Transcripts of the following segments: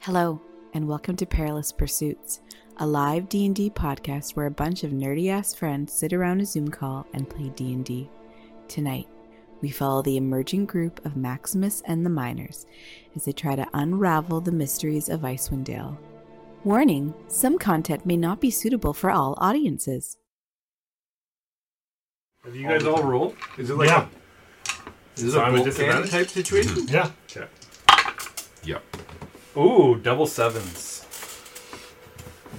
Hello, and welcome to Perilous Pursuits, a live D&D podcast where a bunch of nerdy-ass friends sit around a Zoom call and play D&D. Tonight, we follow the emerging group of Maximus and the Miners as they try to unravel the mysteries of Icewind Dale. Warning, some content may not be suitable for all audiences. Have you guys all rolled? Is it like yeah, a, is it So a I'm at bolt can disadvantage? type situation? yeah. okay. Yep. Ooh, double sevens.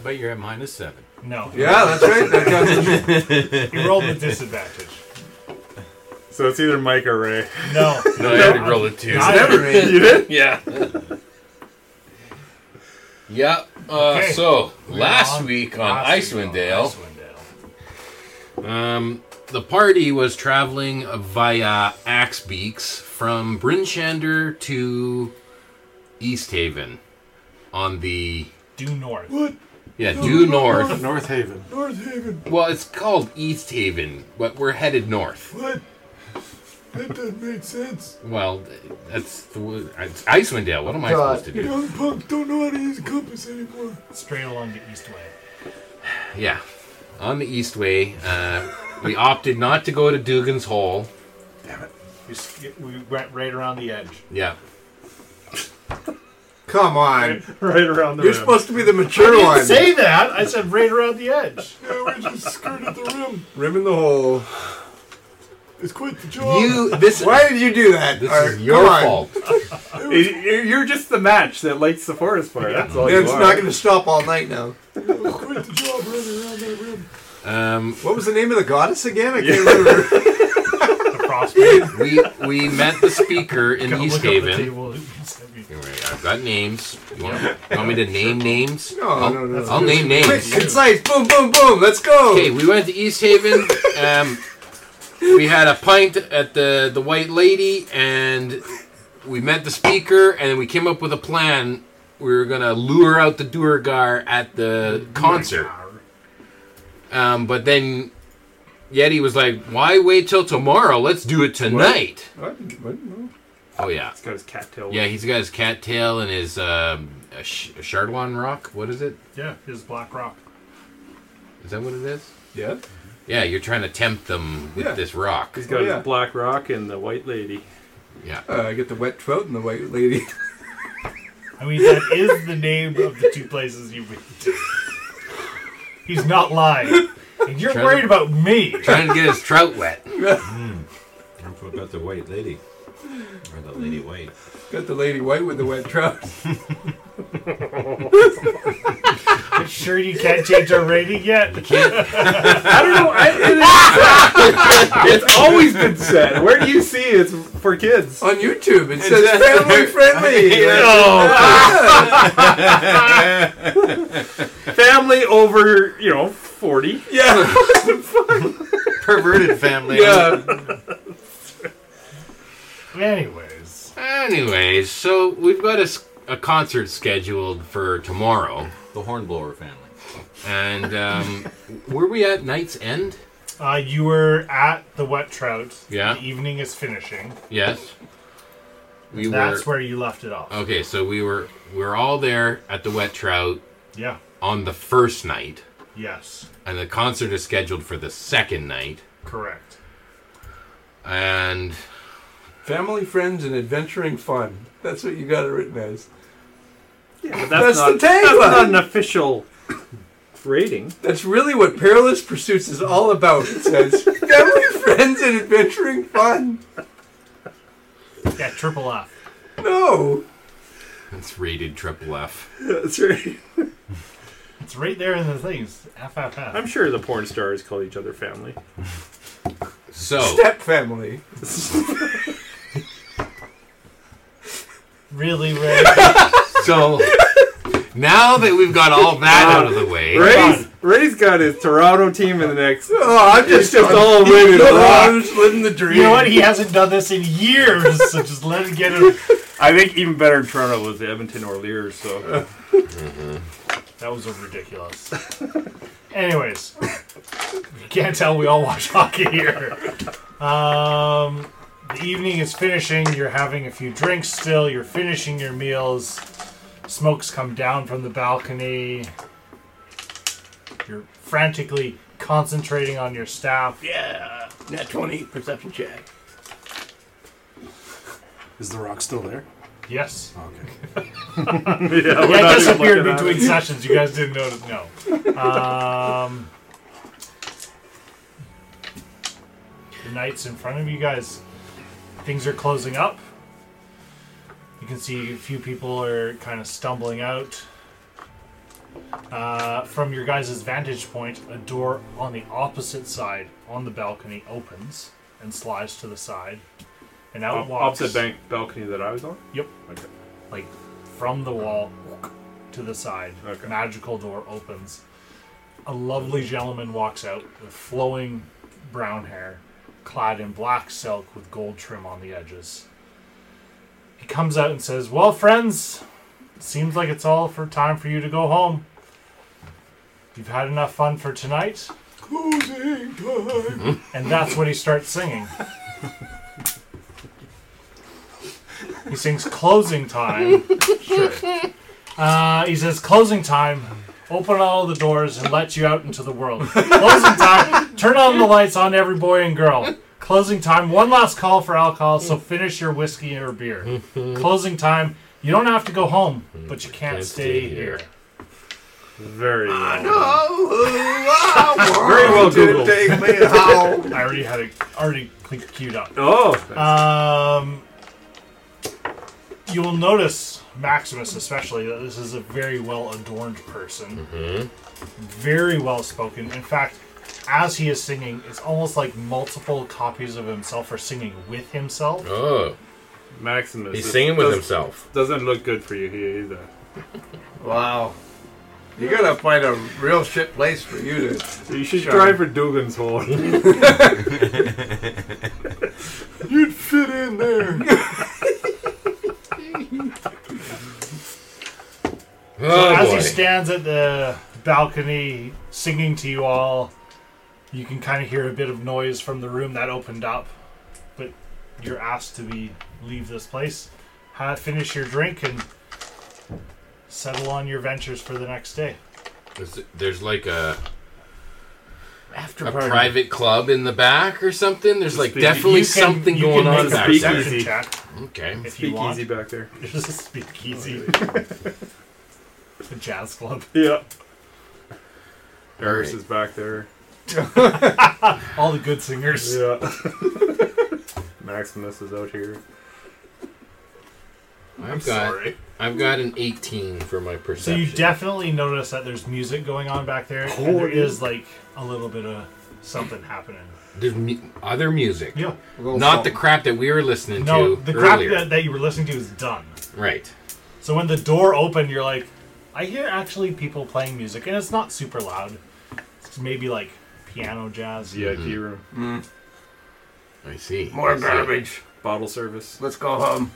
But you're at minus seven. No. Yeah, that's right. You rolled with disadvantage. So it's either Mike or Ray. No. No, I already rolled a two. you did? Yeah. yep. Uh, Okay. So We're last on- week on last week Icewind on Dale, Icewind Dale. um, the party was traveling via Axbeaks from Brinchander to East Haven on the Due north. yeah due north. North Haven. Well, it's called East Haven, but we're headed north. What? That doesn't make sense. Well, that's the, w- it's Icewind Dale. What am I supposed to do? Young punks don't know how to use a compass anymore. Straight along the east way. Yeah. On the Eastway, uh, we opted not to go to Dugan's Hole. We, sk- we went right around the edge. Yeah. Come on. Right around the You're rim. supposed to be the mature one. Say that! I said right around the edge. Yeah, we just skirted the rim. Rim in the hole. It's quite the job. You this Why did you do that? this All right, is your come on. fault. You're just the match that lights the forest fire. That's all It's not going to stop all night now. quite the job running around that rim. Um, What was the name of the goddess again? I can't remember. The crossbow. we we met the speaker in Look East up the Haven. table. It's heavy. All right, I've got names. You want, you want me to name names? No, I'll, Oh, no, no. I'll name Quick, names. concise, boom, boom, boom. Let's go. Okay, we went to East Haven. Um, we had a pint at the the White Lady, and we met the speaker, and we came up with a plan. We were gonna lure out the Duergar at the concert, um, but then Yeti was like, "Why wait till tomorrow? Let's do it tonight." What? What? No. Oh yeah, It's got his cattail. yeah. He's got his cattail and his um, a sh- a Shardwan rock. What is it? Yeah, his black rock. Is that what it is? Yeah. Yeah, you're trying to tempt them with Yeah. this rock. He's got Oh, yeah. his black rock and the white lady. Yeah. Uh, I get the wet trout and the white lady. I mean, that is the name of the two places you've been to. He's not lying. And you're Trying to- worried about me. trying to get his trout wet. Mm. I'm talking about the white lady. Or the lady Mm. white. Got the lady white with the wet trout. I'm sure you can't change our rating yet. I don't know. I, it is, it's always been said. Where do you see it's for kids? On YouTube, it says family friendly. Oh, Family over, you know, 40. Yeah. Perverted family. Yeah. Anyways, Anyways, so we've got a, s- a concert scheduled for tomorrow, The hornblower family. and um, were we at Night's End? uh, you were at the wet trout. Yeah. The evening is finishing. Yes. We That's were. where you left it off. okay, so we were we were all there at the Wet Trout Yeah. on the first night, Yes. and the concert is scheduled for the second night, Correct. and Family, friends, and adventuring fun. That's what you got it written as. Yeah, but That's that's, the not, that's tagline. not an official rating. That's really what Perilous Pursuits is all about, it says. Family, friends, and adventuring fun. Yeah. Triple F. No. it's rated triple F. That's right. It's right there in the things. FFF. I'm sure the porn stars call each other family. So Step family. really right. so now that we've got all that out of the way, Ray's, Ray's got his Toronto team in the next. Oh, I'm It's just, just I'm- all rated No, rock. I'm just living the dream. you know what? He hasn't done this in years, so just let it get him. I think even better in Toronto was the Edmonton Orlears, so. Mm-hmm. That was ridiculous. Anyways, you can't tell we all watch hockey here. Um, the evening is finishing. You're having a few drinks still. You're finishing your meals. Smokes come down from the balcony. You're frantically concentrating on your staff. Yeah. Nat 20, perception check. Is the rock still there? Yes. Okay. yeah, we're Yeah, not it even disappeared looking at between it. sessions. You guys didn't notice. No. Um, the knights in front of you guys, things are closing up. You can see a few people are kind of stumbling out. Uh, from your guys' vantage point, a door on the opposite side, on the balcony, opens and slides to the side, and out Off, off walks the bank balcony that I was on. Yep. Okay. Like from the wall to the side. Okay. Magical door opens. A lovely gentleman walks out with flowing brown hair, clad in black silk with gold trim on the edges. He comes out and says, "Well, friends, seems like it's all for time for you to go home. You've had enough fun for tonight." And that's when he starts singing. He sings closing time. Sure. Uh, he says closing time. Open all the doors and let you out into the world. Closing time. Turn on the lights on every boy and girl. Closing time. One last call for alcohol, so finish your whiskey or beer. Closing time. You don't have to go home, but you can't, stay, here. Very well. Very Very well Googled. Take me home. I already had it already queued up. Oh, thanks. Um, you will notice Maximus, especially, that this is a very well adorned person, Mm-hmm. very well spoken. In fact, as he is singing, it's almost like multiple copies of himself are singing with himself. Oh, Maximus. he's this singing with does- himself. Doesn't look good for you here either. Wow. You gotta find a real shit place for you to. You should try for Dugan's hole. You'd fit in there. Oh as boy. he stands at the balcony singing to you all, you can kind of hear a bit of noise from the room that opened up. But you're asked to be leave this place, ha finish your drink, and settle on your ventures for the next day. Is- There's like a After a party. private club in the back or something. There's like Speak- definitely you can- something you going can on make a back speak- there. Speakeasy. perception check Okay. if you Speak want. easy back there. Oh, There's a speakeasy. a jazz club. Yeah. All Eris right. is back there. All the good singers. Yeah. Maximus is out here. I've got I've got an 18 for my So perception. you definitely notice that there's music going on back there, and there is like a little bit of something happening. There's mu- other music. Yeah. Not the crap that we were listening No, to the crap earlier. that, that you were listening to is done. Right. So when the door opened, you're like, I hear actually people playing music, and it's not super loud. It's maybe like piano jazz. VIP room. Mm-hmm. Mm. I see. I More see. garbage. Bottle service. Let's go home.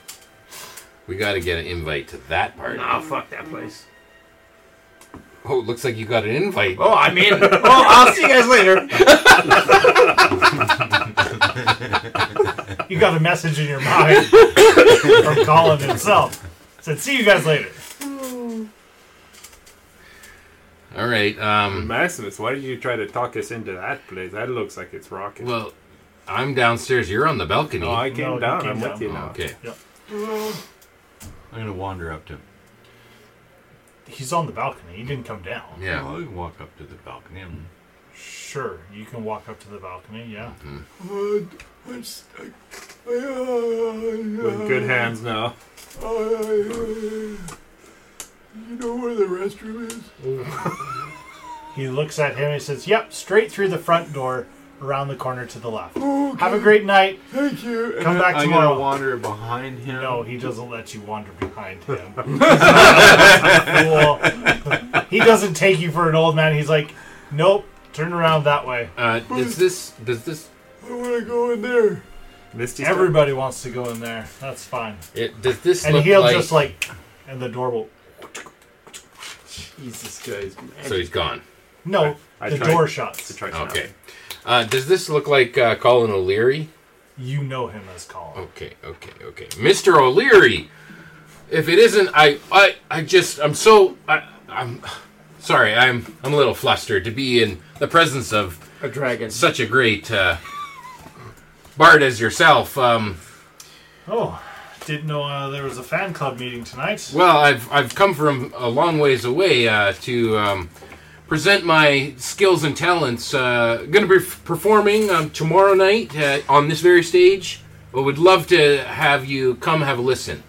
We got to get an invite to that party. Nah, fuck that place. Oh, it looks like you got an invite. Oh, I mean, oh, I'll see you guys later. You got a message in your mind from Colin himself. Said, see you guys later. All right. Um Maximus, why did you try to talk us into that place? That looks like it's rocking. well, I'm downstairs. You're on the balcony. no, I came No, you down. came I'm down. with you Oh, now. okay. I'm gonna wander up to. He's on the balcony. He didn't come down. Yeah. Well, I can walk up to the balcony. And Sure, you can walk up to the balcony. Yeah. Mm-hmm. With good hands now. You know where the restroom is? He looks at him and he says, "Yep, straight through the front door, around the corner to the left. Have a great night." Thank you. Come back I'm tomorrow. gonna wander behind him. No, he doesn't let you wander behind him. Fool. He doesn't take you for an old man. He's like, nope, turn around that way. Uh does this does this I wanna go in there. Misty Everybody. Everybody wants to go in there. That's fine. it, does this And look he'll like, just like, and the door will. Jesus, guys. So he's gone. No, I the tried door To shuts. try to Okay. Uh, does this look like uh, Colin O'Leary? You know him as Colin. Okay, okay, okay. Mr. O'Leary! If it isn't, I, I, I just, I'm so, I, I'm sorry, I'm, I'm a little flustered to be in the presence of A dragon. such a great uh, bard as yourself. Um, Oh, didn't know uh, there was a fan club meeting tonight. well, I've, I've come from a long ways away uh, to um, present my skills and talents. Uh, going to be performing um, tomorrow night uh, on this very stage. But would love to have you come have a listen.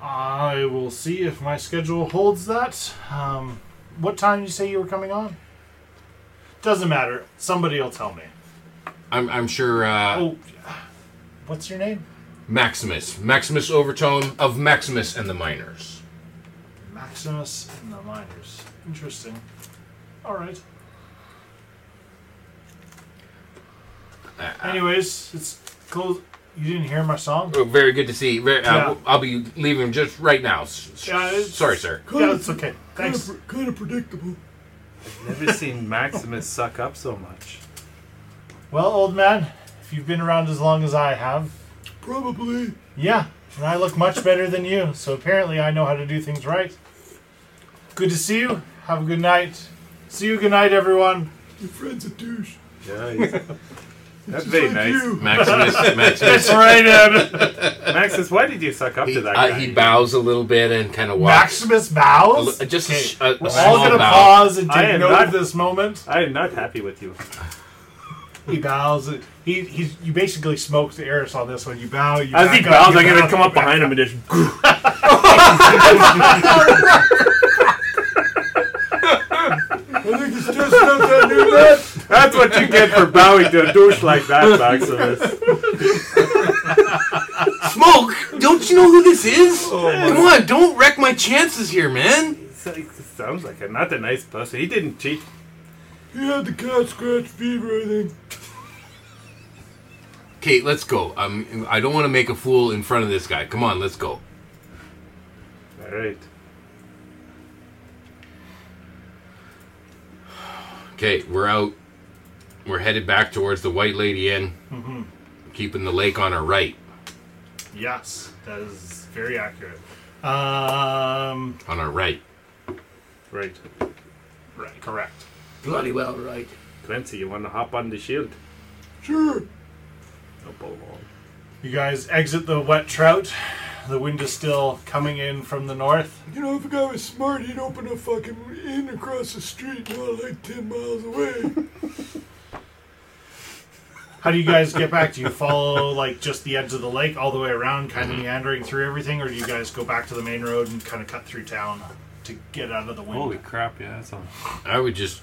I will see if my schedule holds that. Um, what time did you say you were coming on? Doesn't matter. Somebody will tell me. I'm, I'm sure. Uh, Oh, what's your name? Maximus. Maximus Overtone of Maximus and the Miners. Maximus and the Miners. Interesting. All right. Anyways, it's close. You didn't hear my song? Oh, very good to see. Very, uh, Yeah. I'll be leaving just right now. S- s- Yeah, it's- Sorry, sir. Yeah, it's okay. Thanks. Kind of predictable. Never seen Maximus suck up so much. Well, old man, if you've been around as long as I have, Probably. yeah, and I look much better than you, so apparently I know how to do things right. Good to see you. Have a good night. See you. Good night, everyone. Your friend's a douche. That's very Like nice. you. Maximus. Maximus. That's right, Ed. Maximus, why did you suck up He, to that uh, guy? he bows a little bit and kind of walks. Maximus bows. A li- just a Okay, sh- a- a We're all small gonna bow. pause and I take am note not- of this moment. I am not happy with you. He bows. He he's you basically smoked the Eris on this one. You bow. You As he back up, bows, you I'm gonna bow, come you up back behind him and just. I think it's just not that new man. That's what you get for bowing to a douche like that, Maximus. Smoke! Don't you know who this is? Come on, don't wreck my chances here, man. So- it Sounds like a not a nice person. He didn't cheat. He had the cat scratch fever, I think. Kate, let's go. Um, I don't want to make a fool in front of this guy. Come on, let's go. All right. Okay, we're out. We're headed back towards the White Lady Inn, keeping the lake on our right. Yes, that is very accurate. Uh, Um, On our right. Right. right, correct. Bloody well right. Clancy, you want to hop on the shield? Sure. No ball. You guys exit the wet trout. The wind is still coming in from the north. You know, if a guy was smart, he'd open a fucking inn across the street, not like 10 miles away. How do you guys get back? Do you follow like just the edge of the lake all the way around, kind Mm-hmm. of meandering through everything, or do you guys go back to the main road and kind of cut through town to get out of the wind? crap! Yeah, that's on. I would just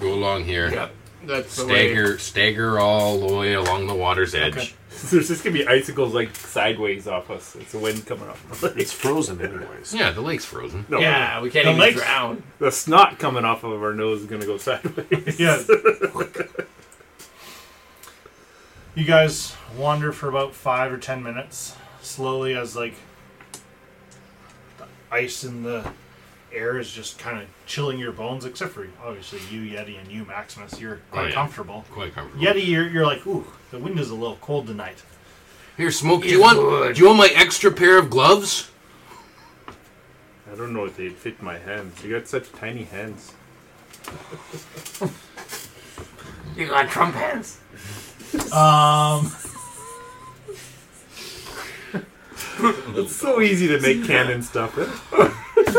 go along here. Yeah. That's the way. Stagger, stagger all the way along the water's edge. Okay. There's just gonna be icicles like sideways off us. It's the wind coming off. the lake. It's frozen, anyways. Yeah, the lake's frozen. No, Yeah, we can't The even legs- drown. the snot coming off of our nose is gonna go sideways. Yeah. you guys wander for about five or ten minutes, slowly as like the ice in the air is just kind of chilling your bones, except for obviously you, Yeti, and you, Maximus. You're quite Oh, yeah. comfortable. Quite comfortable. Yeti, you're, you're like, ooh, the wind is a little cold tonight. Here, smoke. Do you want? Do you want my extra pair of gloves? I don't know if they'd fit my hands. You got such tiny hands. You got Trump hands. Um, It's so easy to make cannon stuff.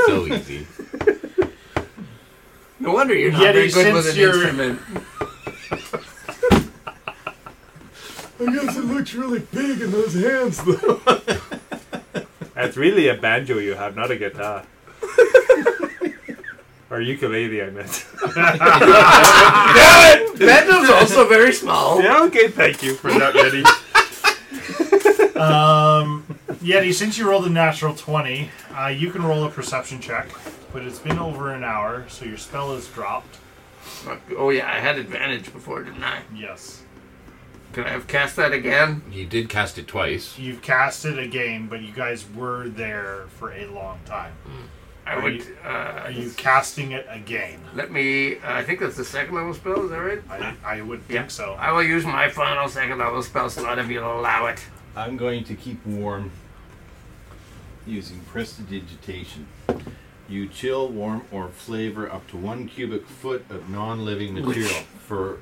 So easy. No wonder you're not Yeti, very good with since an you're- instrument. I guess it looks really big in those hands, though. That's really a banjo you have, not a guitar. or ukulele, I meant. Bendel's also very small. yeah, okay, thank you for that, Eddie. um, Yeti, since you rolled a natural 20, uh, you can roll a perception check, but it's been over an hour, so your spell is dropped. Oh yeah, I had advantage before, didn't I? Yes. Could I have cast that again? You did cast it twice. You've cast it again, but you guys were there for a long time. Hmm. I Are would. you- Uh, Are you casting it again? let uh, me. I think that's the second level spell. Is that right? I, I would think so. I will use my final second level spell slot if you'll allow it. I'm going to keep warm. using prestidigitation. You chill, warm, or flavor up to one cubic foot of non-living material for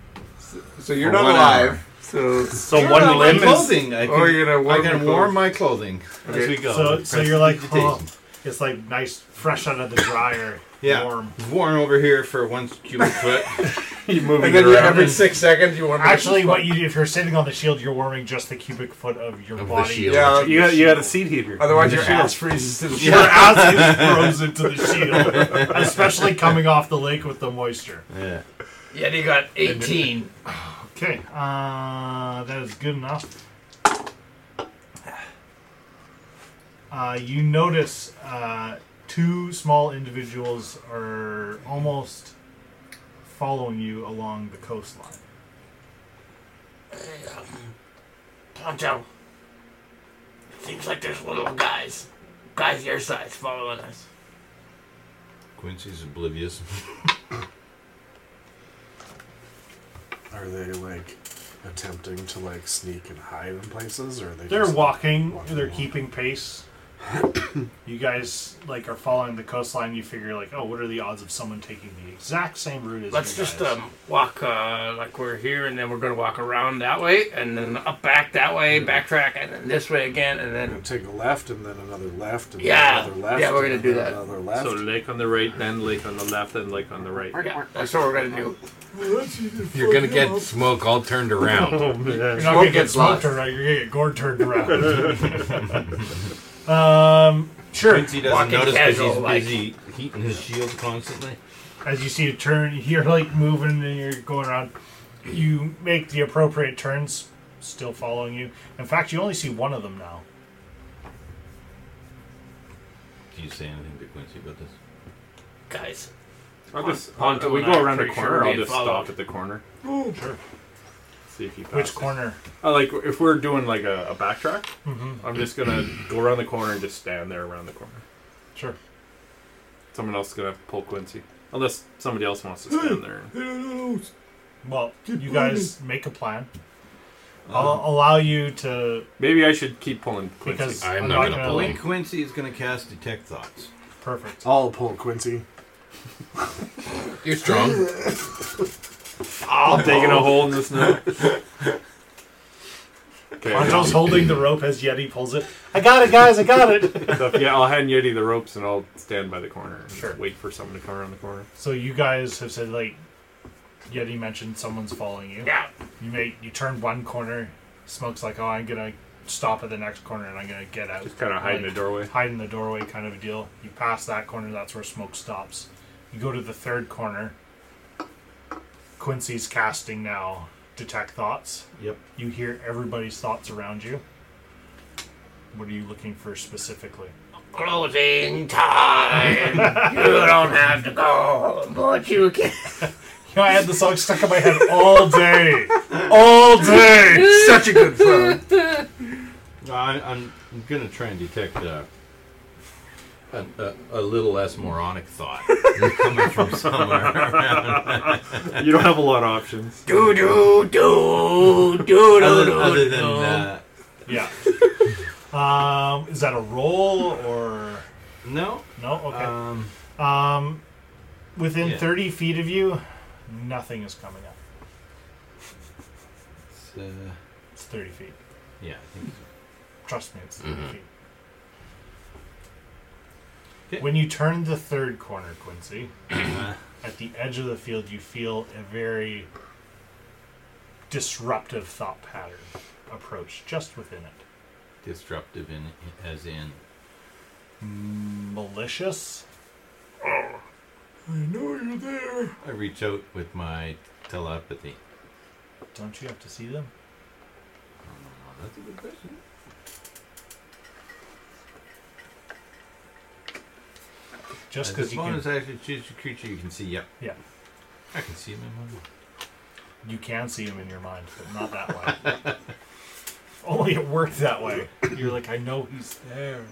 So you're For not one alive. hour. So So Yeah, one my limb is. clothing. I can, Oh, you're gonna warm I can your warm clothes. my clothing as Okay. we go. So, with so you're like, oh, prestidigitation. it's like nice, fresh out of the dryer, yeah, warm. It's warm over here for one cubic foot. You moving and then you, around. every six seconds you want to Actually, what you if you're sitting on the shield, you're warming just the cubic foot of your Of the body. shield. Yeah. you got you got a seat heater. Otherwise, your ass freezes to the Your ass is frozen to the shield, especially coming off the lake with the moisture. yeah. Yet he got 18. Okay, uh, that is good enough. Uh, you notice uh, two small individuals are almost following you along the coastline. Poncho. Seems like there's little guys. Guys your size following us. Quincy's oblivious. Are they like attempting to like sneak and hide in places, or are they? They're just, walking. walking They're along. keeping pace. you guys like are following the coastline. You figure like, oh, what are the odds of someone taking the exact same route as? Let's you just guys? um, walk uh, like we're here, and then we're gonna walk around that way, and then up back that way, Hmm. backtrack, and then this way again, and We're gonna then take a left and then another left and Yeah. then another left. Yeah, we're and gonna do that. then Another left. So lake on the right, then lake on the left, then lake on the right. yeah, that's what we're gonna do. You're gonna get smoke all turned around. Oh man. You're not gonna Smoke get gets smoke lost. turned around. You're gonna get gourd turned around. um, sure. Quincy doesn't Walking notice because casual, he's like- busy heating his shield constantly. As you see a turn, you're like moving and you're going around. You make the appropriate turns, still following you. In fact, you only see one of them now. Do you say anything to Quincy about this? Guys, I'll just, Pon- I'll, Ponto we and I go are around a pretty corner. sure I'll we just follow. stop at the corner. Sure. See if he passes. Which corner? Mm-hmm. Uh, like if we're doing like a, a backtrack, I'm just gonna go around the corner and just stand there around the corner. Sure. Someone else is gonna pull Quincy, unless somebody else wants to Hmm. stand there. Well, you guys make a plan. I'll allow you to Um, Maybe I should keep pulling Quincy. because I'm not gonna pull link. him. Quincy is going to cast detect thoughts. Perfect. I'll pull Quincy. You're strong. I'm taking a hole in the snow. okay, Angel's holding the rope as Yeti pulls it. I got it, guys. I got it. so, yeah, I'll hand Yeti the ropes and I'll stand by the corner. And Sure. Wait for someone to come around the corner. so you guys have said like Yeti mentioned someone's following you. yeah, You make you turn one corner. Smokes like, oh, I'm gonna stop at the next corner and I'm gonna get out. Just kind of hide in the Like, doorway. Hide in the doorway, kind of a deal. You pass that corner. That's where Smoke stops. You go to the third corner. Quincy's casting now. Detect thoughts. Yep. You hear everybody's thoughts around you. What are you looking for specifically? closing time. you don't have to go, Oh, but you can. You know, I had the song stuck in my head all day. All day! Such a good phone. I, I'm, I'm going to try and detect uh, a, a, a little less moronic thought coming from somewhere. You don't have a lot of options. Do do do do do other, do. other than do. uh, Yeah. Um, is that a roll or. no. No? Okay. Um, Um, within yeah. 30 feet of you, nothing is coming up. it's, uh, It's 30 feet. yeah, I think Trust me, it's 30 feet. Okay. Uh-huh. When you turn the third corner, Quincy, at the edge of the field, you feel a very disruptive thought pattern approach just within it. disruptive in as in Malicious? I reach out with my telepathy. Don't you have to see them? Oh, That's a good question. Just As- because as you long can, as I actually choose a creature, you can see. Yep. Yeah. I can see him in my mind. you can see them in your mind, but not that way. If Only it worked that way. You're like, I know he's there.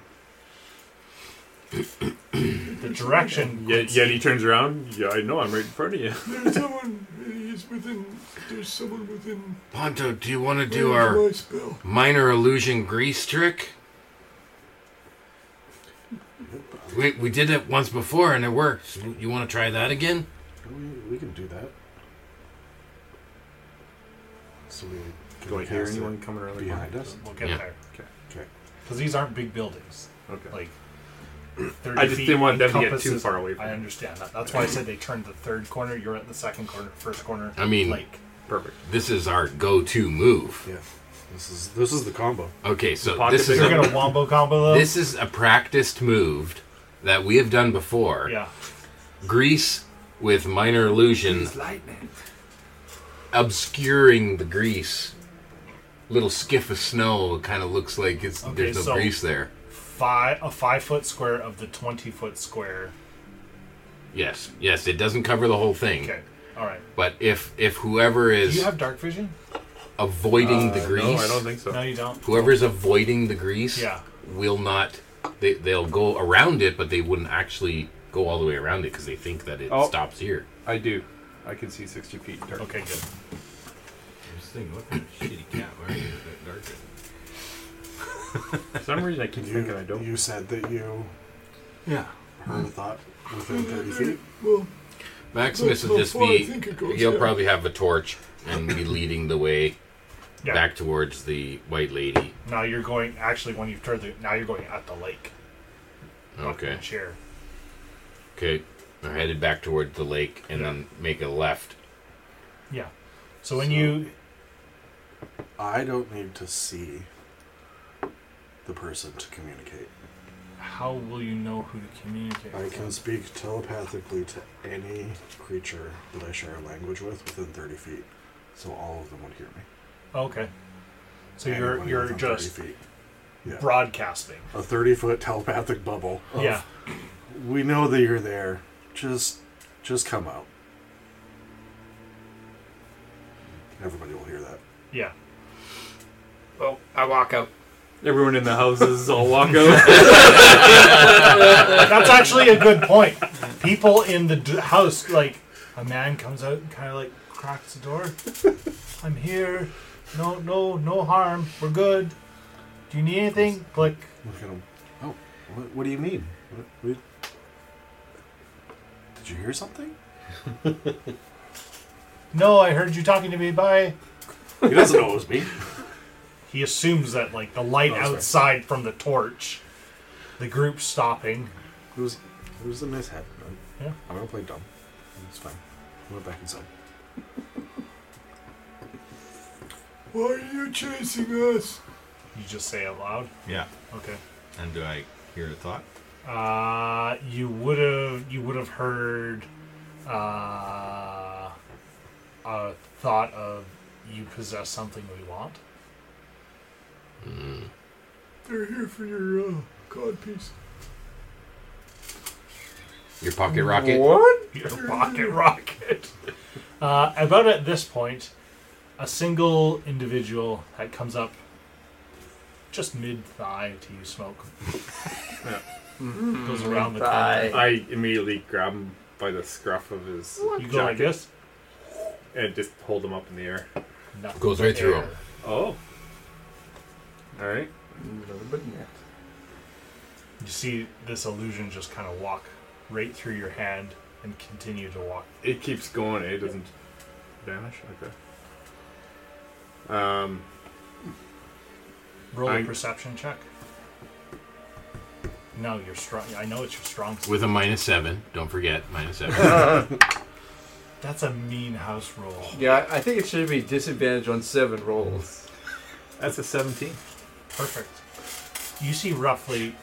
the direction. Ye- Yeti turns around. Yeah, I know. I'm right in front of you. There's someone. He's within. There's someone within. Ponto, do you want to do our spell. minor illusion grease trick? We, we did it once before and it worked. So You want to try that again? We, we can do that. So we Do I we hear cast it anyone coming around the corner? behind us? We'll get Yeah. there. Okay. Okay. Because these aren't big buildings. Okay. Like, 30 I just feet didn't want them to get too encompasses- far away from I me. understand that. That's why I said they turned the third corner. You're at the second corner, first corner. I mean- like, Perfect. This is our go-to move. Yeah. This is this is the combo. Okay, so Pocket this is you're bigger. a, gonna wombo combo those. this is a practiced move that we have done before. Yeah. Grease with minor illusion, obscuring the grease. Little skiff of snow kind of looks like it's Okay, there's no so- grease there. Five a five foot square of the twenty foot square. Yes, yes, it doesn't cover the whole thing. Okay. All right. But if if whoever Do is you have dark vision? avoiding the grease, Uh, No, I don't think so. No, you don't. whoever's avoiding the grease Yeah. will not they, they'll go around it but they wouldn't actually go all the way around it because they think that it Oh. stops here I do. I can see 60 feet in dark. Okay, good. This thing looking like a shitty cat. Why are you that dark? For some reason, I keep You, thinking I don't. you said that you Yeah. heard a thought within 30 feet. maximus will just be he'll probably have a torch and be leading the way Yeah. back towards the white lady Now you're going. Actually, when you've turned the, now you're going at the lake. not okay the Chair. okay they're headed back towards the lake and then make a left Yeah. So when you I don't need to see the person to communicate. How will you know who to communicate? I with? can speak telepathically to any creature that I share a language with within 30 feet. So all of them would hear me. Okay. So Anyone you're you're within just 30 feet. Yeah. broadcasting. a 30 foot telepathic bubble. of, Yeah. We know that you're there. Just just come out. Everybody will hear that. Yeah. Well, I walk out. Everyone in the houses all walk out. That's actually a good point. People in the d- house, like a man comes out and kind of like cracks the door. I'm here. No, no, no harm. We're good. Do you need anything? Click. Look at them. Oh, what, what do you mean? What, what, did you hear something? No, I heard you talking to me. Bye. He doesn't know it was me. He assumes that like the light Oh, sorry. outside from the torch, the group stopping. It was, it was a mishap. man. Yeah. I'm going to play dumb. It's fine. I went back inside. Why are you chasing us? You just say out loud. Yeah. Okay. And do I hear a thought? Uh, you would have you would have heard uh, a thought of you possess something we want. Hmm. They're here for your uh, god piece. your pocket rocket What? Your pocket rocket. Uh, about at this point, a single individual that comes up just mid thigh to you, smoke. Goes around the corner. Bye. Hmm. I immediately grab him by the scruff of his You go like jacket this. and just hold him up in the air. Nothing Goes right through there. him. Oh. All right. You see this illusion just kind of walk right through your hand and continue to walk. It keeps going. eh? It doesn't vanish. Okay. Um. Roll a I- perception check. No, you're strong. I know it's your strong. suit. with a minus seven don't forget minus seven That's a mean house roll. Yeah, I think it should be disadvantage on seven rolls. That's a 17. Perfect. You see roughly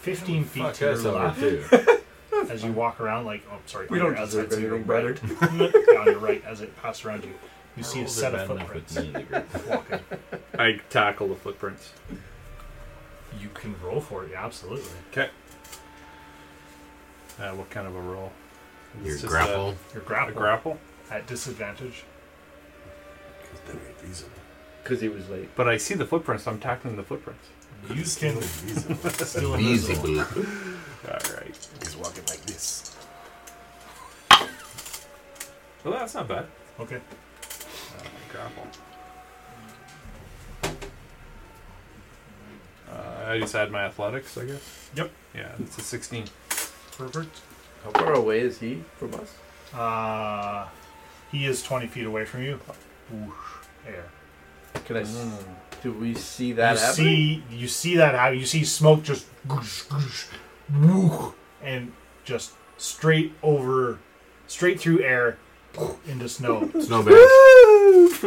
15 feet Fuck, to your that's all I left do. as you walk around. Like, oh, sorry. We on your- don't as deserve it's your anything better. right- on your right, as it passes around you, you see a set of footprints walking. I tackle the footprints. You can roll for it, yeah, absolutely. Uh, what kind of a roll? your It's uh, just grapple Your A, a grapple grapple. at disadvantage. Because they were invisible. Because he was late. But I see the footprints. I'm tackling the footprints. You can Invisible. still easy invisible. blue All right. He's walking like this. Well, that's not bad. Okay. Uh, grapple. Uh, I I just add my athletics, I guess. Yep. Yeah, it's a 16. Perfect. How far away is he from us? Uh, he is 20 feet away from you. Whoosh, air. Can I? s- Mm. Do we see that you happening? see, you see that how you see smoke just goosh, goosh, whoosh, and just straight over, straight through air into snow. Snowbanks.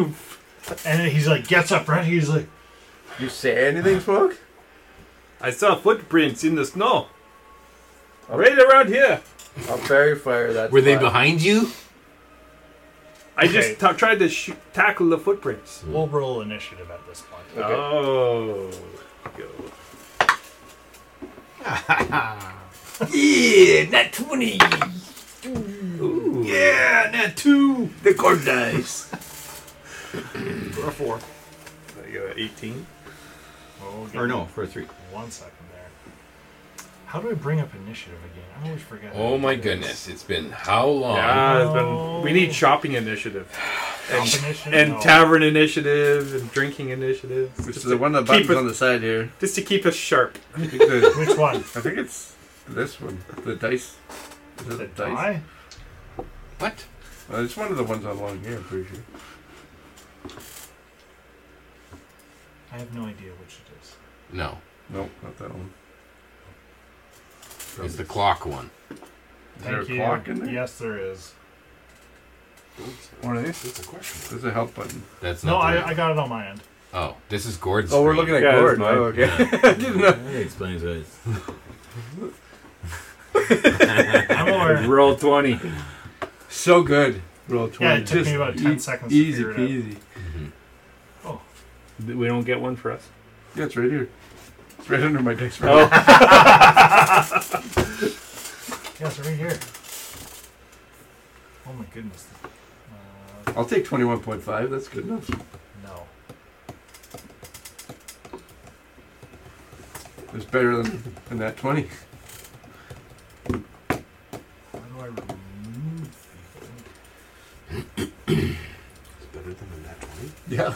and then he's like, gets up, right? He's like, You say anything, Smoke? I saw footprints in the snow. Right around here. Oh. I'll fairy fire that. Were they spot. behind you? I Okay. just ta tried to sh- tackle the footprints. Hmm. we'll roll initiative at this point. Okay. Oh. Go. Yeah, not 20. Yeah, not 2. The card dice. For a four. I got an 18. We'll get Or no, for a 3. Oh, One second there. How do I bring up initiative again? I always forget. how Oh to my do this. goodness! It's been how long? Yeah, it's been, we need shopping initiative. Initiative? And No. tavern initiative and drinking initiative. Which is Just the to, one of the keep buttons it- on the side here. just to keep us sharp. I think, the- Which one? I think it's this one. The dice. Is it The the dice? die? What? Uh, it's one of the ones along here. I'm pretty sure. I have no idea which it is. No, No, not that one. it's the clock one. Is there a Thank you. clock in there? Yes, there is. One of these. That's a question. There's a help button. That's No, not. the I, I right- got it on my end. Oh, this is Gordon's. Oh, we're looking at Yeah, Gordon. it's mine. Oh, okay. That explains why it's I'm aware. Roll 20. So good. Roll twenty. Yeah, it took Just me about 10 e- seconds to Easy figure it out. peasy. Oh. We don't get one for us. Yeah, it's right here. It's right under my dice roll. Oh, Yes, right here. Oh my goodness. Uh, I'll take twenty-one point five. That's good enough. no. It's better than, than that twenty. How do I remove It's better than a nat 20. Yeah,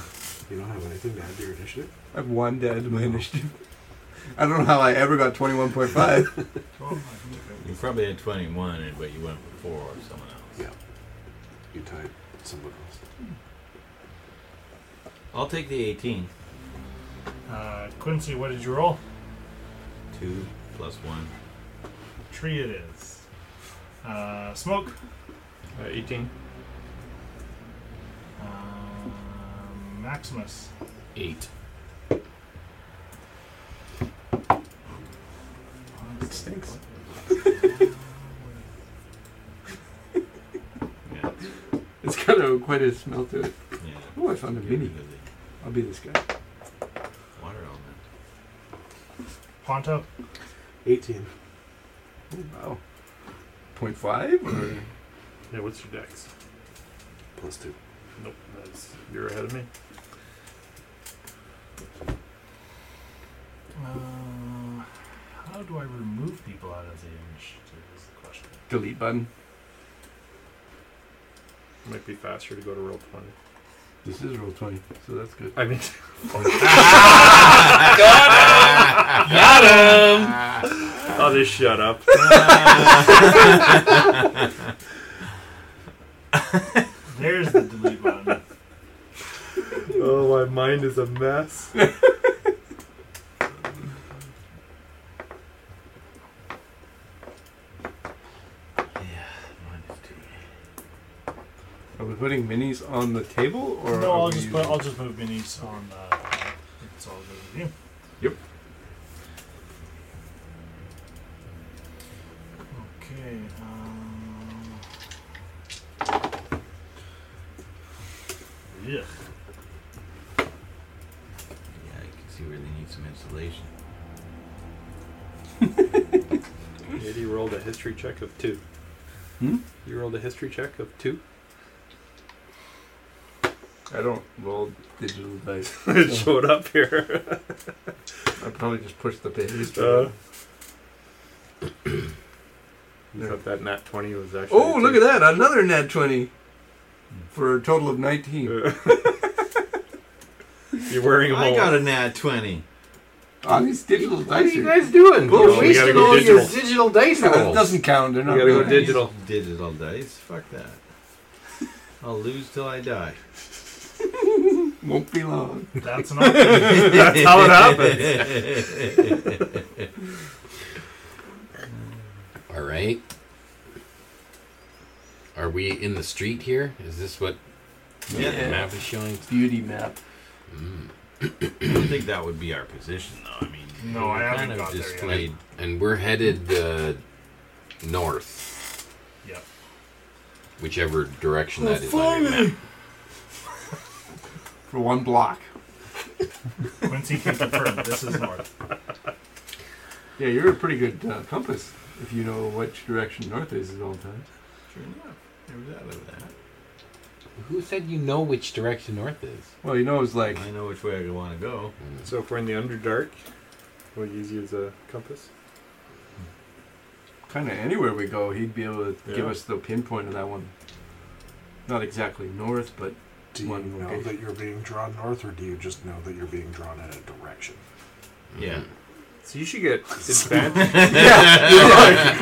You don't have anything to add to your initiative? I've one dead to my initiative. I don't know how I ever got twenty-one point five. people? Oh, I can do it. You probably had 21, but you went before someone else. Yeah. You tied someone else. I'll take the 18. Uh, Quincy, what did you roll? 2 plus 1. Tree it is. Uh, smoke. Uh, 18. Um, Maximus. Eight. It stinks. Yeah. It's got a, quite a smell to it. yeah. Oh, I found a Get rid mini. of I'll be this guy. the Water element. Ponto. 18. Oh, wow. Point five or Yeah, what's your dex? Plus 2. Nope, that's, you're ahead of me. Uh, how do I remove people out of the initiative? Is the question. delete button. Might be faster to go to roll 20. This is roll twenty, so that's good. I mean, I'll just Oh, shut up. There's the delete button. Oh, my mind is a mess. Minus 2. Are we putting minis on the table or? No, are I'll we just using- put, I'll just move minis on. Uh, it's all good with you. Yep. Okay. Um, yeah. Yeah, I can see where they need some insulation. Katie rolled a history check of 2. Hmm? You rolled a history check of 2? I don't roll digital dice. it showed up here. I probably just pushed the pages. Uh, Yeah. You thought that nat 20 was actually. oh, look at that! Another net twenty, for a total of nineteen. You're wearing them all. I got a nat 20. All Oh, these digital What are dice you are- guys doing? Bullshit. You're We wasting gotta go all your digital. digital dice Yeah, it rolls. doesn't count. They're not We gotta go real dice. digital. Digital dice? Fuck that. I'll lose till I die. Won't be long. That's an option. That's how it happens. All right. Are we in the street here? Is this what the Yeah. map is showing? Mm. Beauty map. I don't think that would be our position, though. I mean, No, I we haven't kind of got there just yet. played- And, and we're headed uh, north, Yep. whichever Oh, direction that is on your map. For one block. Quincy can confirm this is north. Yeah, you're a pretty good uh, compass if you know which direction north is at all times. Sure enough. There was out of that. Who said you know which direction north is? Well, you know, it's like I know which way I want to go. So if we're in the Underdark, we'll use you as a compass. kind of anywhere we go, he'd be able to give Yeah. us the pinpoint of that one. Not exactly north, but Do you One know location. that you're being drawn north, or do you just know that you're being drawn in a direction? Yeah. So you should get advantage.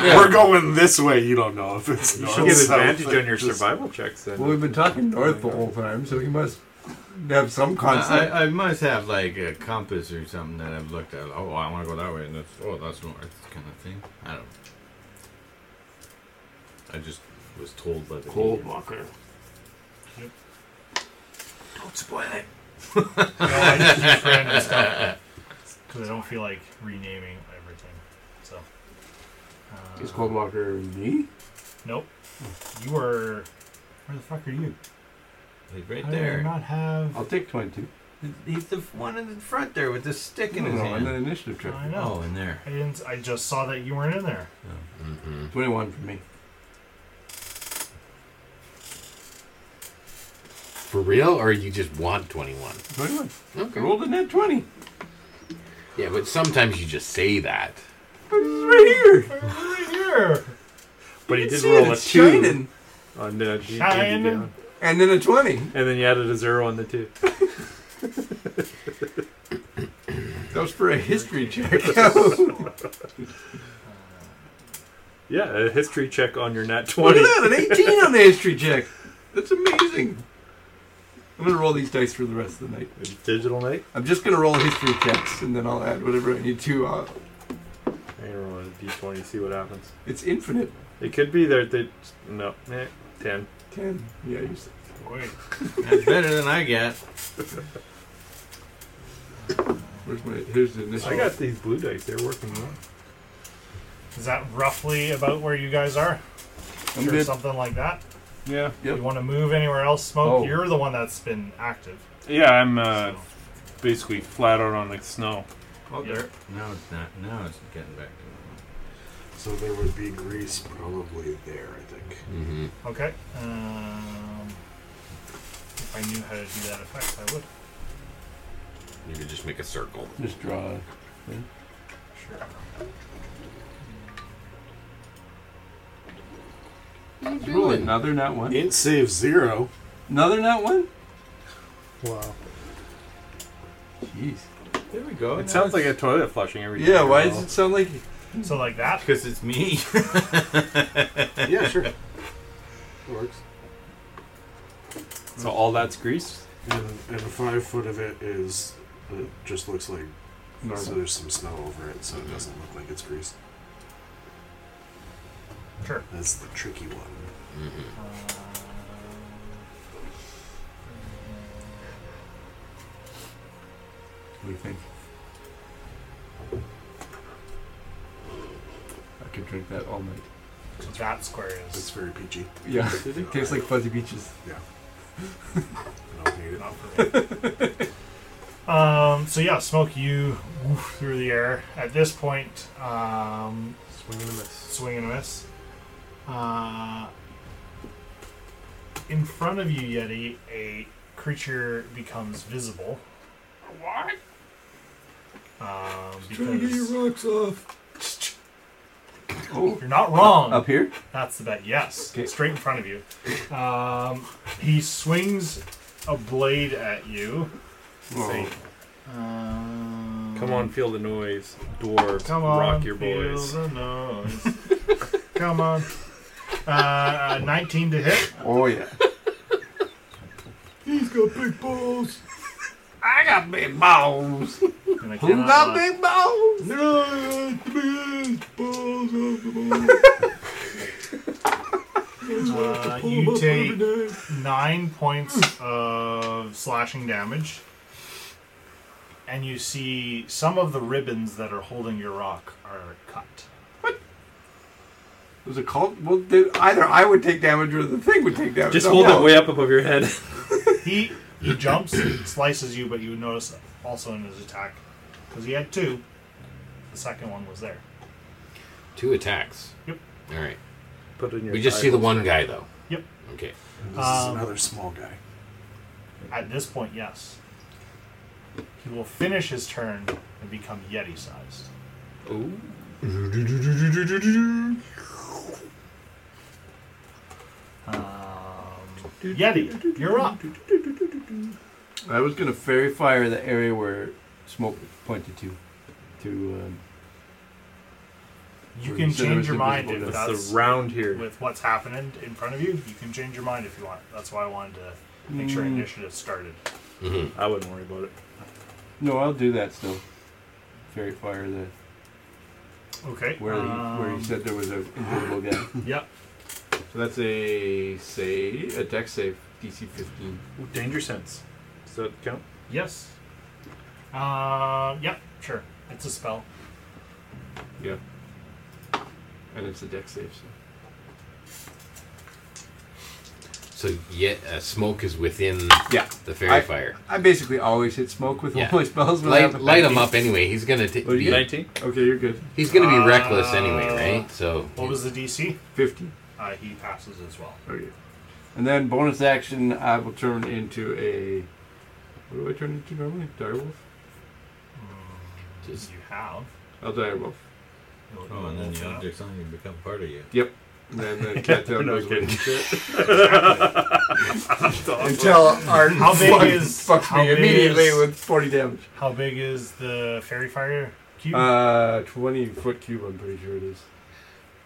We're going this way. You don't know if it's you north. should get south, advantage like, on your just- survival checks then. well, we've been talking north the whole time, so we must have some I, concept. I- I must have like a compass or something that I've looked at. Oh, I want to go that way, and that's oh, that's north kind of thing. I don't. I just was told by the Cold Walker. Don't spoil it. No, I just use random stuff because I don't feel like renaming everything. So. Uh, is Cold Walker me? Nope. You are. Where the fuck are you? Like right How do I there. not have. I'll take 22. He's the one in the front there with the stick in No, his no, hand. an initiative check. I know. Oh, in there. I didn't. I just saw that you weren't in there. Mm-hmm. 21 for me. For real, or you just want 21? 21. Okay. Rolled a net 20. Yeah, but sometimes you just say that. It's right here. Right here. But he You did see it, roll a it's two shining. on uh, D&D Shining. Beyond. And then a 20. and then you added a zero on the two. That was for a history check. Yeah, a history check on your nat Look twenty. at that, an 18 on the history check. That's amazing. I'm going to roll these dice for the rest of the night. Digital night. I'm just going to roll history checks and then I'll add whatever I need to. Uh, I'm gonna roll a D twenty. See what happens. it's infinite. It could be there. They no. Eh, ten. 10. Yeah, you said. Wait. That's better than I get. Where's my, here's the initial. I got these blue dice. They're working well. Is that roughly about where you guys are? I'm or good. something like that. Yeah. Yep. You want to move anywhere else? Smoke. Oh. You're the one that's been active. Yeah, I'm uh, basically flat out on the snow. Oh, Yeah. there. Now it's not. Now it's getting back to normal. So there would be Greece probably there, I think. Mm-hmm. Okay. Um, if I knew how to do that effect, I would. You could just make a circle. Just draw. Sure. Roll another nat 1. Int save zero. Another nat 1? Wow. Jeez. There we go. It sounds like a toilet flushing every Yeah, why does it sound like. So like that. because it's me. yeah, sure. Works. So all that's grease. And, and five foot of it is. It just looks like. So there's some snow over it, so it doesn't look like it's grease. Sure. That's the tricky one. Uh, What do you think? I could drink that all night. that square It's is very peachy. Yeah. Tastes like fuzzy peaches. Uh, I don't need it. not for me. um, so yeah, smoke you woof, through the air. At this point, um, Swing and a miss. swing and a miss. Uh, in front of you, Yeti, a creature becomes visible. What? Um, because rocks off. Oh, you're not wrong. up here? That's the bet. Yes, Okay. straight in front of you. Um, he swings a blade at you. Whoa. Um, Come on, feel the noise, dwarf. Come on, rock your feel boys. the noise. Come on. Uh, uh, 19 to hit. Oh yeah. He's got big balls. I got big balls. And I Who cannot got laugh. big balls? No, it's big balls of the ball. Uh, you take nine points of slashing damage, and you see some of the ribbons that are holding your rock are cut. It was a cult. Well, then either I would take damage or the thing would take damage. Just I'm hold out. it way up above your head. He he jumps, slices you, but you notice also in his attack because he had two. The second one was there. Two attacks. Yep. All right. Put it in your We just see the one guy though. Yep. Okay. This Um, is another small guy. At this point, yes. He will finish his turn and become Yeti sized. Um, Yeti, you're up. I was gonna fairy fire the area where smoke pointed to. To um, You can change your mind if That's that's That's the round here. with what's happening in front of you. You can change your mind if you want. That's why I wanted to make sure initiative started. Mm-hmm. I wouldn't worry about it. no, I'll do that still. Fairy fire the Okay. where he, where um, he said there was a invisible guy. Yep. So that's a say a deck save DC 15. Danger sense. Does that count? Yes. Uh, yep. Sure. It's a spell. Yeah. And it's a deck save. So. So yet uh, smoke is within Yeah. the fairy I- fire. I basically always hit smoke with Yeah. all my spells. when I have Light a light him bad up anyway. He's gonna t- What do you be, Nineteen. game. Okay, you're good. he's gonna be Uh, reckless anyway, right? So What was the DC? 15. Uh, he passes as well. Okay. Oh, And then bonus action, I will turn into a. What do I turn into normally? Direwolf? just You have. I'll direwolf. Oh, and then the objects on you become part of you. And then the cat tail No goes away. kidding. Until Art How big fuck- is- fucks how me big immediately is- with 40 damage. How big is the fairy fire cube? Uh, 20 foot cube, I'm pretty sure it is.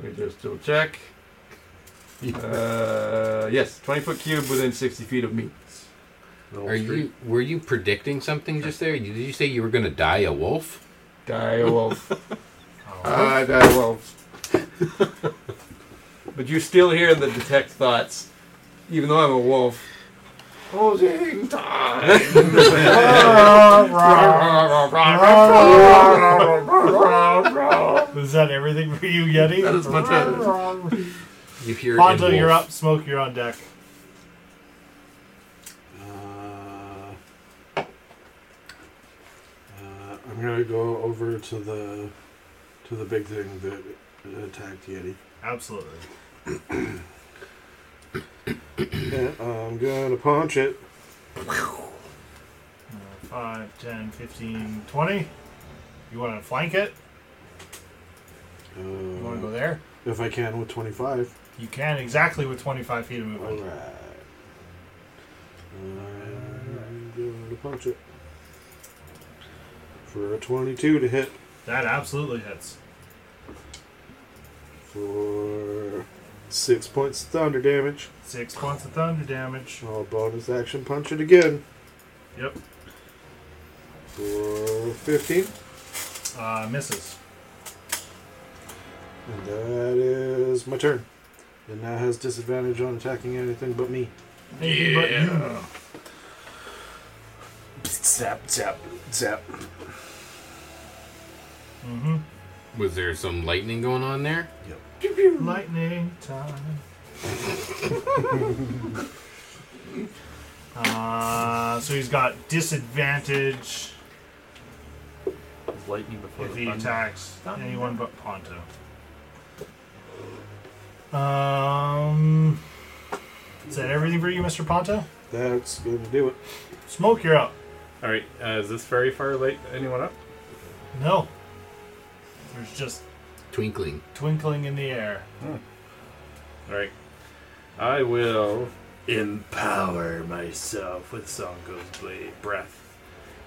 Let me just double check. Uh, yes, 20 foot cube within 60 feet of me. are you were you predicting something just there? You- Did you say you were gonna die a wolf? Direwolf. Oh. Uh-huh. Ah, direwolf. but you still hear the detect thoughts, even though I'm a wolf. Closing time. Uh, Is that everything for you, Yeti? That is much better. You hear in Ponto, wolf. you're up. Smoke, you're on deck. Uh, uh, I'm gonna go over to the to the big thing that attacked Yeti. Absolutely. Yeah, I'm gonna punch it. Uh, 5, 10, 15, 20. You want to flank it? You want to go Uh, there? if I can with 25. You can exactly with 25 feet of Alright. movement. I'm gonna punch it. For a 22 to hit. That absolutely hits. For six points of thunder damage. Six points of thunder damage. I'll bonus action punch it again. Yep. For 15. Uh, misses. And that is my turn. And now has disadvantage on attacking anything but me. Hey, but you- Zap, zap, zap. Mm-hmm. Was there some lightning going on there? Lightning time. uh, so he's got disadvantage Lightning before if the he thunder. attacks anyone but Ponto. Um, is that everything for you, Mr. Ponto? That's gonna do it. Smoke, you're up. All right. Uh, is this fairy fire light anyone up? No. There's just Twinkling. twinkling in the air. All right. I will empower myself with Songo's blade breath.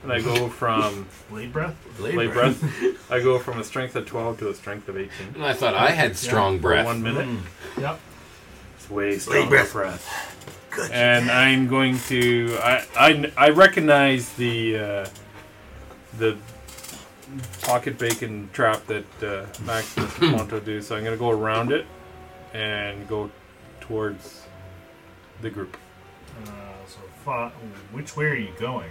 and I go from Blade breath. late breath. I go from a strength of twelve to a strength of eighteen. And I thought I had strong For breath. One minute. Hmm. Yep. Mm. It's way stronger breath. breath. and I'm going to. I I, I recognize the uh, the pocket bacon trap that uh, Max Monto do, so I'm going to go around it and go towards the group. Uh, so, fa- which way are you going?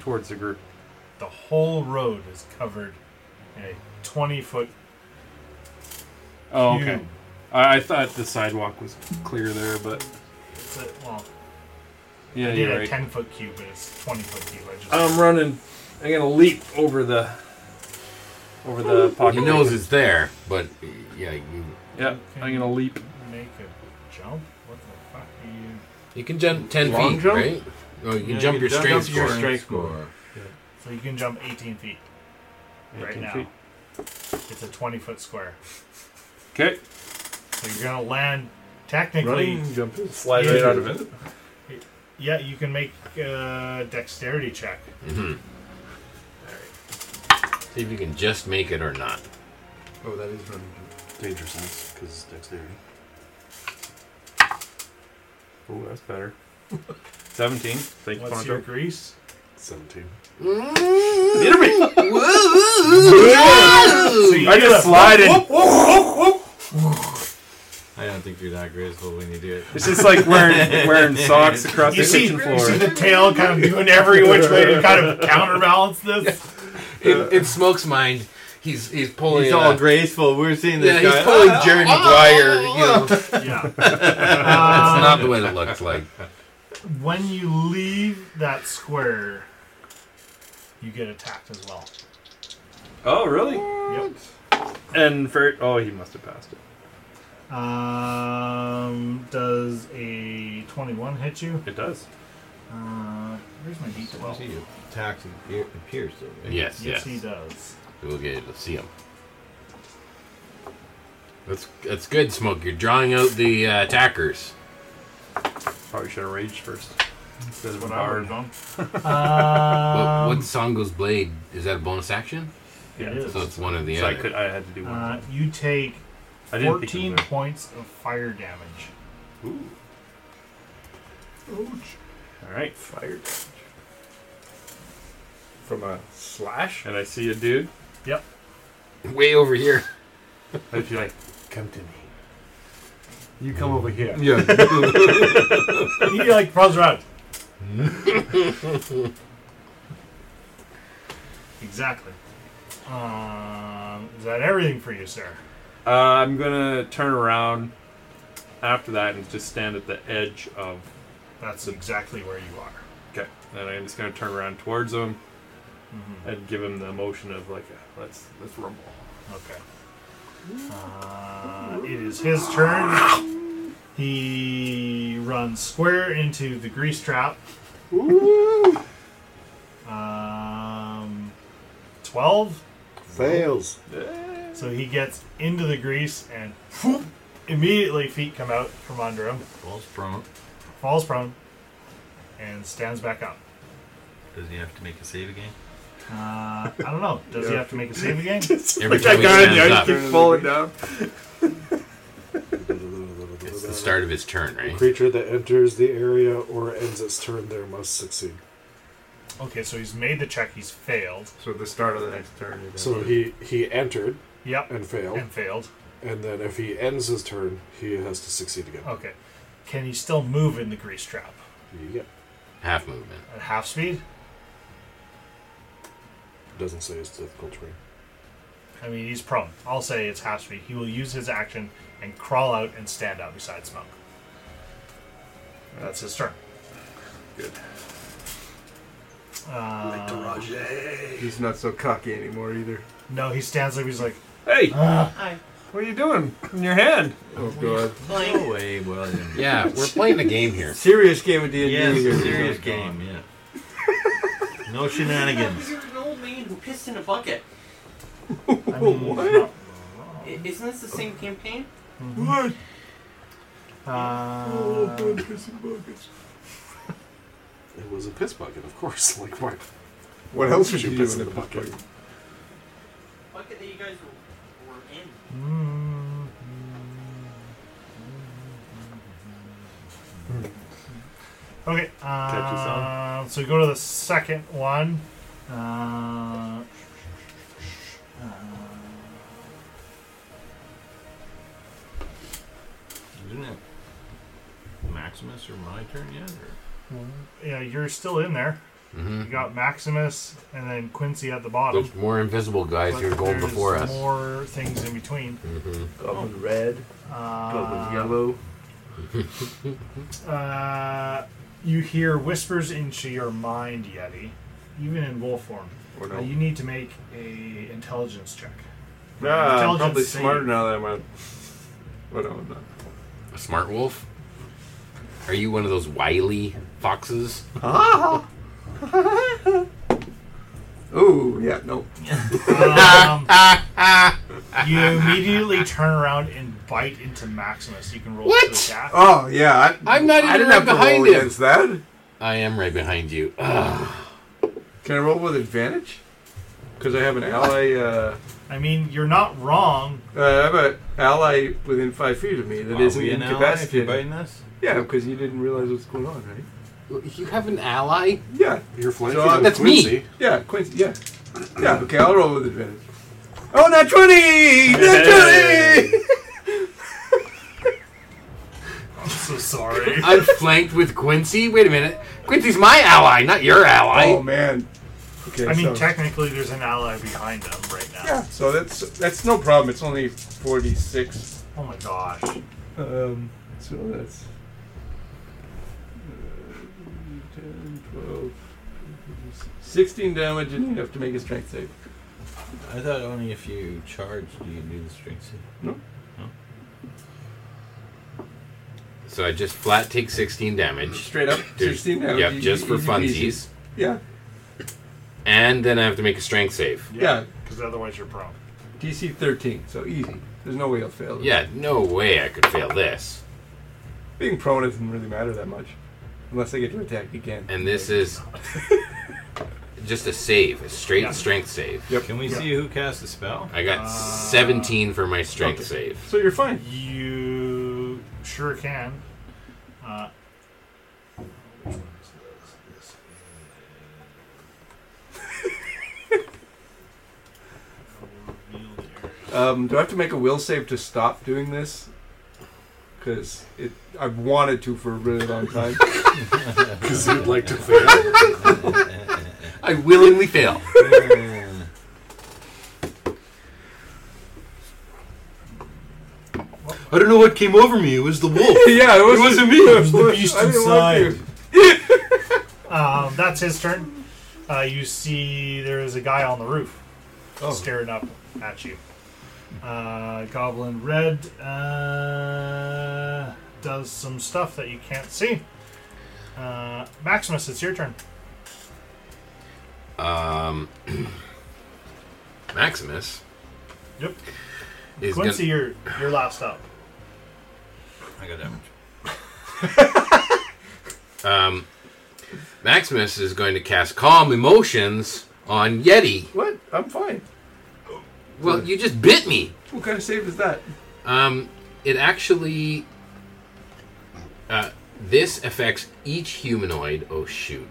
Towards the group. The whole road is covered in a 20 foot Oh, cube. okay. I, I thought the sidewalk was clear there, but It's a, well, yeah, I did you're a right. 10 foot cube, but it's 20 foot cube. I just, Um, I'm running. I'm gonna leap over the over the pocket. He knows bacon. it's there, but yeah, you, Yeah, I'm gonna leap. make a jump? What the fuck are you. you can jump ten Long feet, jump? right? Oh, you can Yeah, jump you your jump strength up your score. strength score. So, you can jump 18 feet right 18 now. feet. It's a 20 foot square. Okay. So, you're going to land technically. Running, jump, slide Yeah. right out of it. Yeah, you can make a dexterity check. Mm-hmm. See if you can just make it or not. Oh, that is running. Danger sense, because dexterity. Oh, that's better. 17. Thank you, What's your Ponto. grease? 17. I just slide in. I don't think you're that graceful when you do it. It's just like wearing wearing socks across You the see, kitchen you see floor. the tail kind of doing every which way to kind of counterbalance this. In, in Smoke's mind, he's he's pulling. He's uh, all graceful. We're seeing yeah, this guy. he's pulling Jerry Maguire. You know, that's Yeah. not the way it looks like. When you leave that square, you get attacked as well. Oh, really? Yep. And for oh, he must have passed it. Um, does a 21 hit you? It does. Uh, where's my Well, d12? you attacked and pier- and pierced him, right? Yes, Yes, yes. he does. We'll get to see him. That's that's good, Smoke. You're drawing out the uh, attackers. Probably should have raged first. Instead of What a I would bard. have done. But Um, what Songo's blade is that a bonus action? it Yeah, is. So it's one of the So I other. could. I had to do one. Uh, you take I didn't think it 14 was there. points of fire damage. All right. Fire damage. From a slash? And I see a dude. Way over here. I'd be like, Come to me. You come over here. Yeah. he like pros around. exactly. Um, is that everything for you, sir? uh, I'm gonna turn around after that and just stand at the edge of. That's exactly where you are. Okay. And I'm just gonna turn around towards him Mm-hmm. and give him the motion of like, a, let's let's rumble. Okay. Uh, it is his turn. He runs square into the grease trap. Um, 12. Fails. So he gets into the grease and whoop, immediately feet come out from under him, False prone. falls prone, and stands back up. Does he have to make a save again? Uh, I don't know. Does he have to make a save again? Every time he stands up, Keep falling down. it's the start of his turn, The right? creature that enters the area or ends its turn there must succeed. Okay, so he's made the check. He's failed. So at the start of the next turn, you're So he, he entered Yep, and failed, and failed. and then if he ends his turn, he has to succeed again. Okay, can he still move in the grease trap Yeah, Half movement. at half speed? doesn't say it's difficult terrain. I mean, he's prone. I'll say it's half speed. He will use his action and crawl out and stand out beside Smoke. That's his turn. Good. Uh, He's not so cocky anymore either. no, he stands up. He's like, "Ah." Hey, Hi. what are you doing in your hand? Oh god. No way, well then. Yeah, we're playing the game here. Serious game of D&D. Yes, here. serious game, yeah. No shenanigans. You're an old man who pissed in a bucket. I mean, what? I- Isn't this the same campaign? What? Uh, It was a piss bucket, of course. Like, why? What else would you Shoot do this in in a the bucket? Bucket that you guys were, were in. Okay. Uh, so we go to the second one. Uh, Isn't it Maximus or my turn yet? Or? yeah, you're still in there. Mhm. You got Maximus and then Quincy at the bottom. Those more invisible guys But who are going there's before us. More things in between. Mm-hmm. Oh, Goblin red, Uh, goblin yellow. Uh, you hear whispers into your mind, Yeti, even in wolf form. Or no. Uh, you need to make a intelligence check. Nah, Ah, I'm Intelligence probably save. smarter now that I'm a. What am I? A smart wolf? Are you one of those wily foxes? Oh yeah, no. Um, you immediately turn around and bite into Maximus. You can roll What? to attack. Oh yeah, I, I'm not I even didn't right have to behind roll him. against that. I am right behind you. Ugh. Can I roll with advantage? Because I have an ally. Uh, I mean, you're not wrong. uh, I have an ally within five feet of me that Are not we an ally if you're incapacitated. biting this? Yeah, because you didn't realize what's going on, right? You have an ally? Yeah, You're flanking So, uh, with that's me. Quincy. yeah, Quincy. Yeah, yeah. Okay, I'll roll with advantage. Oh, not twenty! Not Hey. twenty! I'm so sorry. I'm flanked with Quincy. Wait a minute. Quincy's my ally, not your ally. oh man. Okay. I mean, so, technically, there's an ally behind them right now. yeah. So that's that's no problem. It's only forty-six. Oh my gosh. Um, so that's uh, 10, 12, 16 damage, and you have to make a strength save. I thought only if you charge do you do the strength save. So I just flat take 16 damage. Straight up, Dude, 16 damage. Yep, e- just for easy peasy. funsies. Yeah, And then I have to make a strength save. Yeah. Because otherwise, you're prone. DC 13, so easy. There's no way I'll fail. it. Yeah, no way I could fail this. Being prone doesn't really matter that much. Unless I get to attack again. And this is just a save, a straight Yeah. strength save. Yep. Can we yeah. see who cast the spell? I got Uh, 17 for my strength okay. save. So you're fine. You sure can. Uh, which one is this? This is- Um, do I have to make a will save to stop doing this? Because it, I've wanted to for a really long time. Because you'd like to fail. I willingly fail. I don't know what came over me. It was the wolf. yeah, it wasn't, me. It was the beast I didn't want inside. to. Um, that's his turn. Uh, you see, there is a guy on the roof staring up at you. Uh, Goblin Red uh, does some stuff that you can't see. Uh, Maximus, it's your turn. Um, Maximus Yep. is going Quincy, to. you're you're last up. I got damage. Um, Maximus is going to cast Calm Emotions on Yeti. What? I'm fine. Well, you just bit me. What kind of save is that? Um, it actually. Uh, this affects each humanoid. Oh shoot!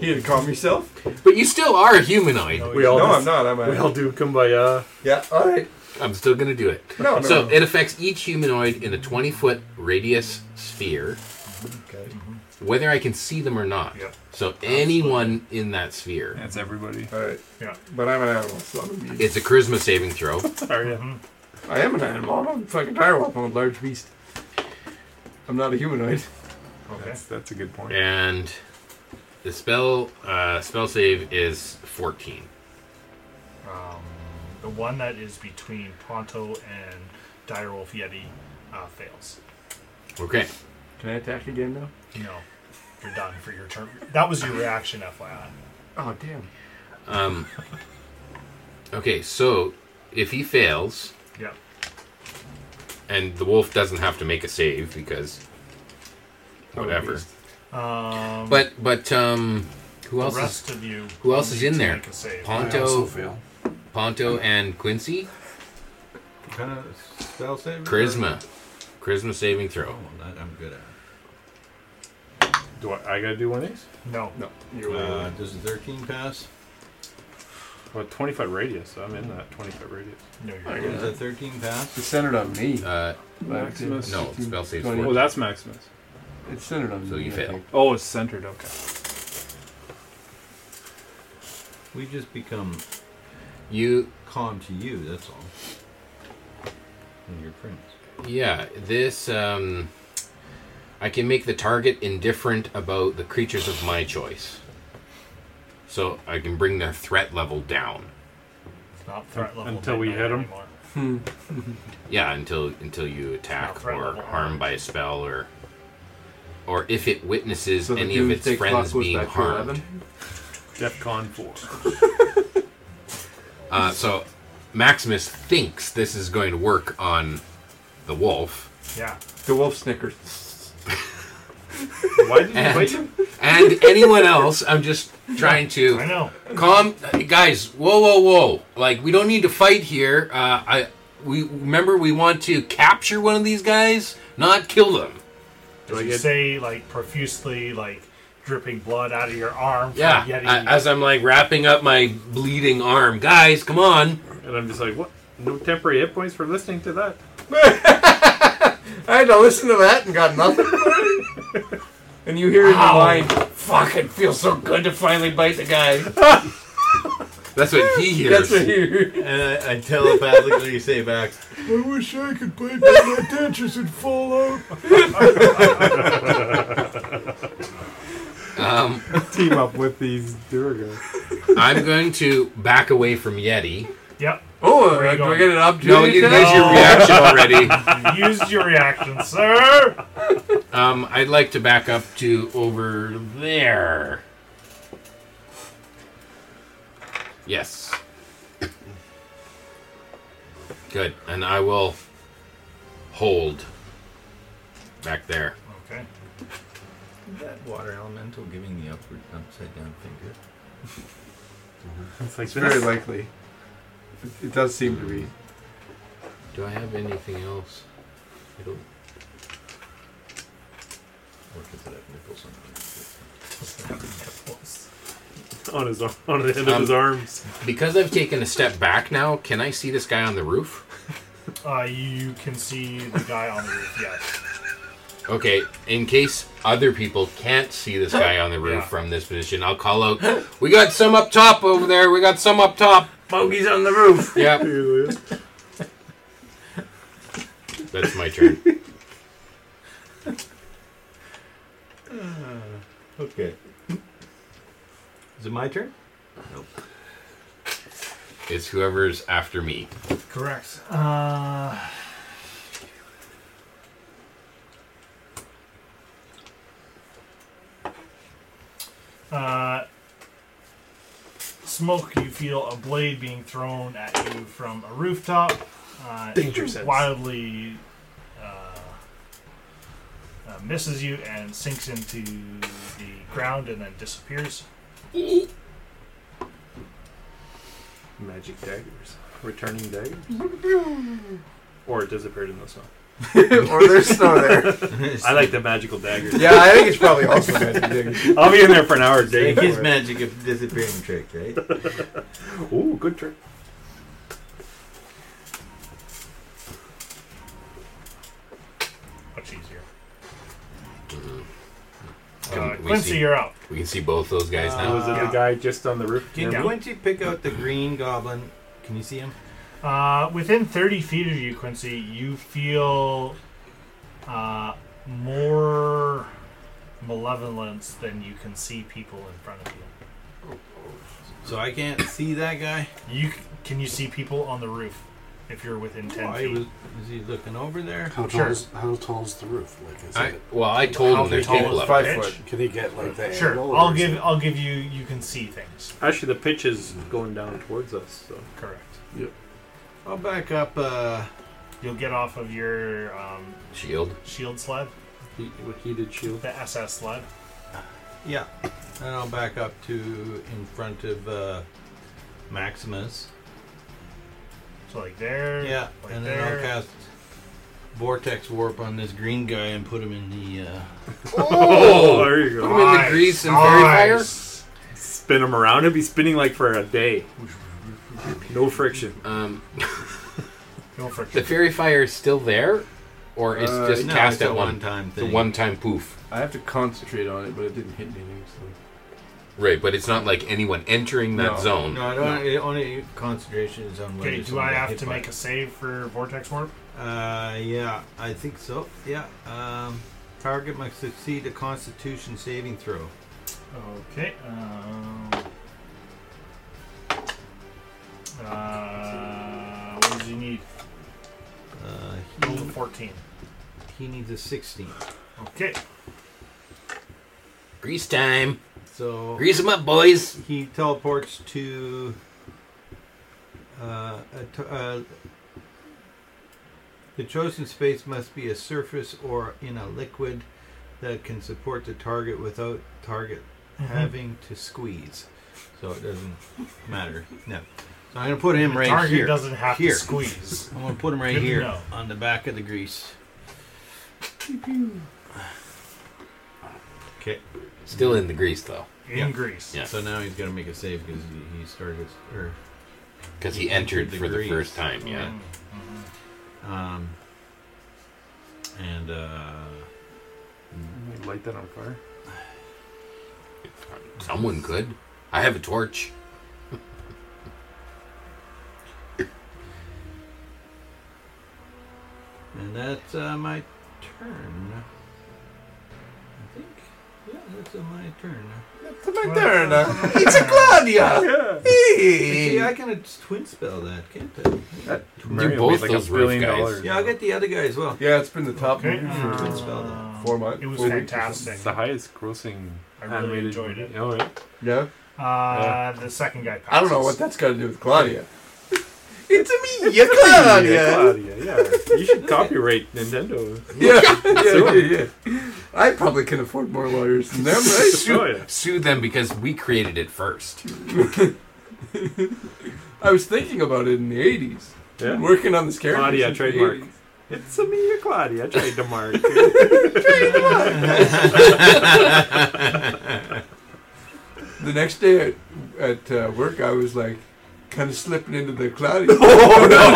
You didn't calm yourself? But you still are a humanoid. We all, no, do, I'm not. I'm a, we all do kumbaya. yeah. All right. I'm still gonna do it. No, no. So no. it affects each humanoid in a 20 foot radius sphere, okay. whether I can see them or not. Yep. So anyone in that sphere. That's everybody. All right. Yeah. But I'm an animal, so I'm immune. It's a charisma saving throw. Sorry. Mm-hmm. I am an animal. I'm a fucking direwolf. I'm a large beast. I'm not a humanoid. Okay. That's, that's a good point. and the spell uh, spell save is 14. Um, the one that is between Ponto and Direwolf Yeti uh, fails. Okay. Can I attack again now? No, you're done for your turn. That was your reaction, FYI. Oh damn. Um, okay, so if he fails, Yep. and the wolf doesn't have to make a save because Oh, whatever. beast. Um, But but um, Who The else rest is of you Who else is need in to there? make a save. I also Ponto, fail. Ponto, and Quincy. kind of spell save? Charisma, charisma saving throw. Oh, I'm good at. Do I, I gotta do one of these? No. No. Uh, does the 13 pass? Well, 20 foot radius. I'm in that 20 foot radius. No, Does the 13 pass? It's centered on me. Uh, Maximus. no, spell saves Oh, that's Maximus. It's centered on So me. you I fail. think. Oh, it's centered. Okay. We just become you calm to you. That's all. And your prince. Yeah, this um, I can make the target indifferent about the creatures of my choice. So I can bring their threat level down. It's not threat level. Until we hit him. Hmm. Yeah, until until you attack or harm by a spell or or if it witnesses So the any of its doomsday clock friends goes being back to harmed. 11? Defcon 4. Uh, so Maximus thinks this is going to work on the wolf. Yeah. The wolf snickers. Why did and, and anyone else. I'm just trying to. I know. Calm, guys. Whoa, whoa, whoa! Like we don't need to fight here. Uh, I we remember we want to capture one of these guys, not kill them. Does you say like profusely like dripping blood out of your arm? from Yeah. Yeti? I- as I'm like wrapping up my bleeding arm, guys, come on. And I'm just like, what? No temporary hit points for listening to that. I had to listen to that and got nothing. and you hear in your Ow. mind, Fuck, it feels so good to finally bite the guy. That's what he That's hears. what you hear. And I, I telepathically say back, I wish I could play with my dentures and fall out. Um, Team up with these Durga. I'm going to back away from Yeti. Yep. Oh, Where are uh, you do I going? get an opportunity? No, you attack? used your reaction already. You used your reaction, sir. Um, I'd like to back up to over there. Yes. Good, and I will hold back there. Okay. that water elemental giving the upward, upside down finger. It's like It's very likely. It, it does seem to be. Do I have anything else? I don't. Or does it have nipples on it? on his ar- on the end of Um, his arms. Because I've taken a step back now, can I see this guy on the roof? Uh, you can see the guy on the roof. Yes. Okay, in case other people can't see this guy on the roof Yeah. from this position, I'll call out, We got some up top over there, we got some up top. Bogey's on the roof. Yep. That's my turn. Ah, Okay. Is it my turn? It's whoever's after me. Correct. Uh, uh, smoke, you feel a blade being thrown at you from a rooftop. Uh, Danger it sense. Wildly uh, uh, misses you and sinks into the ground and then disappears. Magic daggers. Returning daggers? or it disappeared in the snow. or there's snow there. I like the magical daggers. Yeah, I think it's probably also magic daggers. I'll be in there for an hour It digging is for it. magic of disappearing trick, right? Ooh, good trick. Much easier. Can Uh, Mm-hmm. we Quincy, see- you're up. We can see both those guys Uh, now. Uh, Was it the guy just on the roof? Can Yeah. Quincy pick out the green goblin? Can you see him? Uh, within 30 feet of you, Quincy, you feel uh, more malevolence than you can see people in front of you. So I can't see that guy. You c- can you see people on the roof if you're within 10 Why feet? was, was he looking over there? How Sure. tall is how tall is the roof? Like is I, it? well, I told How them there's tall people is up Five there. Pitch? foot. Can he get like the sure, angle? or I'll is give it- I'll give you you can see things. Actually, the pitch is going down towards us. So. Correct. I'll back up. Uh, You'll get off of your um, Shield. shield sled, He, what heated shield. the SS sled. Yeah. And I'll back up to in front of uh, Maximus. So like there. Yeah, like and then there. I'll cast Vortex Warp on this green guy and put him in the. Uh... Oh, there you go. Nice, nice. Spin him around. It'd be spinning like for a day. No friction. Um, no friction. The fairy fire is still there, or it's Uh, just no, cast it's at a one one-time It's a thing. one-time poof. I have to concentrate on it, but it didn't hit anything. So. Right, but it's not like anyone entering that No. zone. No, I don't. It only concentration is on. whether Okay, do someone I got have hit to by make a save for vortex warp? Uh, yeah, I think so. Yeah. Um, target must succeed a Constitution saving throw. Okay. Um, uh, what does he need? Uh, Roll a fourteen. He needs a 16. Okay. Grease time. So Grease 'em up, boys. He teleports to. Uh, a t- uh, the chosen space must be a surface or in a liquid that can support the target without target Mhm. having to squeeze. So it doesn't matter. No. So I'm gonna put him The right target here. doesn't have to Here. squeeze. I'm gonna put him right Good to here know. on the back of the grease. Okay. Still in the grease though. In grease. Yeah. So now he's gonna make a save because he, he started or 'Cause he entered for the grease. first time, yeah. Um. And uh. Light that on fire. Someone could. I have a torch. And that's uh, my turn. I think. Yeah, that's uh, my turn. That's my turn. uh, It's a Claudia. Yeah. Hey. See, I can uh, twin spell that, can't I? That Mario both made like a those roof billion guys. dollars. Yeah, I'll get the other guy as well. Yeah, it's been the top Okay, movie for twin spell that. four months. uh, It was four weeks or fantastic. It's the highest grossing. I really animated enjoyed it. movie. Oh, yeah. Yeah. Uh, The second guy passes. I don't know what that's got to do with Claudia. It's me, yeah, Claudia. Claudia, yeah. You should copyright Nintendo. Yeah, yeah, Sue yeah, 'em. yeah. I probably can afford more lawyers than them, right? Oh, Oh, sue, sue them because we created it first. I was thinking about it in the '80s. Yeah. Working on this character. Claudia since the trademark. 80s. It's a me, Claudia. Trademark. the next day at, at uh, work, I was like, kind of slipping into the cloudy. oh no!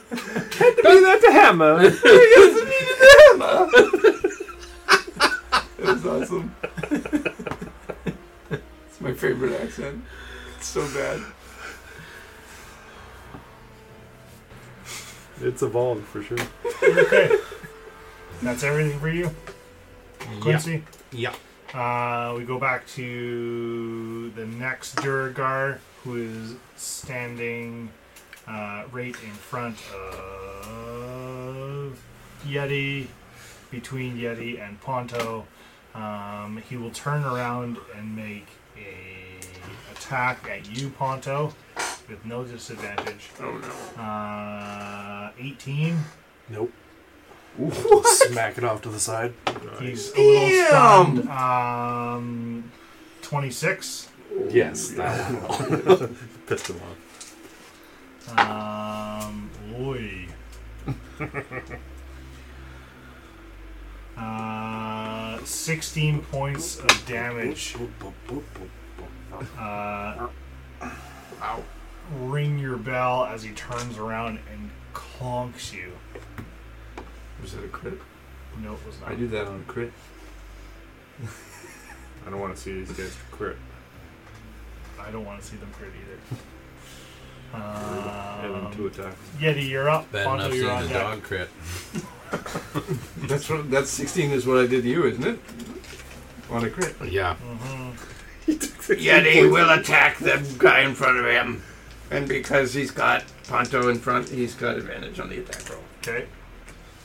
Had to be that to hammer. it was awesome. it's my favorite accent. It's so bad. It's evolved for sure. okay. That's everything for you, Quincy. Yeah. Uh, we go back to the next Duragar, who is standing uh, right in front of Yeti, between Yeti and Ponto. Um, he will turn around and make a attack at you, Ponto, with no disadvantage. Oh, no. Uh, 18. Nope. Smack it off to the side. He's a little stunned. Um, 26. Yes, that one. Pissed him off. Um, oi. uh, 16 points of damage. Uh, Ring your bell as he turns around and clonks you. Was it a crit? No, it was not. I do that on crit. I don't want to see these guys crit. I don't want to see them crit either. Um, two attacks. Yeti, you're up. Bad Ponto, enough you're seeing on the deck. dog crit. That's what. That's 16 is what I did to you, isn't it? On a crit. Yeah. Mm-hmm. Yeti will attack the guy in front of him. And because he's got Ponto in front, he's got advantage on the attack roll. Okay.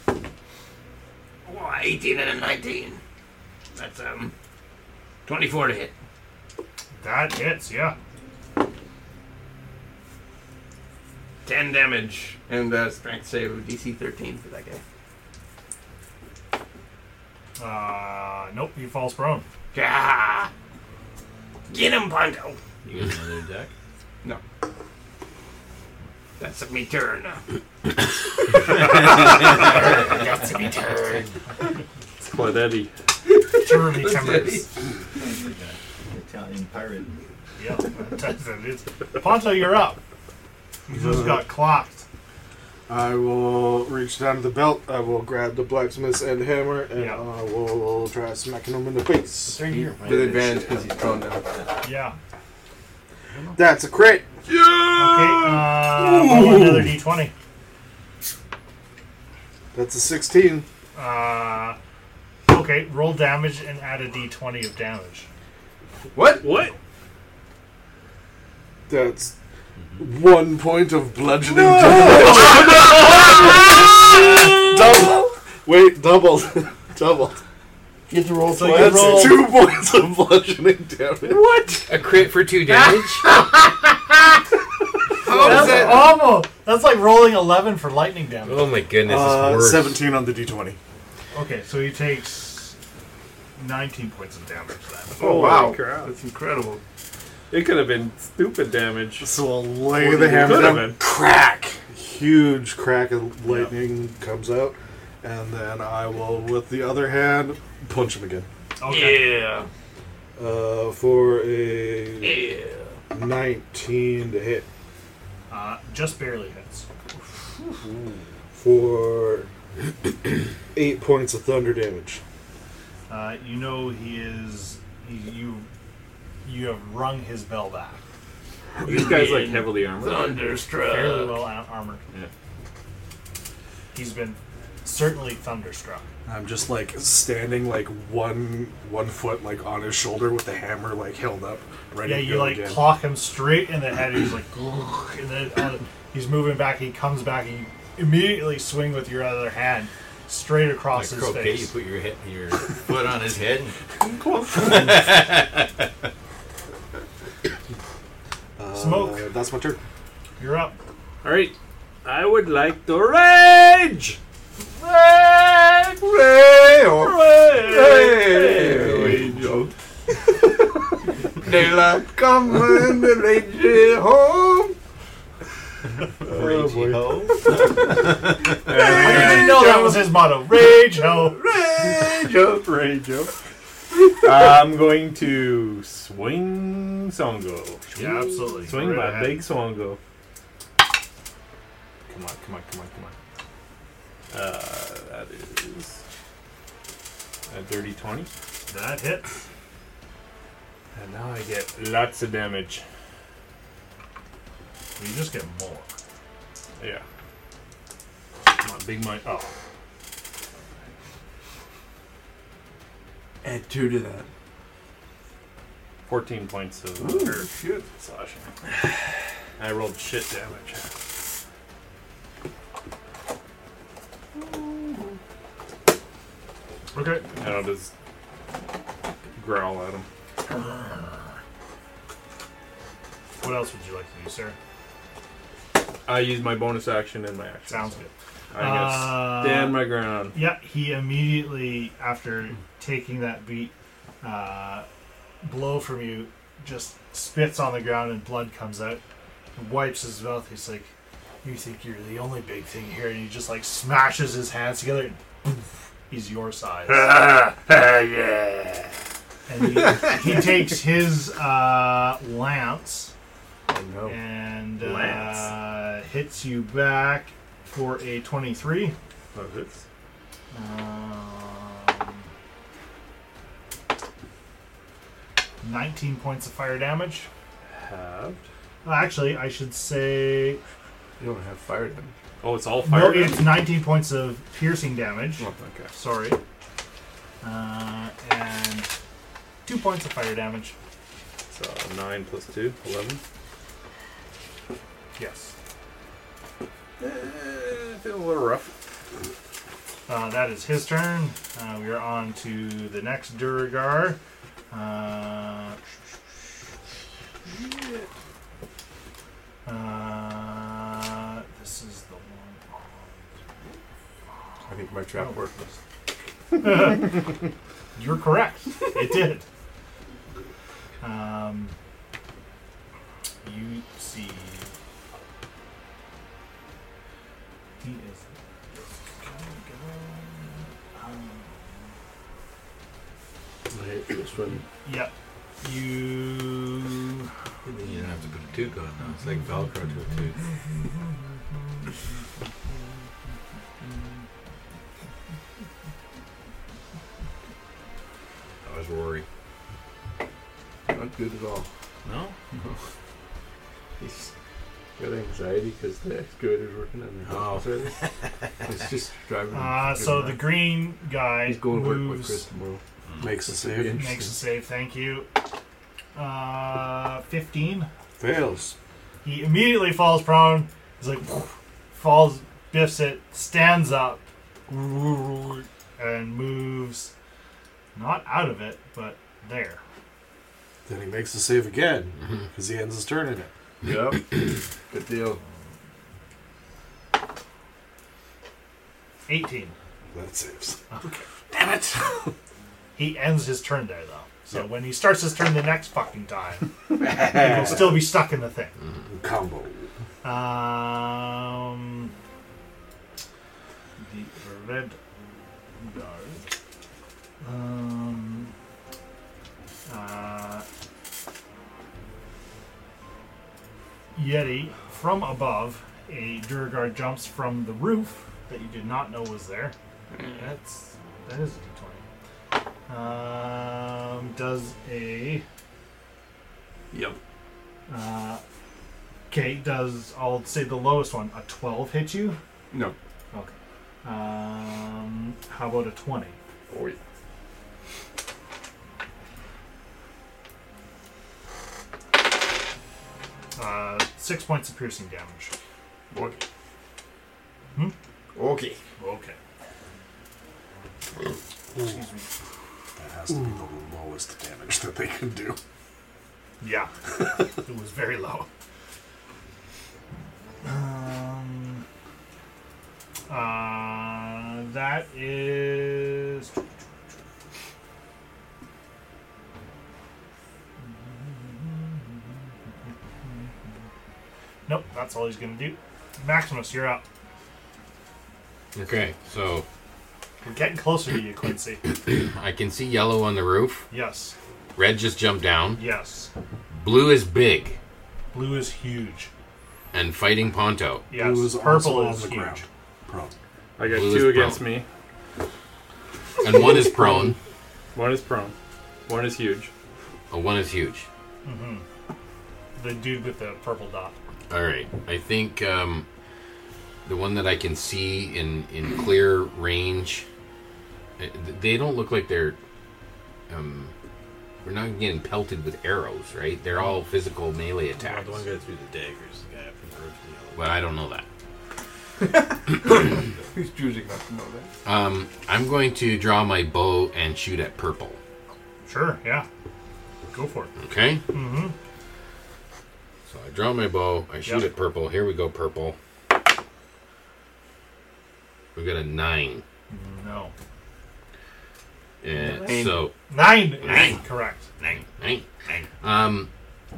Oh, 18 and a 19. That's, um, 24 to hit. That hits, yeah. 10 damage. And uh, strength save of DC 13 for that guy. Uh, nope, he falls prone. Yeah. Get him, Ponto. You get another deck? No. That's me turn. That's me turn. It's quite Eddie. Turn me That's timbers. Sounds like an Italian pirate. Yep, that's it. It's- Ponto, you're up. You just got clocked. I will reach down to the belt. I will grab the blacksmith's end hammer, and I will try smacking him in the face. Right here. With advantage because he's prone now. Yeah. That's a crit. Yeah. Okay. Uh, roll another d20. That's a 16. Uh, okay, roll damage and add a d20 of damage. What? What? That's one point of bludgeoning damage. double. Wait, doubled. doubled. You have to roll So That's two points of bludgeoning damage. What? A crit for two damage? that's almost. That's like rolling 11 for lightning damage. oh my goodness, Uh, it's worse. 17 on the d20. Okay, so he takes 19 points of damage then. Oh, wow. crap. That's incredible. It could have been stupid damage. So I'll lay the hammer down. Crack! Huge crack of lightning comes out. And then I will, with the other hand, punch him again. Okay. Yeah. Uh, for a 19 to hit. Uh, just barely hits. For 8 points of thunder damage. Uh, you know he is. He, you you have rung his bell back. This guy's, like, heavily armored. Thunderstruck. Fairly well ar- armored. He's been certainly thunderstruck. I'm just like standing like one one foot like on his shoulder with the hammer like held up, ready yeah, to you go like again. clock him straight in the head. He's like, and then uh, he's moving back. He comes back. And you immediately swing with your other hand straight across Like his croquet, face. you put your, hit, your foot on his head. Smoke. Uh, that's my turn. You're up. All right. I would like to rage. Rage. oh. Rage. Daylight coming, the rage home. Rage Oh, ho. I didn't know that was his motto. Rage ho. Rage up, rage up. I'm going to swing Songo. Yeah, absolutely. Swing Right my ahead. big Songo. Come on, come on, come on, come on. Uh, that is a dirty 20. That hits. And now I get lots of damage. You just get more. Yeah. My big mind. Oh. Add two to that. 14 points of Ooh, or shit. slashing. I rolled shit damage. Okay. And I'll just growl at him. What else would you like to do, sir? I use my bonus action and my action. Sounds good. I'm gonna Uh, stand my ground. Yeah, he immediately, after taking that beat uh, blow from you, just spits on the ground and blood comes out. He wipes his mouth. He's like, You think you're the only big thing here? And he just like smashes his hands together and poof, he's your size. yeah. And he, he takes his uh, lance Oh, and uh, Lance. hits you back for a 23. That hits. Um, 19 points of fire damage. Halved. Well, actually, I should say. You don't have fire damage. Oh, it's all No, fire. it's 19 points of piercing damage. Oh, okay. Sorry. Uh, and 2 points of fire damage. So 9 plus 2, 11. Yes. I feel Eh, a little rough. Uh, that is his turn. Uh, we are on to the next Duragar. Uh, uh, this is the one. I think my trap worked. Oh, You're correct. It did. Um, you see. He is. hate this one. Yep. You. You didn't have to put a toque on now. It's like Velcro to a toque. That was Rory. Not good at all. No? He's got anxiety because the excavator's working on the Oh. hospital. it's just driving. him Uh, fucking so the mad. green guy He's going to work with moves- Chris tomorrow. Makes a save. Makes a save. Thank you. Uh, fifteen. Fails. He immediately falls prone. He's like, falls, biffs it, stands up, and moves. Not out of it, but there. Then he makes the save again Mm-hmm. because he ends his turn in it. Yep. good deal. 18. That saves. Okay. Damn it! he ends his turn there, though. So when he starts his turn the next fucking time, he will still be stuck in the thing. Uh, Combo. Um, the red guard. Um, uh, Yeti from above, a Durgar jumps from the roof that you did not know was there. That's that is a d20. Um, does a yep. Uh, okay, does I'll say the lowest one a twelve hit you? No. Okay. Um, how about a twenty? Oh, yeah. Uh, six points of piercing damage. Okay. Hmm? Okay. Okay. Excuse me. That has to be the lowest damage that they can do. Yeah. it was very low. Um, uh, that is. Nope, that's all he's gonna do. Maximus, you're up. Okay, so We're getting closer to you, Quincy. I can see yellow on the roof. Yes. Red just jumped down. Yes. Blue is big Blue is huge. and fighting Ponto. Yes. Blue is also Purple on is the huge. ground. Prone. I got Blue is two against prone. me. And one is prone. One is prone. One is huge. Oh, one is huge. hmm The dude with the purple dot. All right. I think um, the one that I can see in in clear range. uh, th- They don't look like they're. Um, we're not getting pelted with arrows, right? They're all physical melee Well, attacks. the one guy threw the daggers, the guy up in the roof. the But I don't know that. Who's choosing not to know that? Um, I'm going to draw my bow and shoot at purple. Sure, yeah. Go for it. Okay. Mm-hmm. So I draw my bow. I shoot Yep. at purple. Here we go, purple. We got a nine, No. and Nine. so Nine is Nine. correct. nine, nine, nine. Um,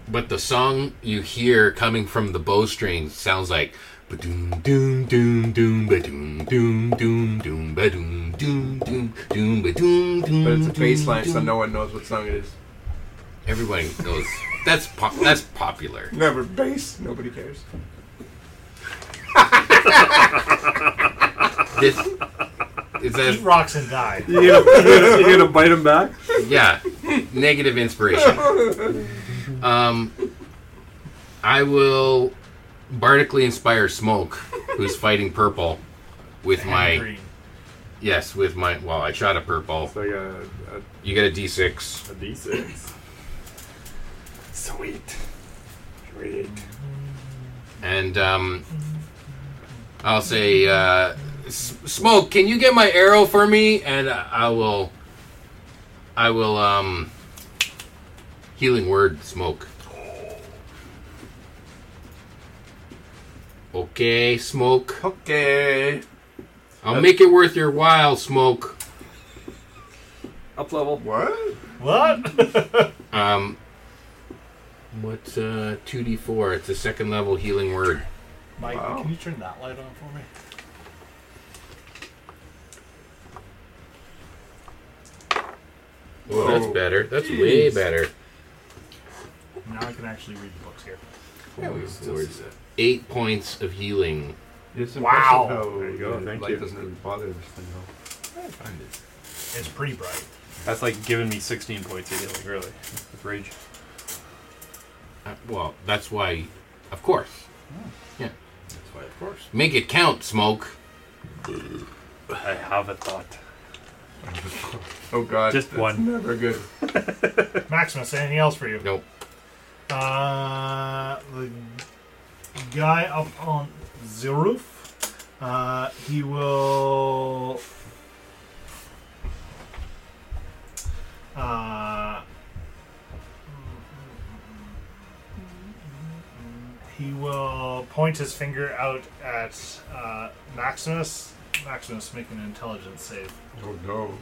but the song you hear coming from the bowstring sounds like ba-doom, doom, doom, doom, ba-doom, doom, doom, doom, ba-doom, doom, doom, doom, ba-doom, doom. But it's a bass line, so doom. no one knows what song it is. Everybody knows that's pop, that's popular. Never bass. Nobody cares. This, is that Eat rocks and die. You gonna, you gonna bite him back? yeah, negative inspiration. Um, I will bardically inspire Smoke, who's fighting purple, with my green. yes, with my well, I shot a purple. Like a, You get a D6. a, a D6. Sweet. Sweet. And um, I'll say, uh, S- "Smoke, can you get my arrow for me?" And I I will, I will, um, healing word, smoke. Okay, smoke. Okay. I'll make it worth your while, smoke. up level. What? What? Um, what's uh, 2d4? It's a second level healing word. Mike, can you turn that light on for me? Whoa, that's Oh. better. That's Jeez. way better. Now I can actually read the books here. Yeah, we Towards eight points of healing. It's Wow. impressive how There you go, the thank light you. doesn't really bother this thing though. It's pretty bright. That's like giving me 16 points of healing, really, with rage. Uh, well, that's why, of course. Oh. Yeah. That's why, of course. Make it count, Smoke. I have a thought. Oh god. Just that's one. Never good. Maximus, anything else for you? Nope. Uh, the guy up on the roof, uh, he will. Uh, he will point his finger out at uh, Maximus. Maximus, make an intelligence save. Oh no.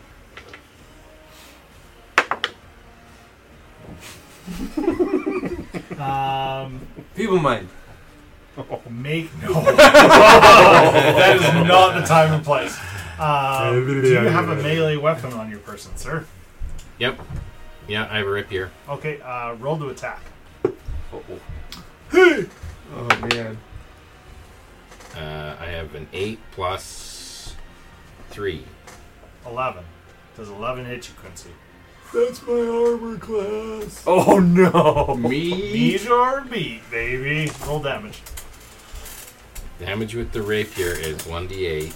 Um, People mind. Make no. that is not the time and place. Um, do you have a melee weapon on your person, sir? Yep. Yeah, I have a rapier. Okay, uh, roll to attack. Oh man. Uh, I have an eight plus three. Eleven. Does eleven hit you, Quincy? That's my armor class. Oh no! Me? Beat or beat, baby. Roll damage. Damage with the rapier is 1d8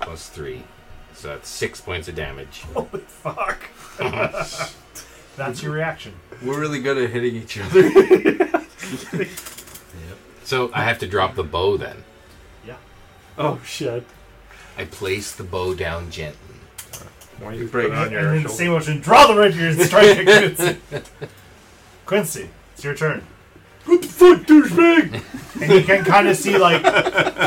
plus 3. So that's 6 points of damage. Holy fuck. That's your reaction. We're really good at hitting each other. So I have to drop the bow then. Yeah. Oh shit. I place the bow down gently. Why you break And then the same motion, draw the rapier and strike at Quincy. Quincy, it's your turn. What the fuck, douchebag? And you can kind of see like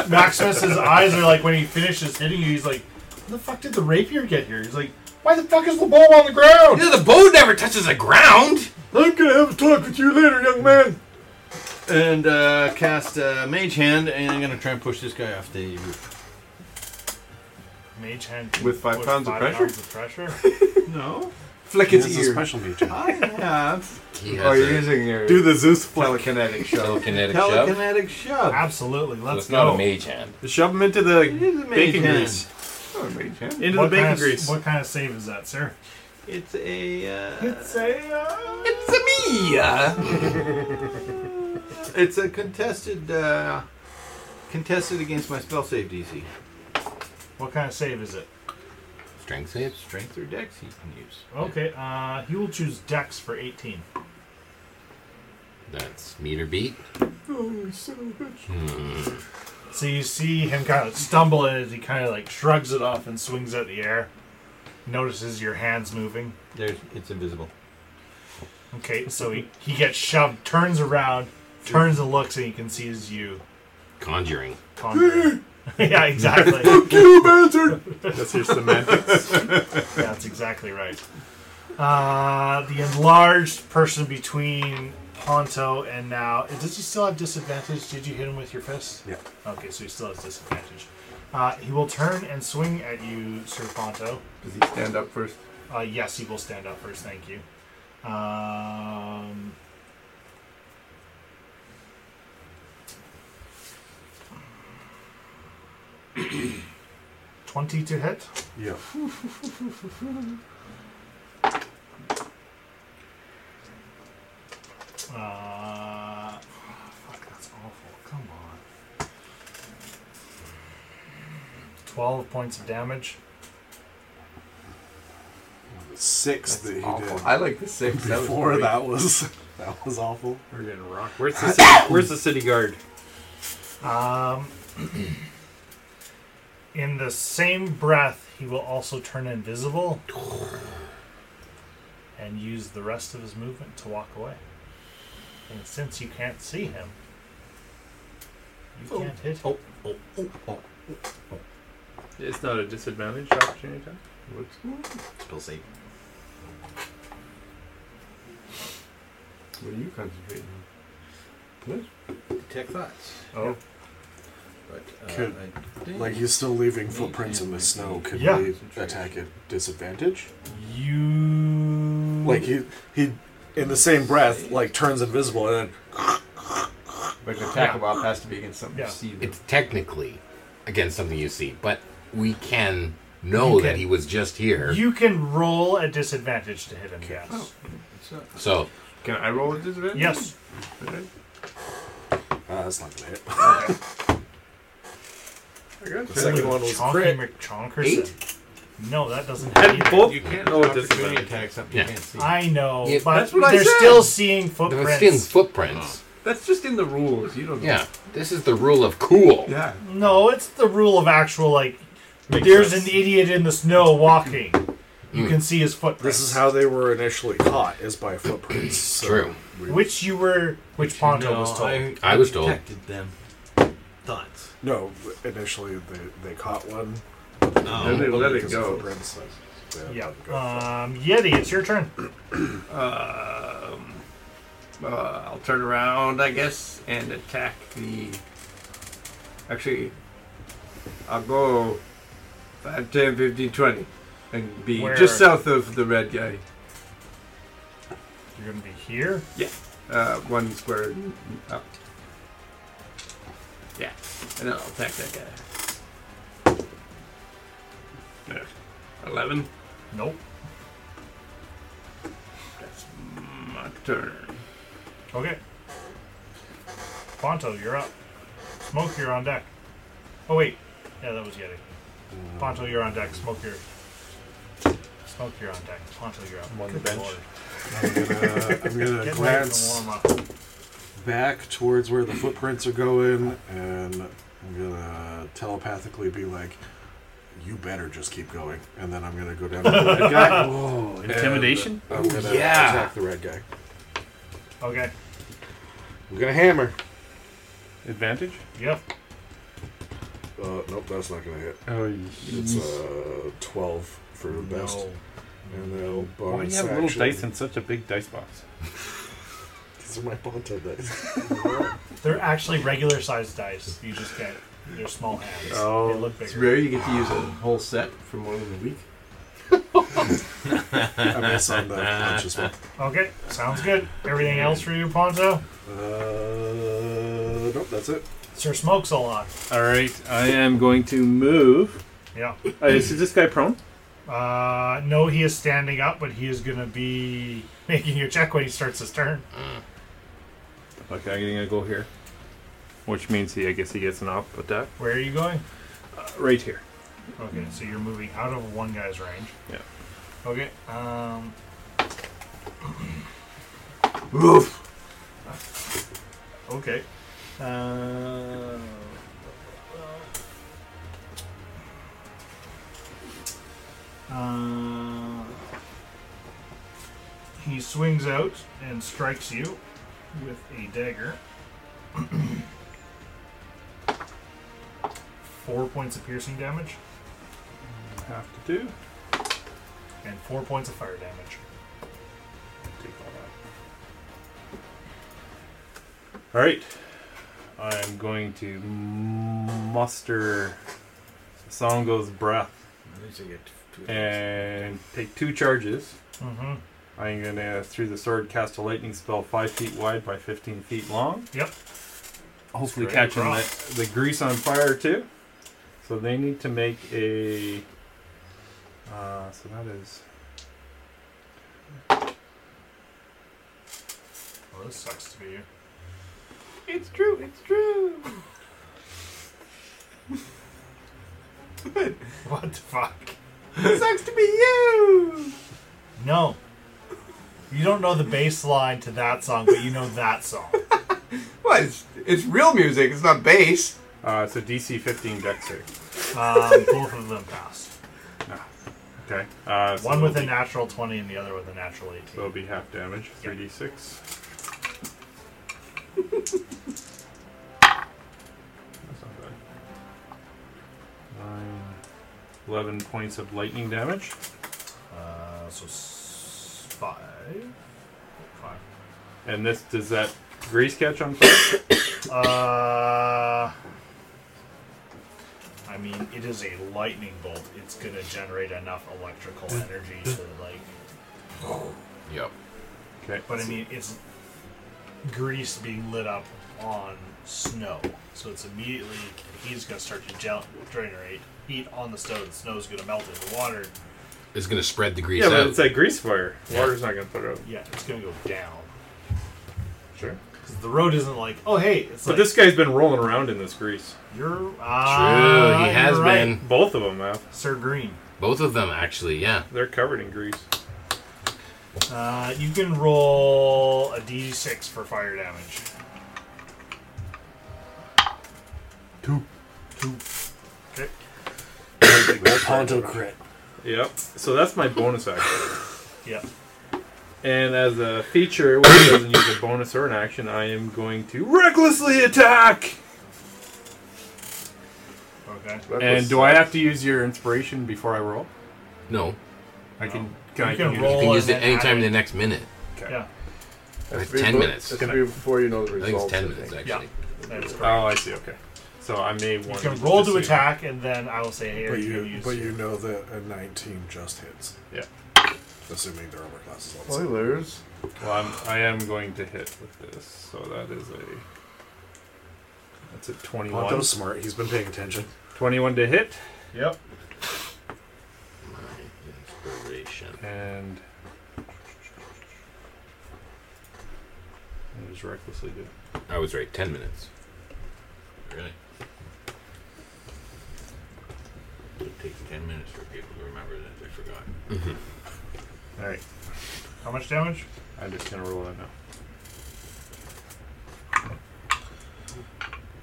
Maximus's eyes are like when he finishes hitting you, he's like, "Where the fuck did the rapier get here?" He's like, "Why the fuck is the bow on the ground?" Yeah, the bow never touches the ground. I'm gonna have a talk with you later, young man. And uh, cast uh, Mage Hand, and I'm gonna try and push this guy off the roof. Mage hand With five with pounds of five pressure? Pounds of pressure? no. Flick He its has a ear. special feature. I have. He Oh, you're using your Do the Zeus flick. telekinetic shove. Telekinetic shove. Telekinetic shove. Absolutely. So Let's it's not go. a mage hand. Shove them into the is a mage bacon hand. grease. Oh, mage hand. Into What the bacon kind of- grease. What kind of save is that, sir? It's a. Uh, it's a. Uh, it's a contested. Uh, contested against my spell save DC. What kind of save is it? Strength save. Strength or dex he can use. Okay, uh, he will choose Dex for 18. That's meter beat. Oh, son of a bitch. Hmm. So you see him kind of stumble as he kind of like shrugs it off and swings at the air. Notices your hands moving. There's. It's invisible. Okay, so he, he gets shoved, turns around, turns and looks, and he can see his you. Conjuring. Conjuring. yeah, exactly. Fuck you, bastard. That's your semantics. That's exactly right. Uh, the enlarged person between Ponto and now. eh, Does he still have disadvantage? Did you hit him with your fist? Yeah. Okay, so he still has disadvantage. Uh, he will turn and swing at you, Sir Ponto. Does he stand up first? Uh, yes, he will stand up first. Thank you. Um, Twenty to hit. Yeah. Uh, fuck, that's awful. Come on. Twelve points of damage. Six that he awful. did. I like the six. That was Before great. that was that was awful. We're getting rocked. Where's the city, where's the city guard? Um, in the same breath, he will also turn invisible and use the rest of his movement to walk away. And since you can't see him, you can't hit him. oh. Oh, oh, oh, oh. It's not a disadvantage opportunity attack. What's going on? Spell save. What are you concentrating on? Detect thoughts. Oh. But, uh, Could, I think- like he's still leaving footprints in the snow. Could Yeah. we attack at disadvantage? You like he he in the same breath like turns invisible and then But the attack Yeah. off has to be against something you see. It's technically against something you see, but we can know You that can- he was just here. You can roll at disadvantage to hit him. Yes. Oh, so Can I roll a disadvantage? Yes. uh, that's not gonna hit. The The second one was Chonky crit. McChonkerson. Eight? No, that doesn't. Had hit both- either. You can't roll at Opportunity disadvantage. attack something you Yeah. can't see. I know, Yeah, but that's what I they're said. still seeing They're footprints. seeing footprints. That's just in the rules. You don't. know. Yeah, this is the rule of cool. Yeah. No, it's the rule of actual like. Makes there's sense. an idiot in the snow walking. You Hmm. Mm. can see his footprints. This is how they were initially caught is by footprints. So True. Which you were, which Ponto no, was told. I- I was told. Detected them. Thoughts. No, initially they, they caught one. Then they let it Because of go. footprints, so they Yeah. Um, Yeti, it's your turn. Um, uh, I'll turn around, I guess, and attack the. Actually, I'll go 5, 10, 15, 20 and be Where- just south of the red guy. You're gonna be here. Yeah. Uh, one square up. Yeah, and then I'll attack that guy. There. 11. Nope. That's my turn. Okay. Ponto, you're up. Smoke, you're on deck. Oh wait, yeah, that was Yeti. Ponto, you're on deck. Smoke, you're. Smoke, you're on deck. Ponto, you're up. on the Good bench. lord. I'm gonna, I'm Getting ready gonna for glance warm up. back towards where the footprints are going, and I'm gonna telepathically be like, "You better just keep going." And then I'm gonna go down to the red guy. Whoa, and Oh, uh, intimidation? I'm gonna Ooh, yeah. attack the red guy. Okay. I'm gonna hammer. Advantage? Yep. Uh, nope, that's not gonna hit. Oh, it's uh, twelve for the best. And then Why do bonus you have little action- dice in such a big dice box? These are my Ponto dice. They're actually regular sized dice. You just get they're small hands. they look bigger. Oh, it's rare you get to use a whole set for more than a week. I miss on the conscious one. Okay, sounds good. Everything else for you, Ponto? Uh, nope, that's it. Sir Smoke's a lot. All right, I am going to move. Yeah. Uh, is this guy prone? Uh, no, he is standing up, but he is going to be making a check when he starts his turn. Okay, I'm gonna go here, which means he. I guess he gets an off attack Where are you going? uh, right here. Okay, so you're moving out of one guy's range. Yeah. Okay. Um. Okay. Uh, uh, he swings out and strikes you with a dagger. Four points of piercing damage Have to do. and four points of fire damage. Take all that. All right, I'm going to muster Sango's breath and take two charges. Mhm. I'm gonna through the sword cast a lightning spell five feet wide by 15 feet long. Yep. Hopefully Straight catching across. the, the grease on fire too. So they need to make a. Uh, so that is Well, this sucks to be you. It's true. It's true. What the fuck? It sucks to be you. No. You don't know the bass line to that song, but you know that song. What? It's, it's real music. It's not bass. Uh, so DC 15 Dex save. Um, both of them pass. Okay. Uh, so One it'll with a be- natural 20 and the other with a natural 18. So it'll be half damage, 3d6. That's not bad. Nine, 11 points of lightning damage. Uh, so s- five. Five. And this does that grease catch on fire? Uh, I mean, it is a lightning bolt. It's gonna generate enough electrical energy to like. Yep. Okay. But I mean, it's grease being lit up on snow, so it's immediately he's gonna start to gel- generate heat on the stone. The snow's gonna melt it. The water. It's gonna spread the grease yeah, out. but it's like grease fire. Yeah. Water's not gonna put it out. Yeah, it's gonna go down. Sure. 'Cause the road isn't like, oh hey, it's but like this guy's been rolling around in this grease. You're ah, True, he has you're right. been. Both of them have. Sir Green. Both of them, actually, yeah. They're covered in grease. Uh, you can roll a d6 for fire damage. Two. Two. Okay. Ponto crit. Yep. So that's my bonus action. Yep. And as a feature, which doesn't use a bonus or an action, I am going to recklessly attack. Okay. and do I have to use your inspiration before I roll? No. I can. You I can use roll You can use and it then anytime add in it. the next minute. Okay. Yeah. It's 10 minutes. It's be before you know the I think it's results. 10 minutes, Yeah. actually. That is correct. Oh, I see. Okay. So I may You want. can roll to see. attack, and then I will say, hey, are But you going to you, use but you know that a 19 just hits. Yeah. Assuming their armor class is on the same. Spoilers. Well, I'm, I am going to hit with this, so that is a. That's a 21. Ponto's smart. He's been paying attention. 21 to hit. Yep. Inspiration. And. I just recklessly do. I was right, 10 minutes. Really? It takes 10 minutes for people to remember that they forgot. Mm-hmm. Alright. How much damage? I'm just going to roll that now.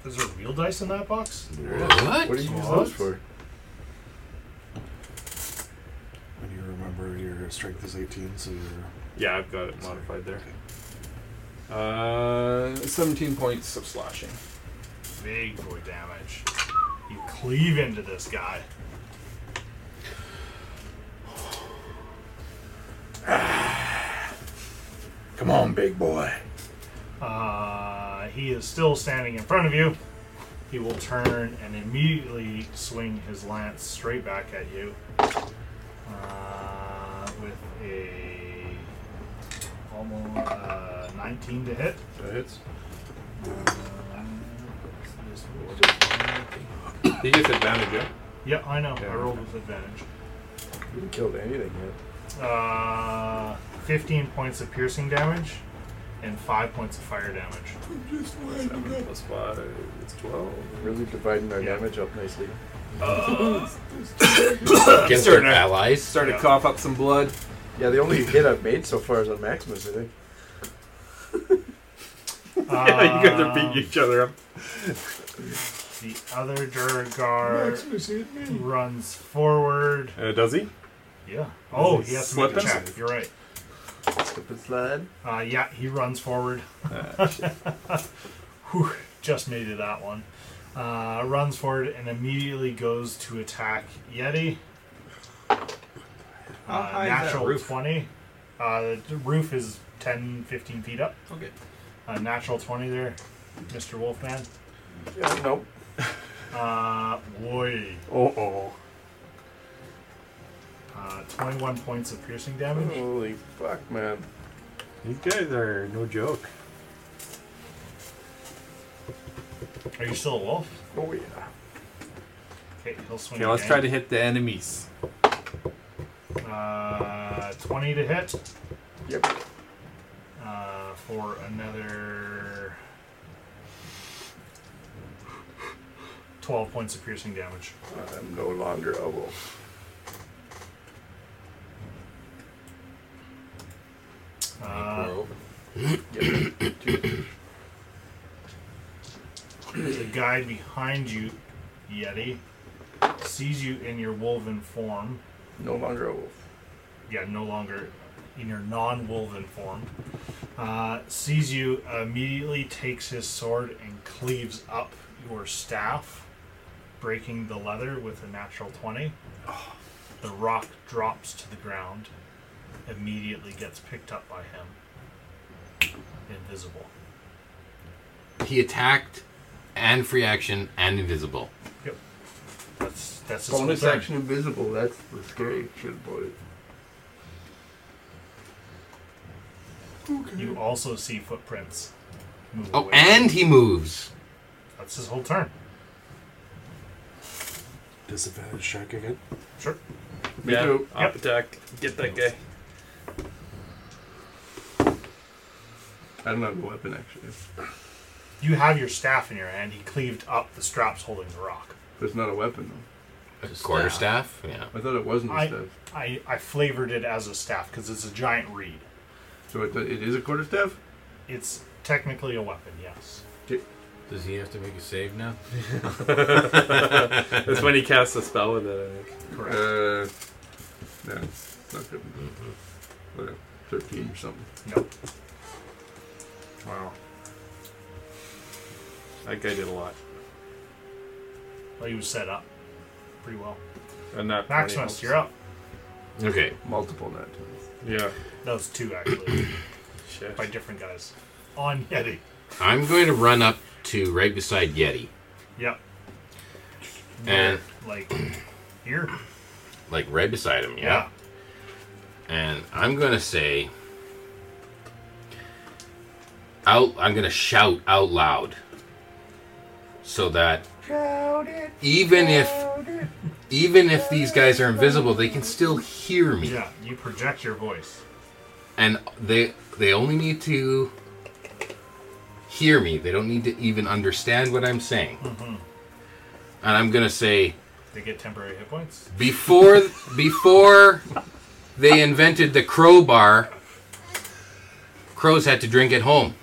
Is there real dice in that box? What? What do you use What? those for? When you remember your strength is 18, so you're. Yeah, I've got it modified there. Uh, 17 points of slashing. Big boy damage. You cleave into this guy. Come on, big boy. Uh, he is still standing in front of you. He will turn and immediately swing his lance straight back at you uh, with a almost uh, 19 to hit. Uh, That hits. Um, He gets advantage, yeah? yeah, I know. I rolled with advantage. You haven't killed anything yet. Uh, 15 points of piercing damage and 5 points of fire damage. 7 plus 5 is 12. Really dividing our damage up nicely. Against our allies. Start Yeah. to cough up some blood. Yeah, the only hit I've made so far is on Maximus, I think. yeah, you guys are beating each other up. The other Durgar runs forward. Uh, does he? Yeah. Oh, Does he he has to slip make a him? check. You're right. Slip and slide. Uh, yeah, he runs forward. Whew, just made it that one. Uh, runs forward and immediately goes to attack Yeti. How Uh, high is that natural roof? 20. Uh, the roof is 10, 15 feet up. Okay. Uh, natural 20 there, Mr. Wolfman. Yeah, nope. Uh, boy. Oh, oh. Uh, 21 points of piercing damage. Holy fuck, man. These guys are no joke. Are you still a wolf? Oh, yeah. Okay, he'll swing. Okay, let's again. try to hit the enemies. Uh, 20 to hit Yep. uh, for another 12 points of piercing damage. I'm no longer a wolf. Uh, the guy behind you, Yeti, sees you in your woven form. No longer a wolf. yeah, no longer in your non-woven form, uh, sees you, immediately takes his sword and cleaves up your staff, breaking the leather with a natural 20. The rock drops to the ground, immediately gets picked up by him. Invisible. He attacked and free action and invisible. Yep. That's that's his Bonus whole turn. action invisible. That's the scary shit about it. You also see footprints. Move Oh, away. and he moves. That's his whole turn. Disadvantage check again. Sure. Me Yeah, too. up attack. Get that guy. I don't have a weapon actually. You have your staff in your hand. He cleaved up the straps holding the rock. It's not a weapon though. A quarter staff? Yeah. I thought it wasn't a I, staff. I, I flavored it as a staff because it's a giant reed. So it, it is a quarter staff. It's technically a weapon, yes. Does he have to make a save now? That's when he casts a spell with it, I think. Correct. Uh, no, it's not good. Whatever, Thirteen or something. Nope. Wow. That guy did a lot. Well, he was set up pretty well. And that Maximus, you're up. Okay. Multiple net. 20s. Yeah. That was two, actually. By different guys. On Yeti. I'm going to run up to right beside Yeti. Yep. And Like, here. like right beside him, yeah. And I'm gonna say out I'm gonna shout out loud. So that even if even if these guys are invisible, they can still hear me. Yeah, you project your voice. And they they only need to hear me. They don't need to even understand what I'm saying. hmm And I'm gonna say They get temporary hit points. before before they invented the crowbar, crows had to drink at home.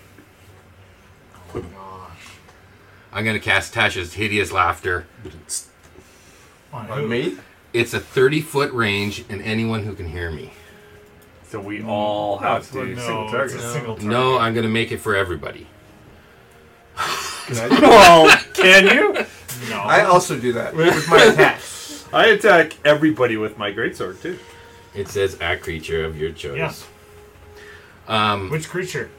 I'm gonna cast Tasha's hideous laughter. On me? It's a 30 foot range, and anyone who can hear me. So we all have to. No, I'm gonna make it for everybody. well, can you? No. I also do that with my attack. I attack everybody with my greatsword too. It says a creature of your choice. Yeah. Um, Which creature?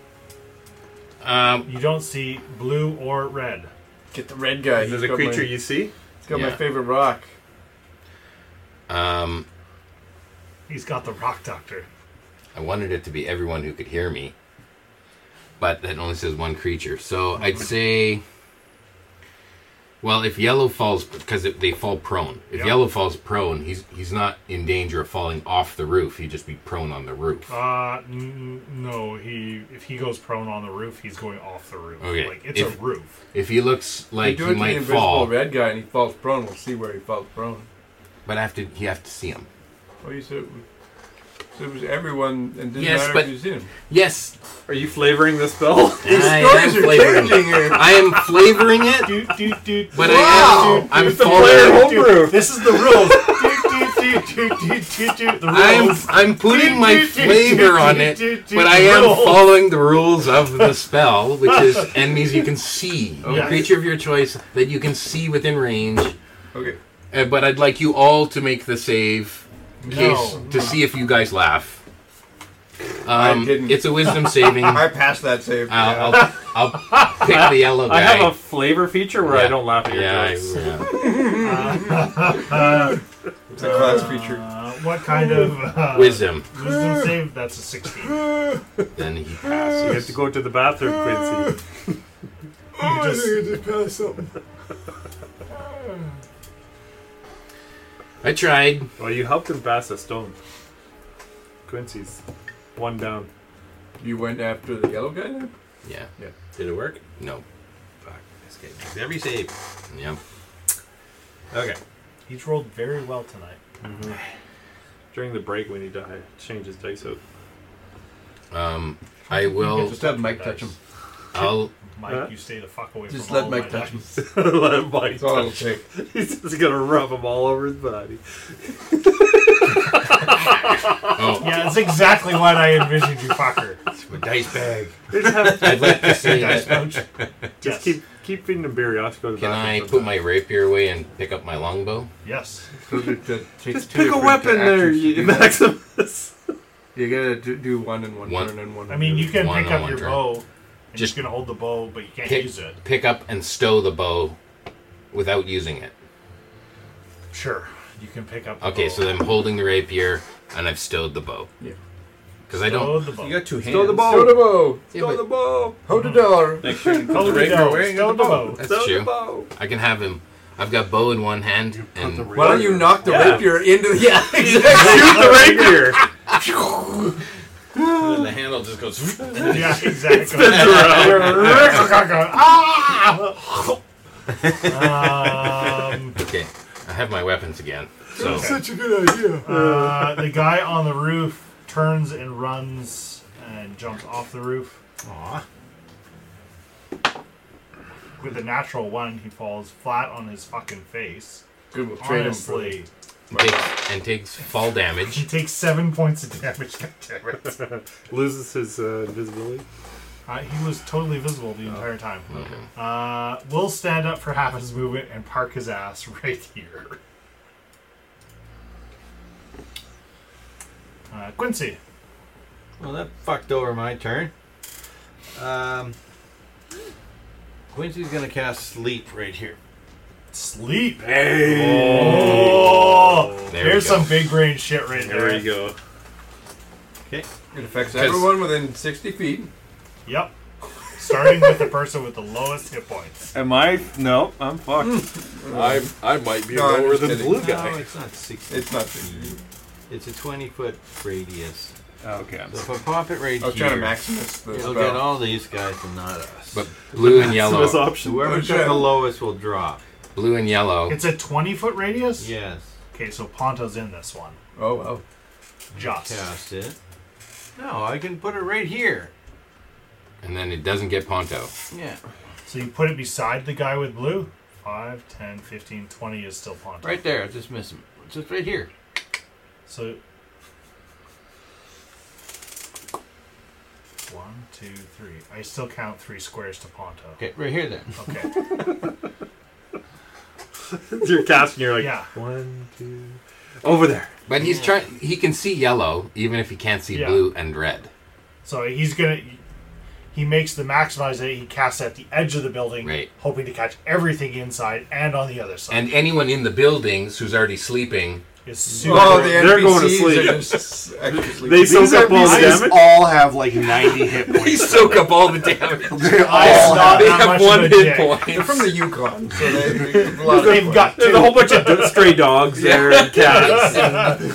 Um, you don't see blue or red. Get the red guy. Is it a creature you see? It's got my Yeah. favorite rock. um, He's got the rock doctor. I wanted it to be everyone who could hear me, but that only says one creature. So I'd say, well, if yellow falls because they fall prone. If Yeah. yellow falls prone, he's he's not in danger of falling off the roof. He'd just be prone on the roof. Uh, n- no. He if he goes prone on the roof, he's going off the roof. Okay, Like it's if- a roof. If he looks like you do he it to the might invisible fall, red guy and he falls prone, we'll see where he falls prone. but I have to he have to see him. Oh, you said it was, so it was everyone and didn't Yes, matter but- if you see him. Yes. Are you flavoring the spell? These I stories am are flavoring changing it. here. I am flavoring it. Do, do, do, But Oh, I am. I'm following. This is the rules. do, do, do, do, do, do, the rules. Ah, I'm I'm putting my flavor on it, but I am Rules. following the rules of the spell, which is enemies you can see, Okay. creature of your choice that you can see within range. Okay. Uh, but I'd like you all to make the save, in No. case to see if you guys laugh. Um, I didn't. It's a wisdom saving. I I'll, passed that save. I'll, I'll pick the yellow guy. I have a flavor feature where Yeah. I don't laugh at your Yeah, I- jokes. yeah. Uh, It's a class feature. uh, what kind of uh, Wisdom. Wisdom save. That's a sixteen. Then he passes. You have to go to the bathroom, Quincy. Oh, You just- I tried. Well, you helped him pass a stone. Quincy's one down. You went after the yellow guy then? Yeah. Yeah. Did it work? No. Fuck. This guy makes every save. Yeah. Okay. He's rolled very well tonight. During the break, we need to hi- change his dice out. Um, I will. Just have Mike touch him. I'll. Mike, Huh? you stay the fuck away Just from let all Mike my touch him. dice. Let him bite. That's all it'll take. He's just gonna rub him all over his body. Oh. Yeah, that's exactly what I envisioned you, fucker. It's my dice bag. I'd like to see Dice that. pouch. Just Just keep keep feeding him Berryosco. to the Can I bathroom put my rapier away and pick up my longbow? Yes. Just pick a weapon there, you, Maximus. You gotta do, do one and one, One- turn and one. I mean, you can One pick on up one your turn. bow. And Just you can hold the bow, but you can't pick, use it. pick up and stow the bow without using it. Sure, you can pick up. The Okay, so then I'm holding the rapier and I've stowed the bow. Yeah. Because I Stow don't. the bow. You got two hands. Throw the ball. Throw the bow. Throw the ball. Hold the door. Make sure you Hold put the the rapier dog. away. and Stow the the bow. bow. That's true. I can have him. I've got bow in one hand and. Why don't you knock the rapier into? Yeah, Shoot the rapier. And then the handle just goes. yeah, exactly. Ah! um, Okay, I have my weapons again. So Such a good idea. uh, the guy on the roof turns and runs and jumps off the roof. Aww. With a natural one, he falls flat on his fucking face. Good, we'll trade him for Honestly, and takes, and takes fall he damage. takes seven points of damage. God damn it. Loses his uh, invisibility. Uh, he was totally visible the entire time. Oh. Uh, will stand up for half his movement and park his ass right here. Uh, Quincy. Well, that fucked over my turn. Um, Quincy's gonna cast sleep right here. Sleep. Oh, There there's we go. some big brain shit right there. There you go. Okay. It affects Because- everyone within sixty feet. Yep. Starting with the person with the lowest hit points. Am I? No, I'm fucked. I I might be Mm. No, I'm lower just than kidding. blue No, guy. it's not 60. It's not. 60. It's a 20 foot radius. Okay, I'm So if I pop it right I was here, trying to maximus the it'll spell. get all these guys and not us. But blue and Maximus yellow. option. Whoever Oh, took shit. the lowest will drop. Blue and yellow. It's a 20 foot radius? Oh. Yes. Okay, so Ponto's in this one. oh wow. Just. Cast it. No, I can put it right here. And then it doesn't get Ponto. Yeah. So you put it beside the guy with blue? 5, 10, 15, 20 is still Ponto. Right there. I just miss him. Just right here. So. One, two, three. I still count three squares to Ponto. Okay, right here then. Okay. You're casting. You're like Yeah. one, two, over there. But he's trying. He can see yellow, even if he can't see Yeah. blue and red. So he's gonna. He makes the maximize that he casts at the edge of the building, Right. hoping to catch everything inside and on the other side. And anyone in the buildings who's already sleeping, it's Oh, super. the They're NPCs going to Are sleep. just extra sleepy. They soak up all the These damage. all have like 90 hit points. they soak up all the They damage. all It's have- not They that much have of one a hit dick. They're point. from the Yukon, so they, they They've got There's two. a whole bunch of d- stray dogs there and cats.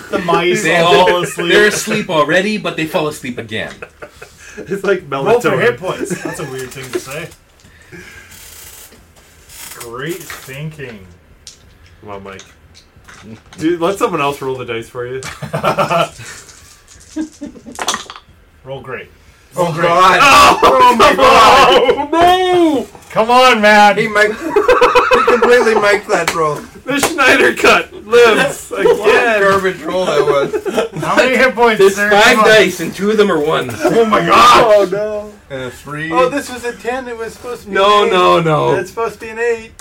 the mice They all fall all, asleep. they're asleep already, but they fall asleep again. It's like Roll for hit melatonin. points. That's a weird thing to say. Great thinking. Come on, Mike. Dude, let someone else roll the dice for you. Roll great. Oh god! Oh my god! no! Come on, man. He mic he completely mic'd that roll. The Schneider cut lives What a again. garbage roll that was. How many hit points? is there? Come on. and two of them are ones. Oh my god! Oh And a three. Oh, this was a 10. It was supposed to be No, an eight. no, no. It's supposed to be an 8.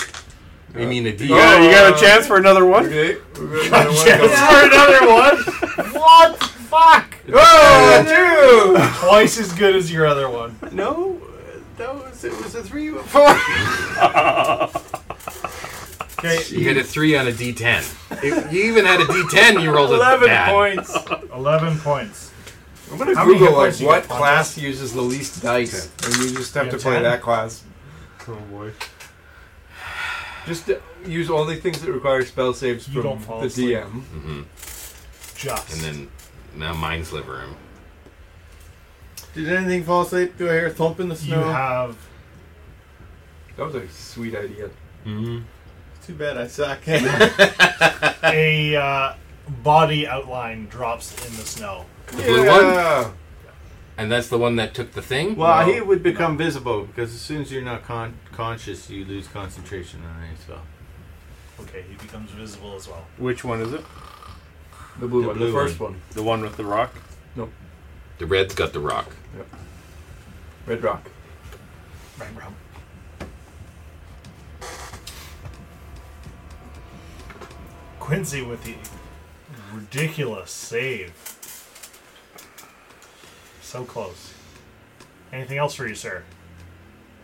We mean a D. no! Uh, Yeah, you got a chance for another one. Uh, Okay, we're gonna Yes. For another one. What? the Fuck. Oh, two! Twice as good as your other one. No, uh, that was it was a three or four. Okay. You hit a three on a D10. If you even had a D10, you rolled a bad. points. 11 points. I'm gonna How many Google hit like points you what got, Fonzo? class uses the least dice, and you just have You to have play 10? that class. Oh boy. Just uh, use only things that require spell saves You from don't fall the asleep. DM. Just. Mm-hmm. And then now mind sliver him. Did anything fall asleep? Do I hear a thump in the you snow? have. That was a sweet idea. Mm-hmm. Too bad I suck. a uh, body outline drops in the snow. The blue one, and that's the one that took the thing. well, he would become visible because as soon as you're not con- conscious, you lose concentration on any spell. Okay, he becomes visible as well. Which one is it? The blue one, the first one. The one with the rock? Nope. The red's got the rock. Yep. Red Rock. Red Rock. Quincy with the ridiculous save. So close. Anything else for you, sir?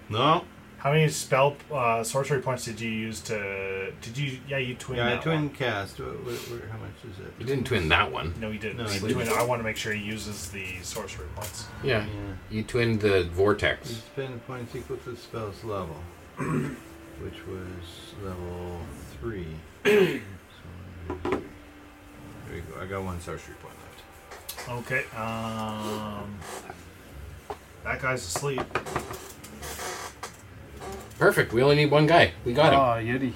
No. How many spell uh, sorcery points did you use to? Did you? Yeah, you twin. Yeah, I that twin one. cast. What, what, what, how much is it? You didn't twin that one. No, he didn't. No, he he twin- didn't. I want to make sure he uses the sorcery points. Yeah. You twinned the You vortex. spend points equal to the spell's level, which was level three. so there you go. I got one sorcery point left. Okay. Um, that guy's asleep. Perfect. We only need one guy. We got him. Ah, Yeti.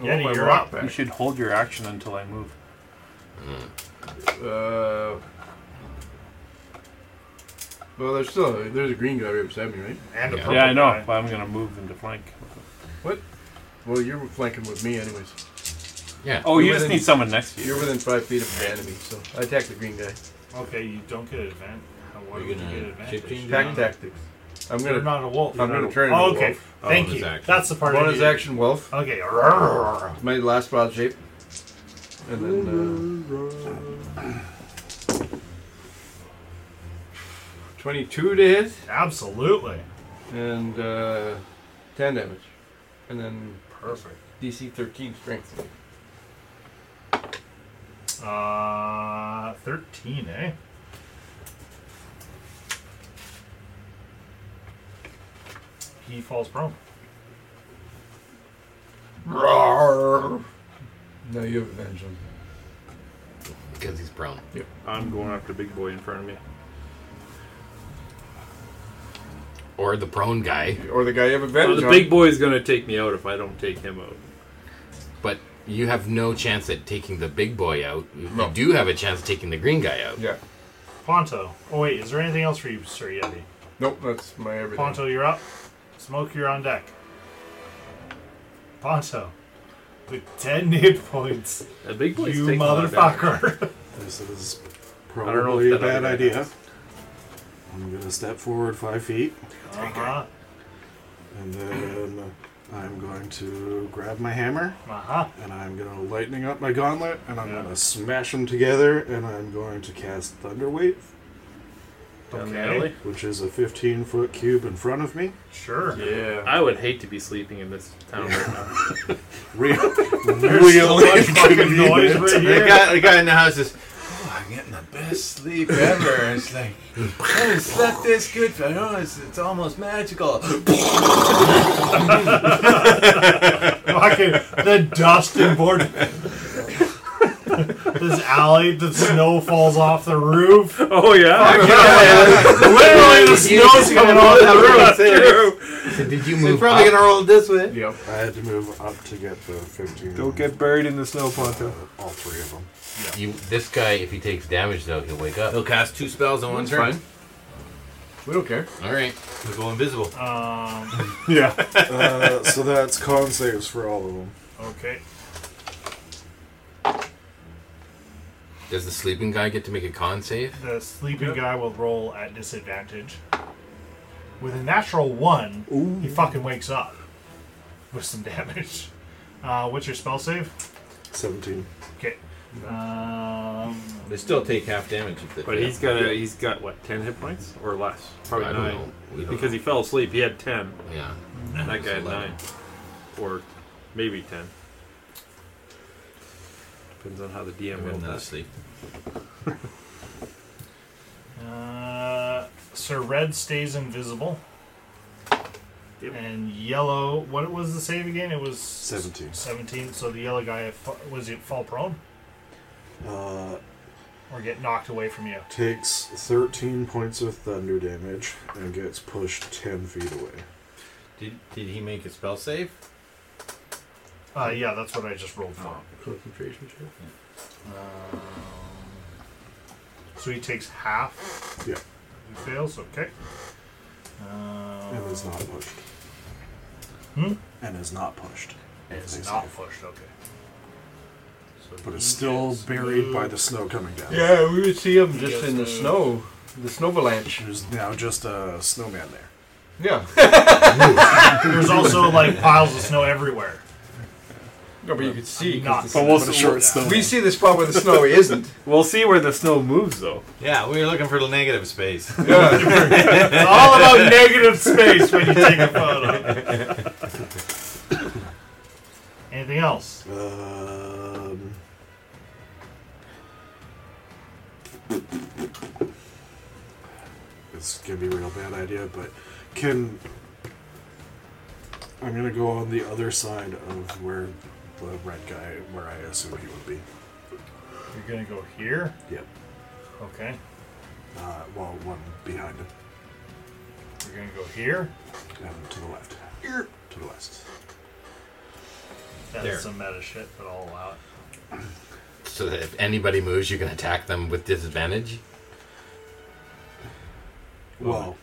Oh, Yeti, you're up. You should hold your action until I move. Uh, well, there's still there's a green guy right beside me, right? And yeah, I know, but I'm gonna move them to flank. What? Well, you're flanking with me, anyways. Yeah. Oh, you You're just within- need someone next to you. You're within five feet of the enemy, so I attack the green guy. Okay, you don't get advantage. How why would you gonna get advantage? change Tac- your- tactics. I'm gonna- You're not a wolf. I'm gonna to turn into Oh, a okay. wolf. Oh, Thank bonus you. action. That's the part. I Bonus needed. action wolf. Okay. My last wild shape. And then uh, twenty-two to hit. Absolutely. And uh, ten damage. And then perfect. DC thirteen strength. Uh, thirteen, eh? He falls prone. Roar. No, you have advantage on Because he's prone. Yep. I'm going after big boy in front of me. Or the prone guy. Or the guy you have advantage the on. big boy is gonna take me out if I don't take him out. But you have no chance at taking the big boy out. You you do have a chance of taking the green guy out. Yeah. Ponto. Oh wait, is there anything else for you, Sir Yeti? Nope, that's my everything. Ponto, you're up. Smoke, you're on deck. Ponto, with ten hit points. A big boy's You taking a lot of motherfucker. This is I don't know probably if a that bad other guy idea. does. I'm gonna step forward five feet, Uh-huh. and then I'm going to grab my hammer, uh-huh. and I'm gonna lightning up my gauntlet, and I'm gonna smash them together, and I'm going to cast Thunder Wave, Okay. which is a 15 foot cube in front of me. Sure. Yeah. I would hate to be sleeping in this town right now. Real, There's so much fucking noise right The here. guy, the guy in the house is. Oh, I'm getting the best sleep ever. And it's like I haven't slept this good. For, oh, it's, it's almost magical. Fucking the dust and board. this alley, the snow falls off the roof. Oh yeah. Literally, the snow's coming off the roof. So did you move probably up? gonna roll this way. Yep. I had to move up to get the 15. Don't get buried in the snow, Ponto. all three of them. You, this guy, if he takes damage though, he'll wake up. He'll cast two spells in one That's turn. fine. We don't care. All right. We'll go invisible. Um, Yeah. uh, so that's con saves for all of them. okay. Does the sleeping guy get to make a con save? The sleeping guy will roll at disadvantage. With a natural one, he fucking wakes up with some damage. Uh, what's your spell save? 17. Okay. Mm-hmm. Um, They still take half damage if they. But fail. he's got a, he's got what ten hit points or less, probably I don't know. nine, We don't because he know. fell asleep. He had ten. Yeah. And that It's guy had 11. nine, or maybe ten. Depends on how the DM will not sleep. uh, Sir Red stays invisible. And yellow, what was the save again? It was 17. 17. So the yellow guy fa- was it fall prone Uh, or get knocked away from you? takes 13 points of thunder damage and gets pushed 10 feet away. Did, did he make a spell save? Uh, yeah, that's what I just rolled for. Concentration check. Um, so he takes half. Yeah. He fails. Okay. Um, And is not pushed. Hmm? And is not pushed. It's They Hmm? not save. pushed. Okay. but it's still buried by the snow coming down. Yeah, we would see him just in the snow, the snow avalanche. There's now just a snowman there. Yeah. There's also like piles of snow everywhere. No, but you could see. Not. 'cause But we'll see. We see the spot where the snow isn't. We'll see where the snow moves, though. Yeah, we were looking for the negative space. It's all about negative space when you take a photo. Anything else? Um, it's gonna be a real bad idea, but can I'm gonna go on the other side of where the red guy, where I assume he would be. You're gonna go here. Yep. Okay. Uh, well, one behind him You're gonna go here. and to the left. To the west. That's There. some meta shit, but I'll allow it. So that if anybody moves, you can attack them with disadvantage. Well,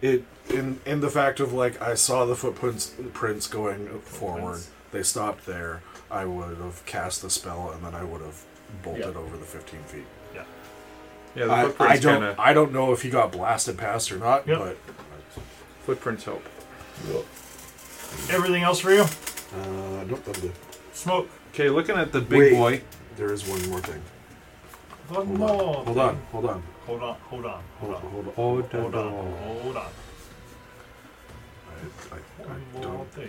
it in in the fact of like I saw the footprints prints going forward. They stopped there. I would have cast the spell and then I would have bolted over the fifteen feet. Yeah. Yeah, the I, footprints I don't. kinda- I don't know if he got blasted past or not, Yep. but footprints help. Everything else for you? Uh, nope, that'll do. Smoke. Okay, looking at the big Wait, boy. There is one more thing. One Hold on, more. hold on, hold on. Hold on. Hold on. Hold Hold on. on. Hold Hold on. Hold on. I, I, One I more don't. thing.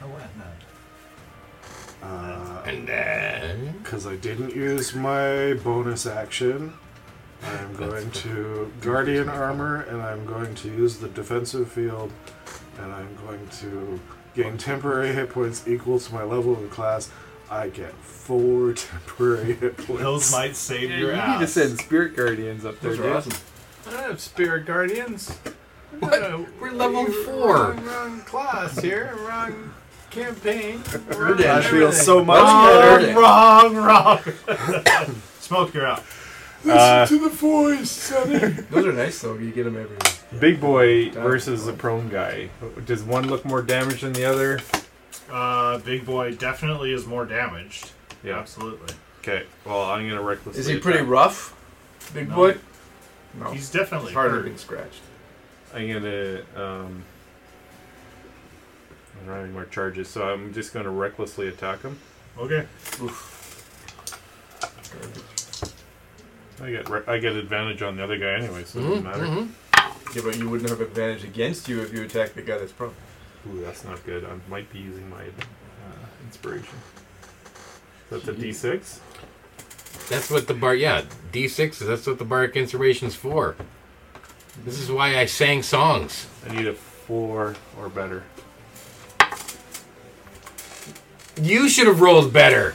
No, what? No. and then, because Uh, I didn't use my bonus action, I'm going to guardian armor, and I'm going to use the defensive field, and I'm going to gain temporary hit points equal to my level in class. I get four temporary hit points. Those might save Yeah, your you ass. need to send spirit guardians up there, Those are dude. awesome. I don't have spirit guardians. Uh, What? We're level Wrong, wrong class here. Wrong campaign. Wrong I feel so much better. Wrong, wrong, wrong. Smoke, you're out. Listen Uh, to the voice, Sonny. Those are nice though. You get them every. Big boy versus the prone guy. Does one look more damaged than the other? Uh, big boy definitely is more damaged. Yeah. Absolutely. Okay. Well, I'm gonna recklessly. Is he attack. pretty rough, big No. boy? No. He's definitely It's harder hurt. than scratched. I'm gonna. Um, I don't have any more charges, so I'm just gonna recklessly attack him. Okay. I get re- I get advantage on the other guy anyway, so Mm-hmm, it doesn't matter. Yeah, but you wouldn't have advantage against you if you attack the guy that's prone. Ooh, that's not good. I might be using my uh, inspiration. Is that the D6? That's what the bar. Yeah, D sixes. That's what the bardic inspiration's for. This is why I sang songs. I need a four or better. You should have rolled better.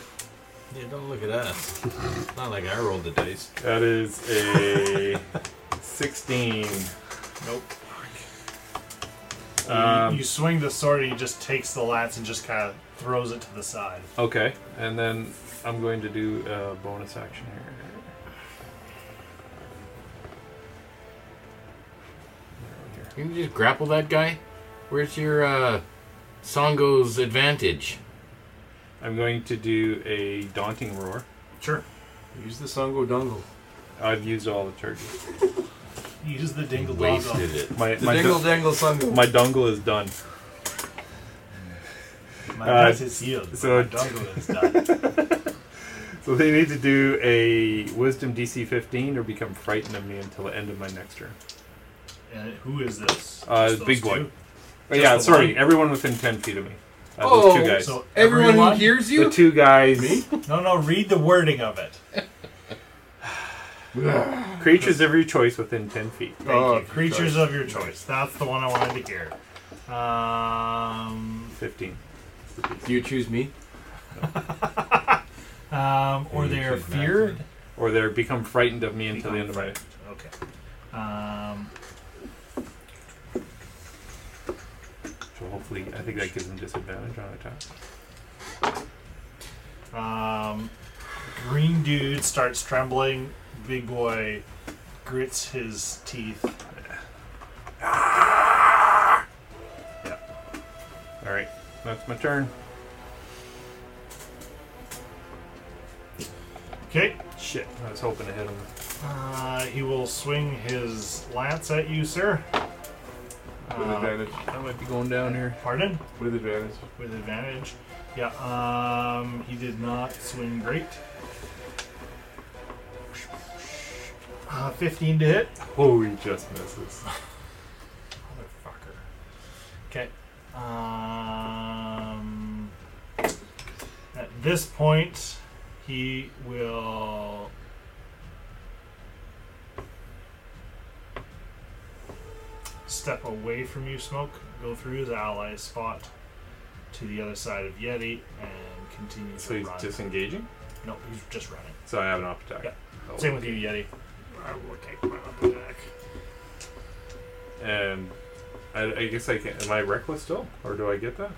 Yeah, don't look at us. It's not like I rolled the dice. That is a 16. Nope. Um, you, you swing the sword and he just takes the lance and just kind of throws it to the side. Okay, and then I'm going to do a bonus action here. You can just grapple that guy. Where's your uh, Songo's advantage? I'm going to do a daunting roar. Sure. Use the Songo Dungle. I've used all the charges. Use the dingle Wasted it. My, The my dingle dangle Songo. My dongle is done. My Uh, nose is healed. but so- my dongle is done. So they need to do a Wisdom DC 15 or become frightened of me until the end of my next turn. and who is this? Uh, Just those big boy. two? Oh, Just yeah, the sorry, one? everyone within 10 feet of me. Uh, those two guys. so Everyone who everyone? hears the you? two guys. No, no. Read the wording of it. Creatures of your choice within 10 feet. Thank you. Creatures of your choice. That's the one I wanted to hear. Um, 15. Do you choose me? um, or they are feared. Or they're become frightened of me until the end of my. Okay. Um, So hopefully, I think that gives them disadvantage on attack. um, green dude starts trembling. Big boy grits his teeth. Alright, that's my turn. Okay. Shit, I was hoping to hit him. Uh, he will swing his lance at you, sir. With advantage. I might be going down here. Pardon? With advantage. With advantage. Yeah. Um, he did not swing great. Uh, 15 to hit. Oh, he just misses. Okay. Um, at this point, he will. Step away from you, Smoke. Go through his ally spot to the other side of Yeti and continue So to he's run. disengaging? No, he's just running. So I have an op attack. Yeah. Oh. Same with you, Yeti. I will take my op attack. And I, I guess I can. Am I reckless still? Or do I get that?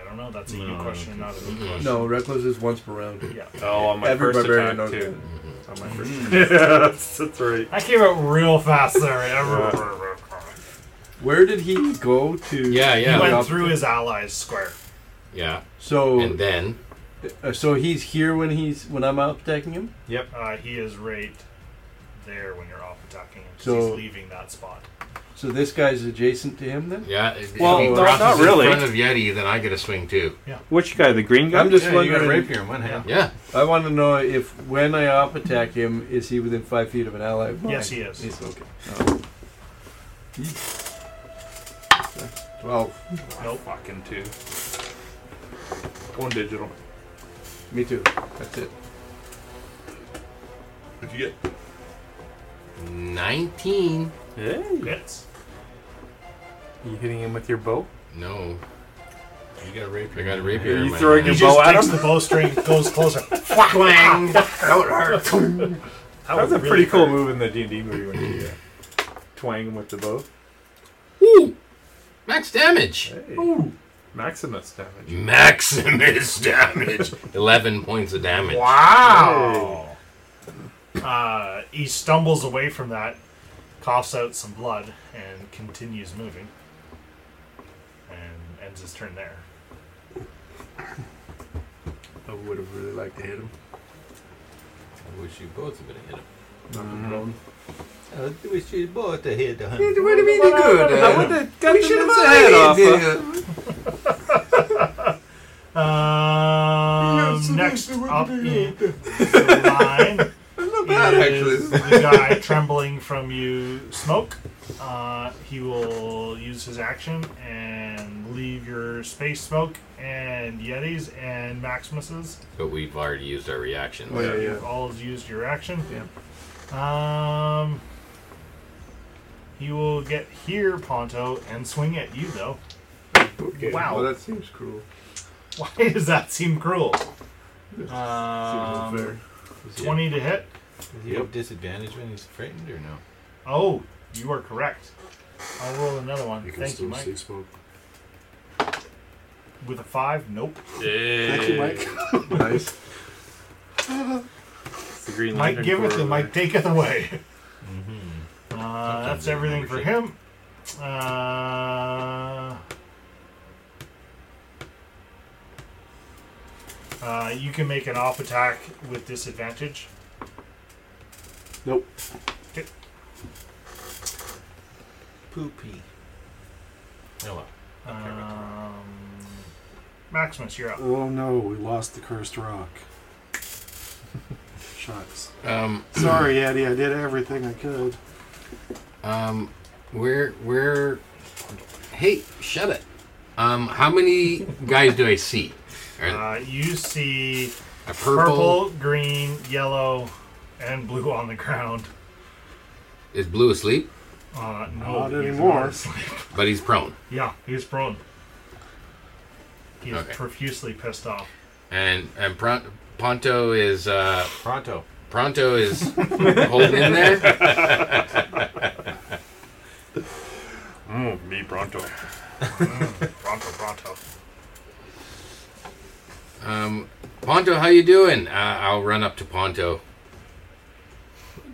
I don't know. That's a No, you I question, don't not a think me so. question. No, reckless is once per round. Yeah. Hmm. Oh, on my Every first barbarian attack, knows too. that. On my first Mm. attack. that's right. I came out real fast there. Yeah. Where did he go to? Yeah, yeah. He Up- went through his allies square. Yeah. So And then? Uh, so he's here when he's when I'm up attacking him. Yep. Uh, he is right there when you're off attacking him. 'cause So- he's leaving that spot. So this guy's adjacent to him then. Yeah. if Well, he no, crosses not really. In front of Yeti, then I get a swing too. Yeah. Which guy? The green guy? I'm just Yeah, you got a wondering. rapier in one hand. Yeah. I want to know if when I up attack him, is he within five feet of an ally? of mine? Yes, he is. He's okay. Oh. Twelve. Nope. Fucking two. One digital. Me too. That's it. What'd you get? 19. Hey. Hits. You hitting him with your bow? No. You got a rapier. I got a rapier. You in my throwing hand. your bow at him? The bowstring goes closer. Whang! That would hurt. was That would a really pretty cool hurt. move in the D and D movie when you uh, twang him with the bow. Ooh, max damage. Ooh, Maximus damage. Maximus damage. 11 points of damage. Wow. Uh, he stumbles away from that, coughs out some blood, and continues moving. And ends his turn there. I would have really liked to hit him. I wish you both would have hit him. Mm-hmm. Uh, we should both have hit the It would have been good. I uh, would've we should have had uh, off. Um, Yes, it next is. It would up be in the line bad, is actually. the guy trembling from you smoke. Uh, he will use his action and leave your space smoke and Yetis and Maximuses. But we've already used our reaction. Oh, So You've all used your action. Yeah. Um, he will get here, Ponto, and swing at you though. wow. Well, that seems cruel. Why does that seem cruel? Um, unfair. Twenty to hit. Does he have disadvantage when he's frightened or no? Oh, you are correct. I'll roll another one. You can Thank you, still Mike. see smoke. With a five, nope. Thank you, Mike. nice. It's the green Mike Lantern giveth Corps. and Mike taketh away. Mm-hmm. Uh, that's everything for him. Uh, uh, you can make an off attack with disadvantage. Nope. Poopy. Hello. Um, Maximus, you're up. Oh no, we lost the cursed rock. Shucks. Um, Sorry, Yeti. I did everything I could. Um, where, where? Hey, shut it. Um, how many guys do I see? Uh, Are- you see A purple. purple- green, yellow, and blue on the ground. Is blue asleep? Uh, no, Not he's anymore. But he's prone. Yeah, he's prone. He's Okay. profusely pissed off. And and Pron- Ponto is uh, Pronto. Pronto is holding in there. Mm, me pronto. Pronto, pronto. Um, Ponto, how you doing? Uh, I'll run up to Ponto.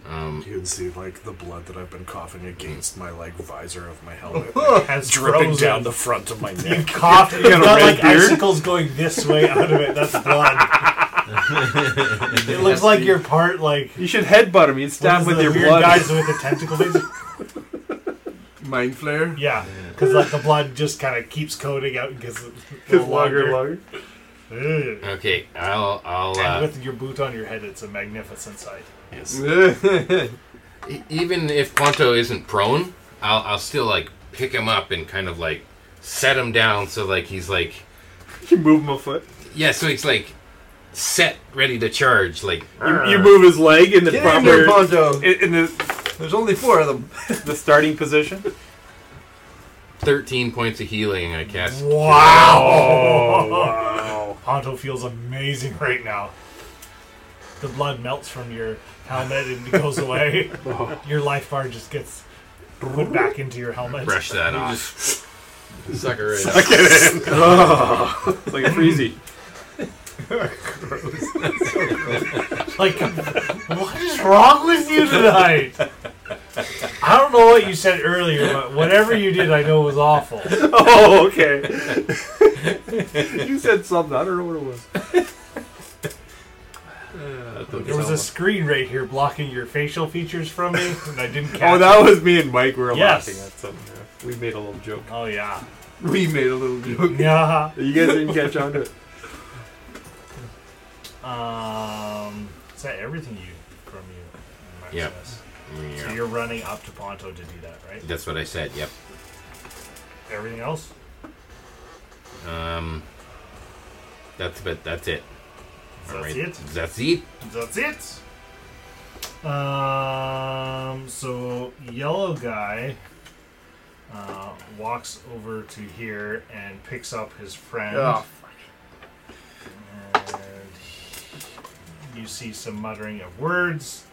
Um, You can see like the blood that I've been coughing against my like visor of my helmet, Has dripping frozen. down the front of my neck. You coughed. You You've got a red got like beard? icicles going this way out of it. That's blood. It looks like you're part like. You should headbutt him. You'd stab What with is the your blood. weird guys with the tentacle things? Mind flare. Yeah, because like the blood just kind of keeps coating out and gets a little Gets longer, longer longer. Ugh. Okay, I'll. I'll And uh, with your boot on your head, it's a magnificent sight. E- Even if Ponto isn't prone, I'll, I'll still like pick him up and kind of like set him down so like he's like You move him a foot. yeah, so he's like set ready to charge like You, Uh, Uh. you move his leg in the proper. In, in the, There's only four of them. the starting position. Thirteen points of healing. I cast. Wow! Honto feels amazing right now. The blood melts from your helmet and it goes away. your life bar just gets put back into your helmet. Brush that You off. Suck it in. Suck it in. Oh. It's like a freezy. just- like, what is wrong with you tonight? I don't know what you said earlier, but whatever you did, I know was awful. Oh, uh, okay. you said something. I don't know what it was. There was a screen right here blocking your facial features from me, and I didn't catch Oh, that was me and Mike. We were Yes. laughing at something. yeah. We made a little joke. Oh, yeah. We made a little joke. Yeah. You guys didn't catch on to it. Um, is that everything you from you? Yep. Maximus? Yeah. So you're running up to Ponto to do that, right? That's what I said. Yep. Everything else? Um. That's but that's it. That's it? That's it. That's it. Um, so yellow guy uh, walks over to here and picks up his friend. Oh, and you see some muttering of words.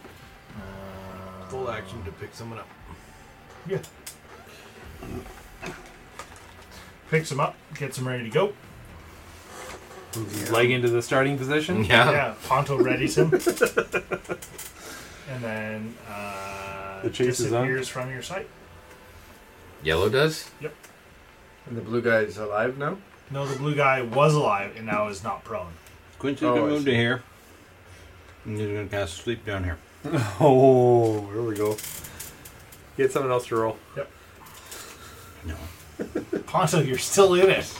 Uh, Full action to pick someone up. Yeah. Picks him up, gets him ready to go. Leg into the starting position. Yeah. Ponto readies him. and then uh, The chase is on. disappears from your sight. Yellow does. Yep. And the blue guy is alive now. No, the blue guy was alive and now is not prone. Quincy's Oh, gonna I move see. to here. And he's gonna cast sleep down here. Oh, there we go. Get someone else to roll. Yep. Ponto, you're still in it.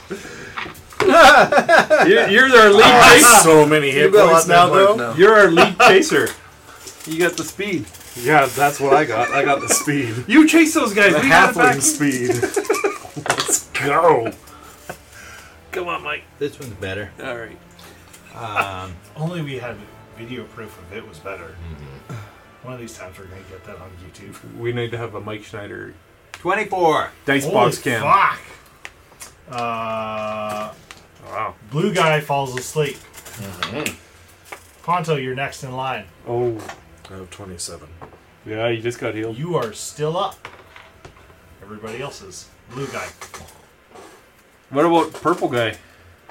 You're, you're our Oh, lead Ah, chaser. so many hit You've got points a lot now, more though. points now. You're You're our lead chaser. You got the speed. Yeah, that's what I got. I got the speed. You chase those guys. The we got it back. halfling speed. Let's go. Come on, Mike. This one's better. All right. Um, Only we had video proof of it was better. One of these times we're going to get that on YouTube. We need to have a Mike Schneider. 24. Dice Holy box cam. Fuck. Uh, wow. Blue guy falls asleep. Ponto, you're next in line. Oh. I have 27. Yeah, you just got healed. You are still up. Everybody else is. Blue guy. What about purple guy?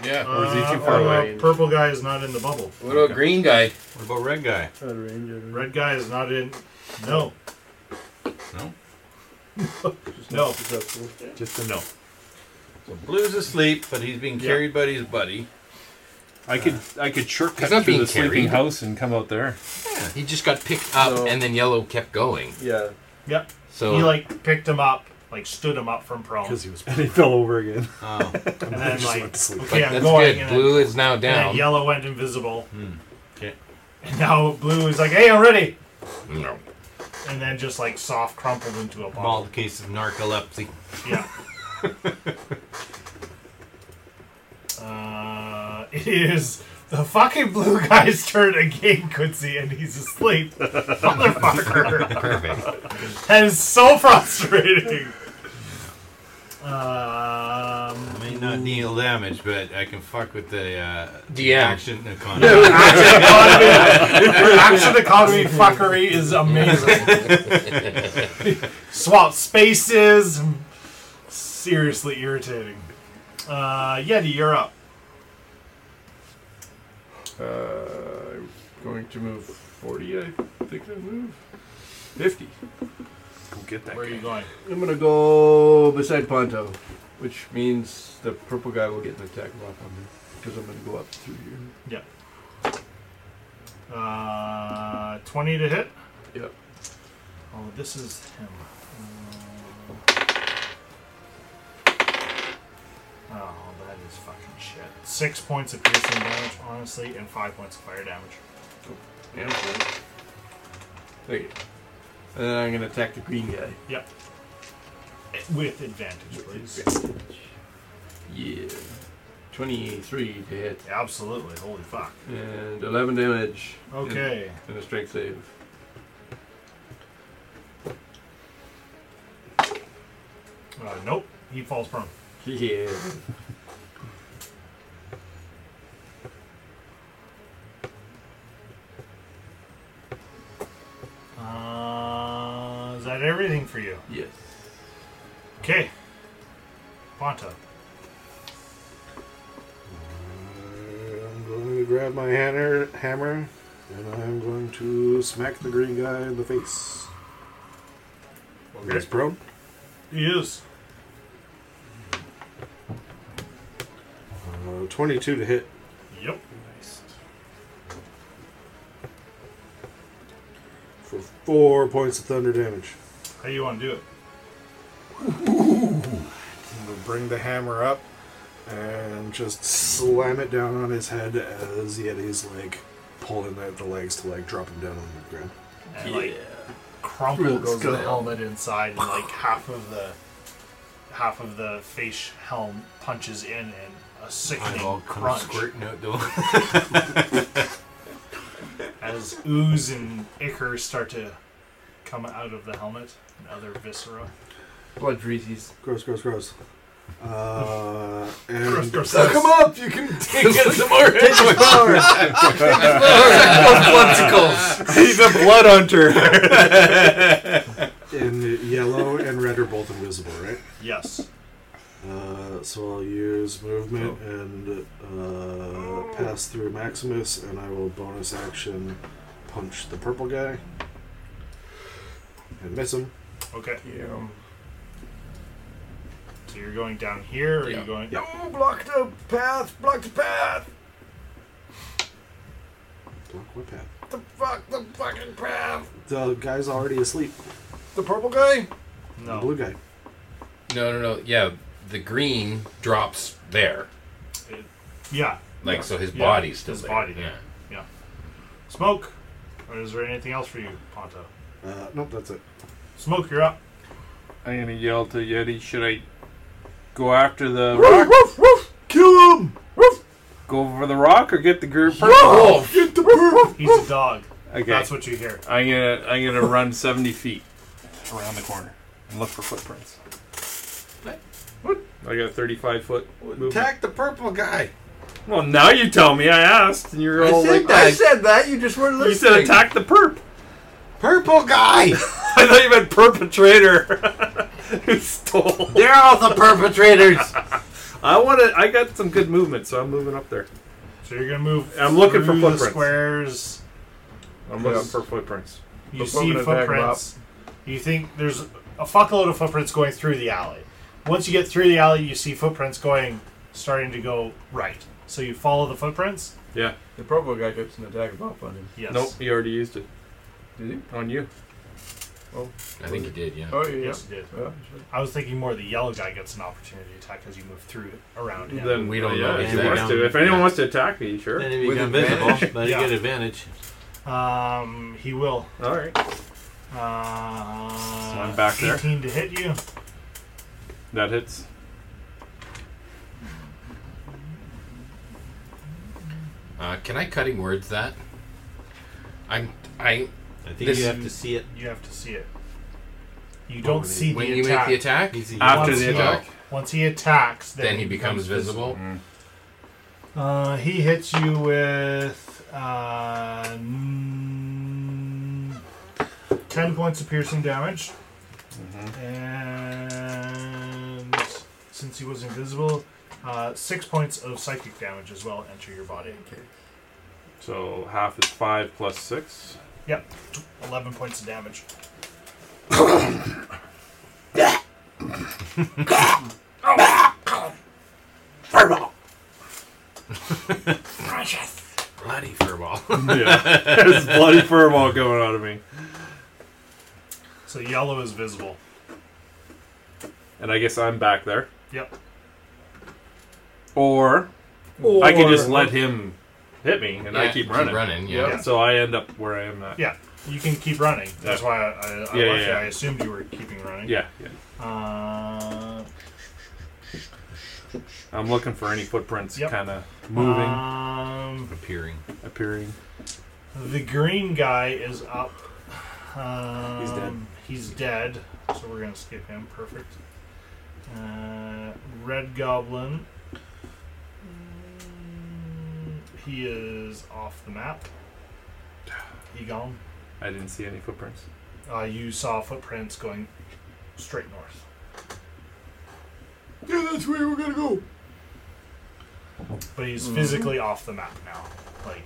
Yeah. Or is he Uh, too far oh, away? no, Purple guy is not in the bubble. What about green guy? What about red guy? Red guy is not in. No. No. no. Just a no. So Blue's asleep, but he's being carried by his buddy. Uh, I could I could shortcut He's not through being the sleeping carried. house and come out there. He just got picked up, and then yellow kept going. Yeah. Yep. So- he like picked him up, like stood him up from prone. Because he was. And he fell over again. Oh. And then like, okay, I'm But that's going. good. and Blue then- is now and then down. Hmm. yellow went invisible. Okay. And now blue is like, hey, I'm ready. No. And then just like soft crumpled into a ball. Mild case of narcolepsy. Yeah. Uh, it is the fucking blue guy's turn again, Quincy, and he's asleep. Motherfucker. Perfect. That is so frustrating. Um, May not deal damage, but I can fuck with the uh, DM. action economy. action economy. Your action economy fuckery is amazing. Swap spaces. Seriously irritating. Uh, Yeti, you're up. Uh, I'm going to move uh, 40. I think I move 50. Go get that. Where are you going? I'm gonna go beside Ponto, which means the purple guy will get an attack lock on me because I'm gonna go up through here. Yeah. Uh, 20 to hit? Yep. Oh, this is him. Uh, oh, that is fucking shit. Six points of piercing damage, honestly, and five points of fire damage. Wait. And then I'm gonna attack the green guy. Yep. With advantage, please. Yeah. 23 to hit. Absolutely. Holy fuck. And 11 damage. Okay. And a strength save. Uh, nope. He falls prone. Yeah. Uh, is that everything for you? Yes. Okay. Ponta. I'm going to grab my hammer, hammer and I'm going to smack the green guy in the face. Okay. He's prone. He is. Uh, 22 to hit. Yep. Nice. For four points of thunder damage. How do you want to do it? I'm going to bring the hammer up and just slam it down on his head as Yeti's like pulling at the legs to like drop him down on the ground. And like crumple Real goes the skull. helmet inside, and like half of the half of the face helm punches in, and a sickening Eyeball comes crunch. squirting out As ooze and ichor start to come out of the helmet and other viscera. Blood freezes. Gross, gross, gross. Uh, Gross, and gross, gross. Come up, you can take it some more. Take some more. He's a blood hunter. and yellow and red are both invisible, right? Yes. Uh, so I'll use movement and uh, pass through Maximus, and I will bonus action punch the purple guy and miss him. Okay. So you're going down here, or are you going? Oh, No, block the path, block the path. Block what path? The fuck, the fucking path. The guy's already asleep. The purple guy? No. The blue guy. No, no, no. Yeah, the green drops there. Yeah. Like, so his Yeah, body's still his there. body. Yeah. Yeah. Smoke. Or is there anything else for you, Ponto? Uh, nope, that's it. Smoke, you're up. I'm gonna yell to Yeti, should I go after the Woof, rock? woof, Kill him! Go for the rock or get the group? Get the purple. He's a dog. Okay. That's what you hear. I'm gonna I'm gonna run 70 feet around the corner and look for footprints. I got 35 foot. Movement. Attack the purple guy. Well, now you tell me. I asked, and you're all like, I said that. You just weren't You listening. said attack the perp. Purple guy. I thought you meant perpetrator who stole. They're all the perpetrators. I want to. I got some good movement, so I'm moving up there. So you're gonna move. I'm looking for through the footprints. squares. I'm looking for footprints. You Look see over the back footprints. You think there's a fuckload of footprints going through the alley. Once you get through the alley, you see footprints going, starting to go right. So you follow the footprints. Yeah. The purple guy gets an attack of up on him. Yes. Nope, he already used it. Did he? On you. Oh. I think he did, yeah. Oh, yeah. Yes, you did. Yeah, sure. I was thinking more the yellow guy gets an opportunity attack as you move through around him. Then we don't know know if he if wants they to. don't- If anyone yeah. wants to attack me, sure. Then he With becomes invisible, advantage. but he get advantage. Um, he will. All right. Uh, So I'm back there. 18 to hit you. That hits. Uh, can I cutting words that? I'm. I. I think you have to see it. You have to see it. You What don't would he- see when the you make attack. the attack? He's a- After Once the he- attack. once he attacks, then, Then he becomes visible. Mm. Uh, he hits you with uh, mm, ten points of piercing damage, Mm-hmm. and since he was invisible, uh, six points of psychic damage as well enter your body. So half is five plus six. Yep, eleven points of damage. Precious. bloody furball. yeah, there's bloody furball going out of me. So yellow is visible. And I guess I'm back there. Yep. Or, Or- I can just let him hit me and I Yeah, keep keep running. running, yeah. Yeah. So I end up where I am now. Yeah, you can keep running. That's why I, I, I, Uh. Yeah, yeah, left you. yeah. I assumed you were keeping running. Yeah, yeah. Uh, I'm looking for any footprints Yep. kind of moving, Um, appearing, appearing. the green guy is up. Um, He's dead. He's dead. So we're gonna skip him. Perfect. Uh, Red Goblin. Mm, He is off the map. He gone. I didn't see any footprints. Uh, you saw footprints going straight north. Yeah, that's where we're gonna go. But he's Mm-hmm. Mhm. physically off the map now. Like,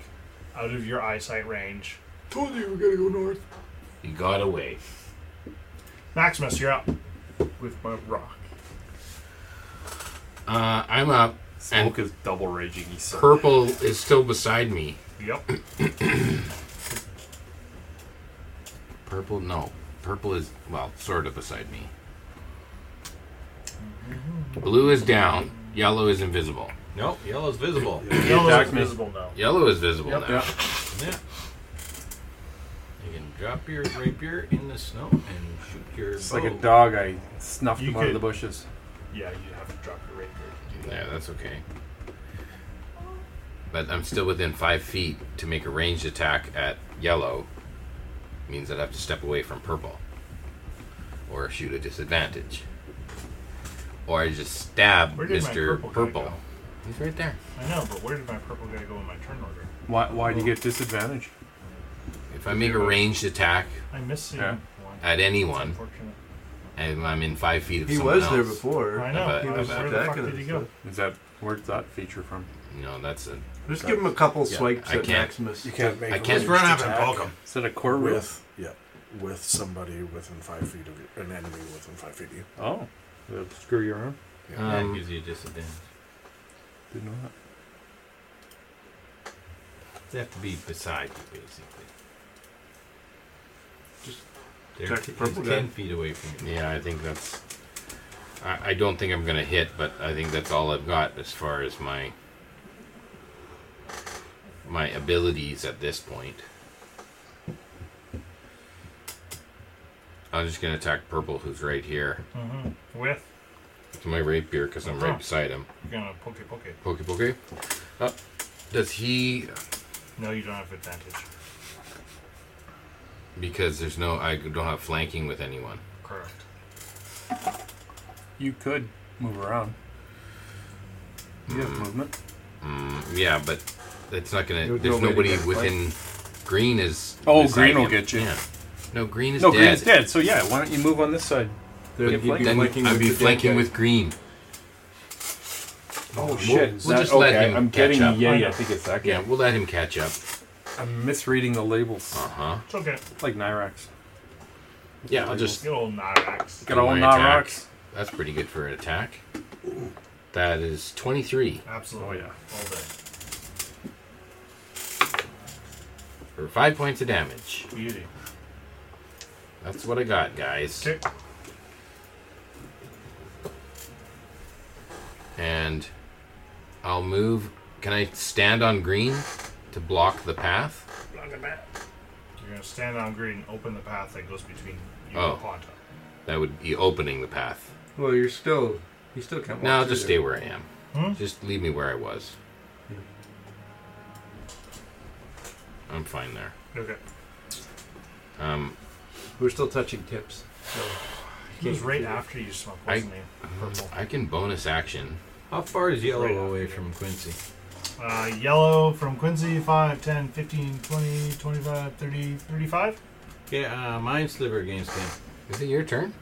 out of your eyesight range. Told you we're gonna go north. He got away. Maximus, you're up. With my rock. Uh, I'm up. Smoke and is double raging. He's so- Purple is still beside me. Yep. Purple, no. Purple is, well, sort of beside me. Blue is down. Yellow is invisible. Nope, yellow's visible. Yellow is visible now. Yellow is visible Yep. now. Yeah. You can drop your rapier in the snow and shoot your. It's like a bow. dog. I snuffed You him out of could- the bushes. Yeah, you have to drop your rapier. Yeah, that's okay. But I'm still within five feet to make a ranged attack at yellow. Means I'd have to step away from purple. Or shoot a disadvantage. Or I just stab Where did my Mr. purple guy Purple. He's right there. I know, but where did my purple guy go in my turn order? Why? Why do you get disadvantage? If I make a ranged attack I'm missing Yeah. one. at anyone, That's unfortunate. and I'm in five feet of He someone was else- there before. I know. About- he was, about where the that fuck kinda did he go? Is that where's that feature from? No, that's a. Just give him a couple Yeah, swipes I at can't. Maximus. You can't I can't run up and poke him. Is that a core rule? with yeah, with somebody within five feet of you, an enemy within five feet of you. Oh, that'll screw your arm. Yeah, it Um, gives you a disadvantage. Did not. They have to be beside you, basically. Just Check they're the t- purple he's ten guy. feet away from you. Yeah, I think that's. I, I don't think I'm gonna hit, but I think that's all I've got as far as my my abilities at this point. I'm just gonna attack purple, who's right here. Mm-hmm. With It's my rapier because I'm Oh. right beside him. you're gonna poke it, poke it. Poke, poke. Uh, does he? No, you don't have advantage. Because there's no, I don't have flanking with anyone. Correct. You could move around. Hmm. You have movement. Mm, yeah, but that's not gonna. There's there's no way to nobody get within. Green is. Oh, beside green will him. get you. Yeah. No, green is no, dead. green's dead. So yeah, why don't you move on this side? But Get flanked. then I'd be flanking with green. Oh We'll- shit! We'll, That- just okay, let him I'm catch getting up. yeah, yeah. I think it's that guy. Yeah, we'll let him catch up. I'm misreading the labels. Uh huh. It's okay. Like Nyrax. Yeah, I'll just Good old Nyrax. Good old my attack. Nyrax. That's pretty good for an attack. That is 23 Absolutely. Oh, yeah. All day. for five points of damage. Beauty. That's what I got, guys. Okay. And I'll move. Can I stand on green to block the path? Look at that. You're gonna stand on green, open the path that goes between you Oh. and Ponto. That would be opening the path. Well, you're still. You still can't walk No, I'll through just there. stay where I am. Hmm? Just leave me where I was. I'm fine there. Okay. Um, We're still touching tips. So He was right after you smoke, I, uh, wasn't Purple. I can bonus action. How far is yellow away from Quincy? he? Uh, yellow from Quincy, 5, 10, 15, 20, 25, 30, 35. Yeah, uh, mind sliver against him. Is it your turn?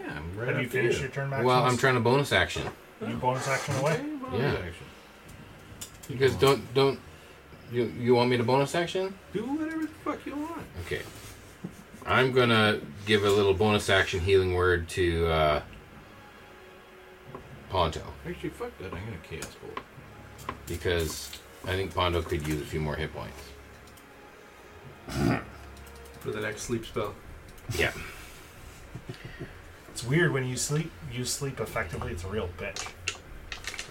Yeah, I'm right Have up you to finished you. your turn, Maximus? Well, I'm trying to bonus action. You bonus action away. Yeah. Bonus action. You guys don't don't you you want me to bonus action? Do whatever the fuck you want. Okay. I'm gonna give a little bonus action healing word to uh, Ponto Actually, fuck that. I'm gonna chaos bolt. because I think Pondo could use a few more hit points. for the next sleep spell. Yeah. It's weird when you sleep. You sleep effectively. It's a real bitch.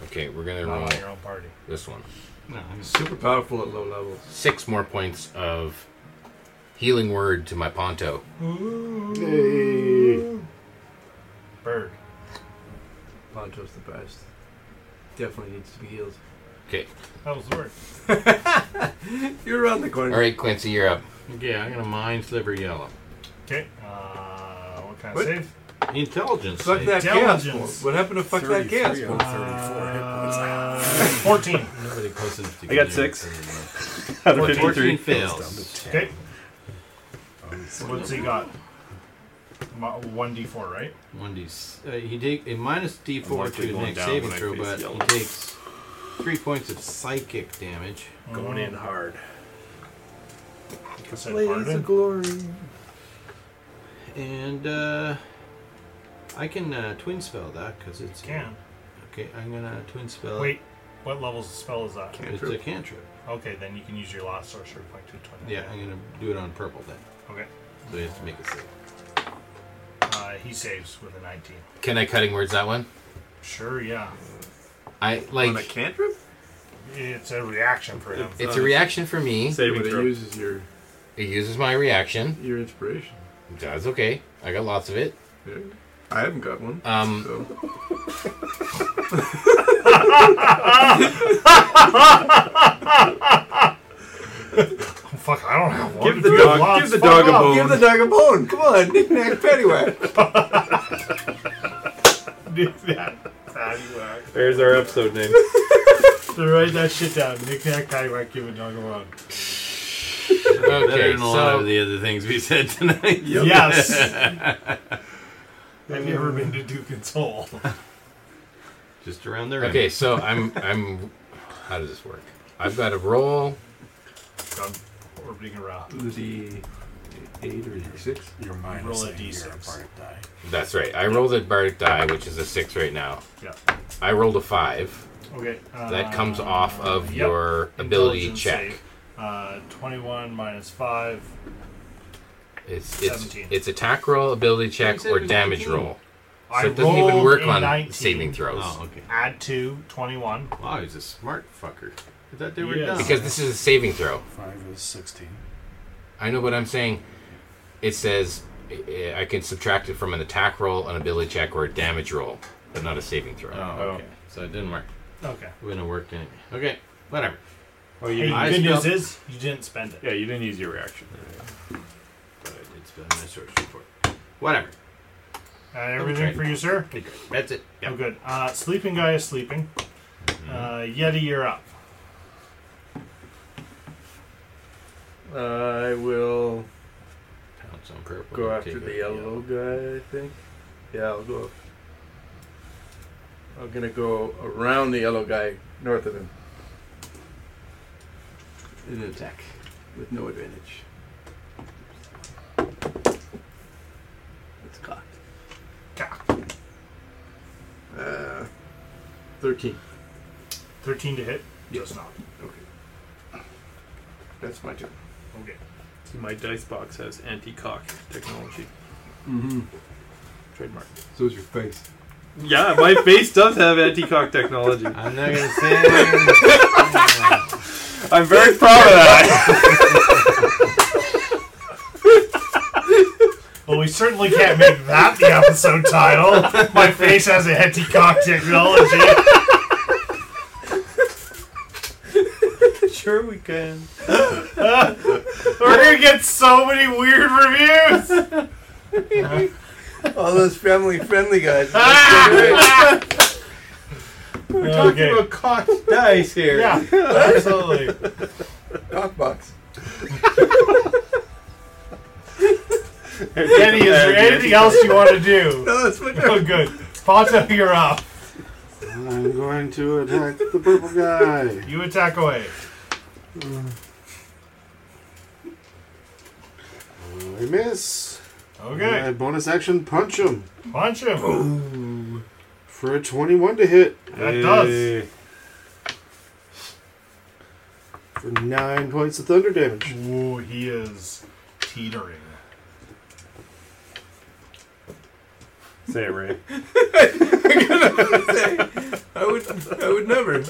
Okay, we're gonna Not roll on your own party. this one. No, I mean- super powerful at low levels. Six more points of healing word to my Ponto. Bird. Poncho's the best. Definitely needs to be healed. Okay. That was worth. You're around the corner. All right, Quincy, you're up. Yeah, I'm gonna mind sliver yellow. Okay. Uh, what kind of What? save? Intelligence. Fuck that chaos Intelligence. board. What happened to fuck that chaos board? Uh, 14. Nobody close enough to I got get six. it. Out of 53. 14 fails. Okay. Um, What's he got? One d four, right? One d. Uh, he take a minus d four Unlikely to his going next down saving when I throw, face but yellow. he takes three points of psychic damage. Going in hard. glory. And uh, I can uh, twin spell that because it's Can. Okay, I'm gonna twin spell. Wait, what level's spell is that? Cantrip. Uh, It's a cantrip. Okay, then you can use your last sorcery point to twin. Yeah, I'm gonna do it on purple then. Okay. So you have to make a save. Uh, he saves with a 19. Can I cutting words that one? Sure, yeah. I like. cantrip? It's a reaction for him. It's a reaction for me. Saving But it throw. uses your. It uses my reaction. Your inspiration. That's okay. I got lots of it. I haven't got one. Um. Ah! Oh, Fuck, I don't have one. Give the dog, give the dog a bone. Give the dog a bone. Come on, knick-knack, paddywhack. There's our episode name. So write that shit down. Nick Nack Paddywhack, give a dog a bone. Better Okay, than a lot so- of the other things we said tonight. Yes. have you ever been to Dukin's Hole? Just around there. Okay, so I'm I'm. How does this work? I've got to roll. I'm orbiting around. The eight or six. Your mind Roll is a saying you're a d6. bardic die. That's right. I rolled a bardic die, which is a six right now. Yeah. I rolled a five. Okay. uh, that comes off of yep. your ability Intelligence check. save. Uh, 21 minus 5. It's it's, 17. it's attack roll, ability check, said or it was damage 19. roll. So I it doesn't even rolled work a Oh, on 19. saving throws. Add 2, 21. Oh, Wow, he's a smart fucker. I thought they were Yes. done. Because this is a saving throw. Five is sixteen. I know what I'm saying. It says I I can subtract it from an attack roll, an ability check, or a damage roll, but not a saving throw. Oh, okay. So it didn't work. Okay. Wouldn't have worked anyway. Okay, whatever. Oh, you I good news spelled- is you didn't spend it. Yeah, you didn't use your reaction. But I did spend my source report. Whatever. Uh, everything Okay. for you, sir? That's it. Mm-hmm. Yeah. Oh, good. Uh, sleeping guy is sleeping. Uh, Yeti, you're up. I will Pounce on purple. go and after take the it. yellow guy, I think. Yeah, I'll go. I'm gonna go around the yellow guy north of him. In an attack with no advantage. It's cocked. Uh, 13. 13 to hit? Does not. That's my turn. Okay. See, my dice box has anti-cock technology. Mm-hmm. Trademark. So is your face. Yeah, my face does have anti-cock technology. I'm not gonna say. I'm very proud of that. well, we certainly can't make that the episode title. My face has a anti cock technology. sure we can. We're gonna get so many weird reviews. All those family friendly guys. We're talking Okay. about cocked dice here. Yeah, absolutely. Cockbox. Kenny, is there anything else you want to do? No, that's what Oh, good. Ponto, you're up. I'm going to attack the purple guy. You attack away. I miss. Okay. And I bonus action punch him Punch him. for a 21 to hit. That does. Nine points of thunder damage. Ooh, he is teetering. Say it, Ray. I would, I would never.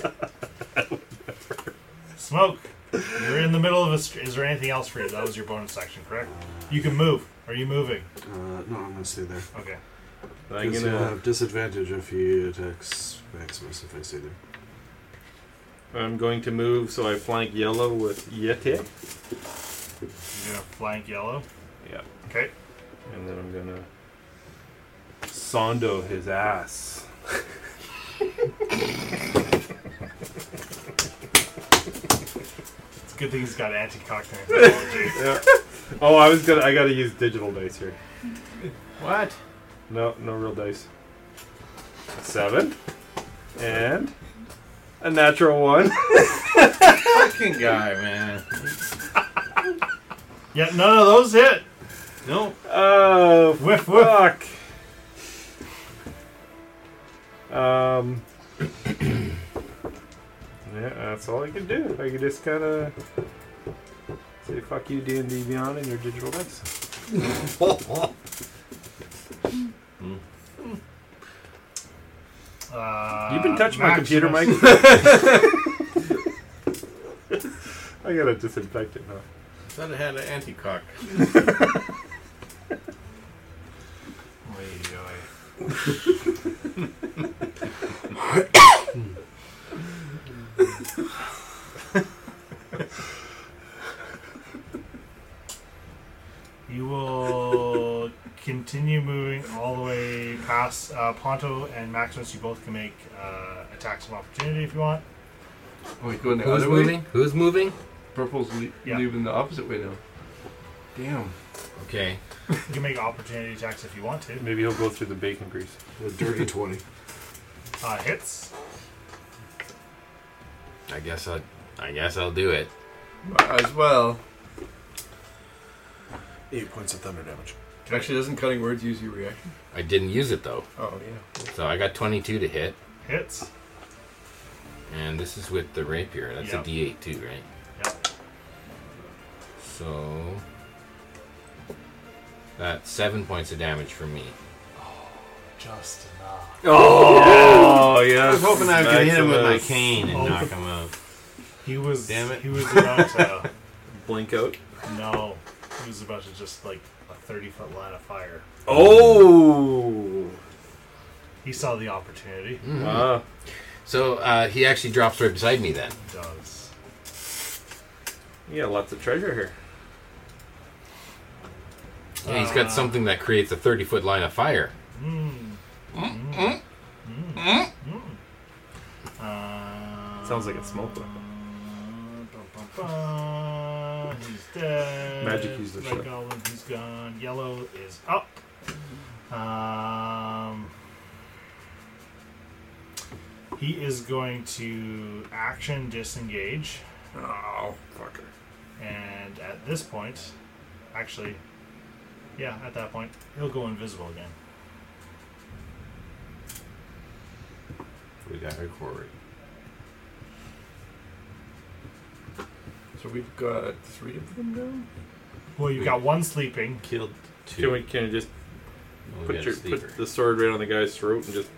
Smoke. You're in the middle of a. str- Is there anything else for you? That was your bonus action, correct? You can move. Are you moving? Uh, no, I'm gonna stay there. Okay. I'm Because gonna- he'll have disadvantage if he attacks Maximus if I stay there. I'm going to move so I flank yellow with Yeti. You're gonna flank yellow. Yeah. Okay. And then I'm gonna Sondo his ass. It's a good thing he's got anti-cocktail technology. yeah. Oh, I was gonna. I gotta use digital dice here. What? No, no real dice. Seven, and a natural one. Fucking guy, man. Yeah, none of those hit. No. Oh, whiff, fuck. Um. yeah, that's all I can do. I can just kind of say "fuck you, D and D Beyond" and your digital dice. Uh, You've been touching my computer, Mike. Maximus. I gotta disinfect it now. Thought it had an anti-cock. You will continue moving all the way past uh, Ponto and Maximus. You both can make uh, attacks of opportunity if you want. Wait, going the Who's other moving? way? Who's moving? Purple's le- Yeah. leaving the opposite way now. Damn. Okay. You can make opportunity attacks if you want to. Maybe he'll go through the bacon grease. The dirty twenty. Uh, hits. I guess I, I guess I'll do it. As well. Eight points of thunder damage. Actually, doesn't cutting words use your reaction? I didn't use it though. Oh, yeah. So I got 22 to hit, Hits. and this is with the rapier. That's Yep. a D8 too, right? Yep. So that's seven points of damage for me. Oh, Just ah. enough. Oh, yeah. I was hoping I could hit him with my Maximus. cane and Oh. knock him out. He was. Damn it. He was about to. Blink out. No, Oh, he was about to just like a thirty-foot line of fire. Oh. He saw the opportunity. Ah. Ah. Wow. Mm-hmm. So uh, he actually drops right beside me then. Does. Yeah, lots of treasure here. Yeah, he's got Ah. something that creates a 30 foot line of fire. Mm. Mm. Mm. Eh? Mm. Sounds like a smoke weapon. Uh, he's dead. Magic used the Red shot. Goblin, he's gone. Yellow is up. Um, he is going to action disengage. Oh, fucker. And at this point, actually, yeah, at that point, he'll go invisible again. We got her forward. So we've got three of them now? Well, you've got one sleeping. Killed Can we can we just we put got a your sleeper. put the sword right on the guy's throat and just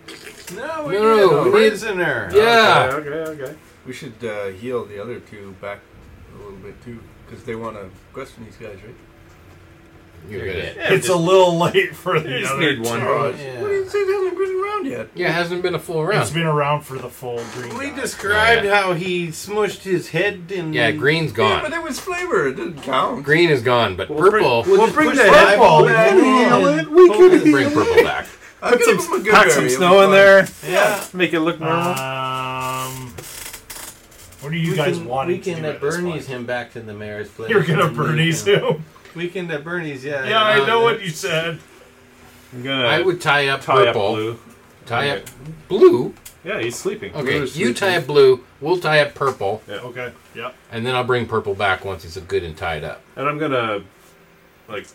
No, we No, need a we need- prisoner. Yeah. Okay, okay, okay. We should uh, heal the other two back a little bit too, because they want to question these guys, right? You're good. it's a little late for the other two. Oh, What do you say they haven't been around yet? Yeah, it hasn't been a full round. It's been around for the full green. We guy. described how he smushed his head in. Yeah, green's Yeah, but gone. it was flavor. It didn't count. Green is gone, but We'll bring- purple. we'll We'll bring push the that head ball ball back. back. We'll Heal it. We can bring heal purple it. back. I'll give him a good pack some berry, it'll snow be in fine. there. Yeah. Make it look normal. Um, what are you We guys can- wanting we can to do uh, at this point? Bernie's him back to the mayor's place. You're gonna And we Bernie's can- him? We can uh, Bernie's, yeah. Yeah, I Uh, know what you said. I'm gonna. I would tie up tie up purple. blue. Tie Okay. up blue. Yeah, he's sleeping. Okay, Blue you is tie sleeping. up blue. We'll tie up purple, Yeah. Okay. Yep. and then I'll bring purple back once he's good and tied up. And I'm gonna like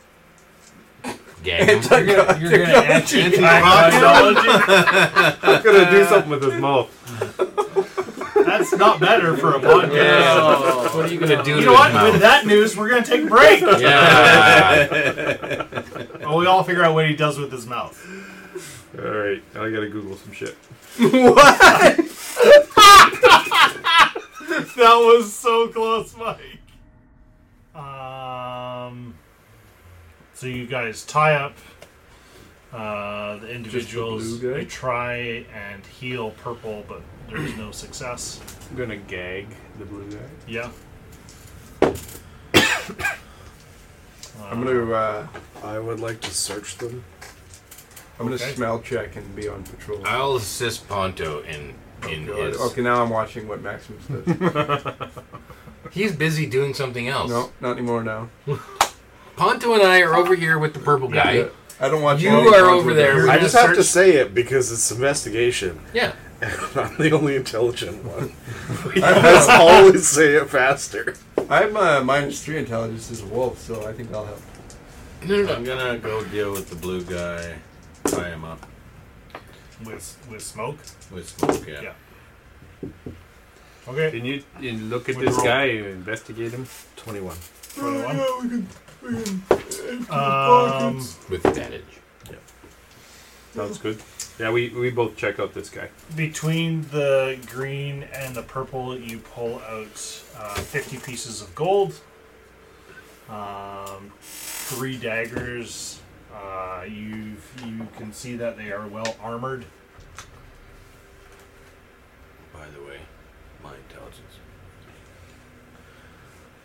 Gang him. You're gonna- you're gonna anti- anti- Anti- I'm gonna do something with his mouth. That's not better for a podcast. Yeah. What are you gonna do You to know his what? mouth? With that news, we're gonna take a break. Yeah. well, we all figure out what he does with his mouth. All right, I gotta Google some shit. what? that was so close, Mike. Um. So you guys tie up uh, the individuals. blue guy? you try and heal Purple, but there's no success. I'm gonna gag the blue guy. Yeah. I'm gonna. Uh, I would like to search them. I'm gonna Okay. smell check and be on patrol. I'll assist Ponto in in his. Okay, now I'm watching what Maximus does. He's busy doing something else. no, not anymore now. Ponto and I are over here with the purple guy. Yeah. I don't watch You all these are ones over with there. them. We're I gonna just have to search- say it because it's investigation. Yeah. And I'm the only intelligent one. You must always say it faster. I'm uh, minus three intelligence as a wolf, so I think I'll help. I'm gonna go deal with the blue guy. Tie him up With with smoke. with smoke. Yeah. Yeah. Okay. Can you, you look at Would this roll. guy and investigate him? 21. Um, With advantage. Sounds good. Yeah, we, we both check out this guy. between the green and the purple, you pull out uh, 50 pieces of gold, um, three daggers. Uh, you you can see that they are well armored. By the way, my intelligence.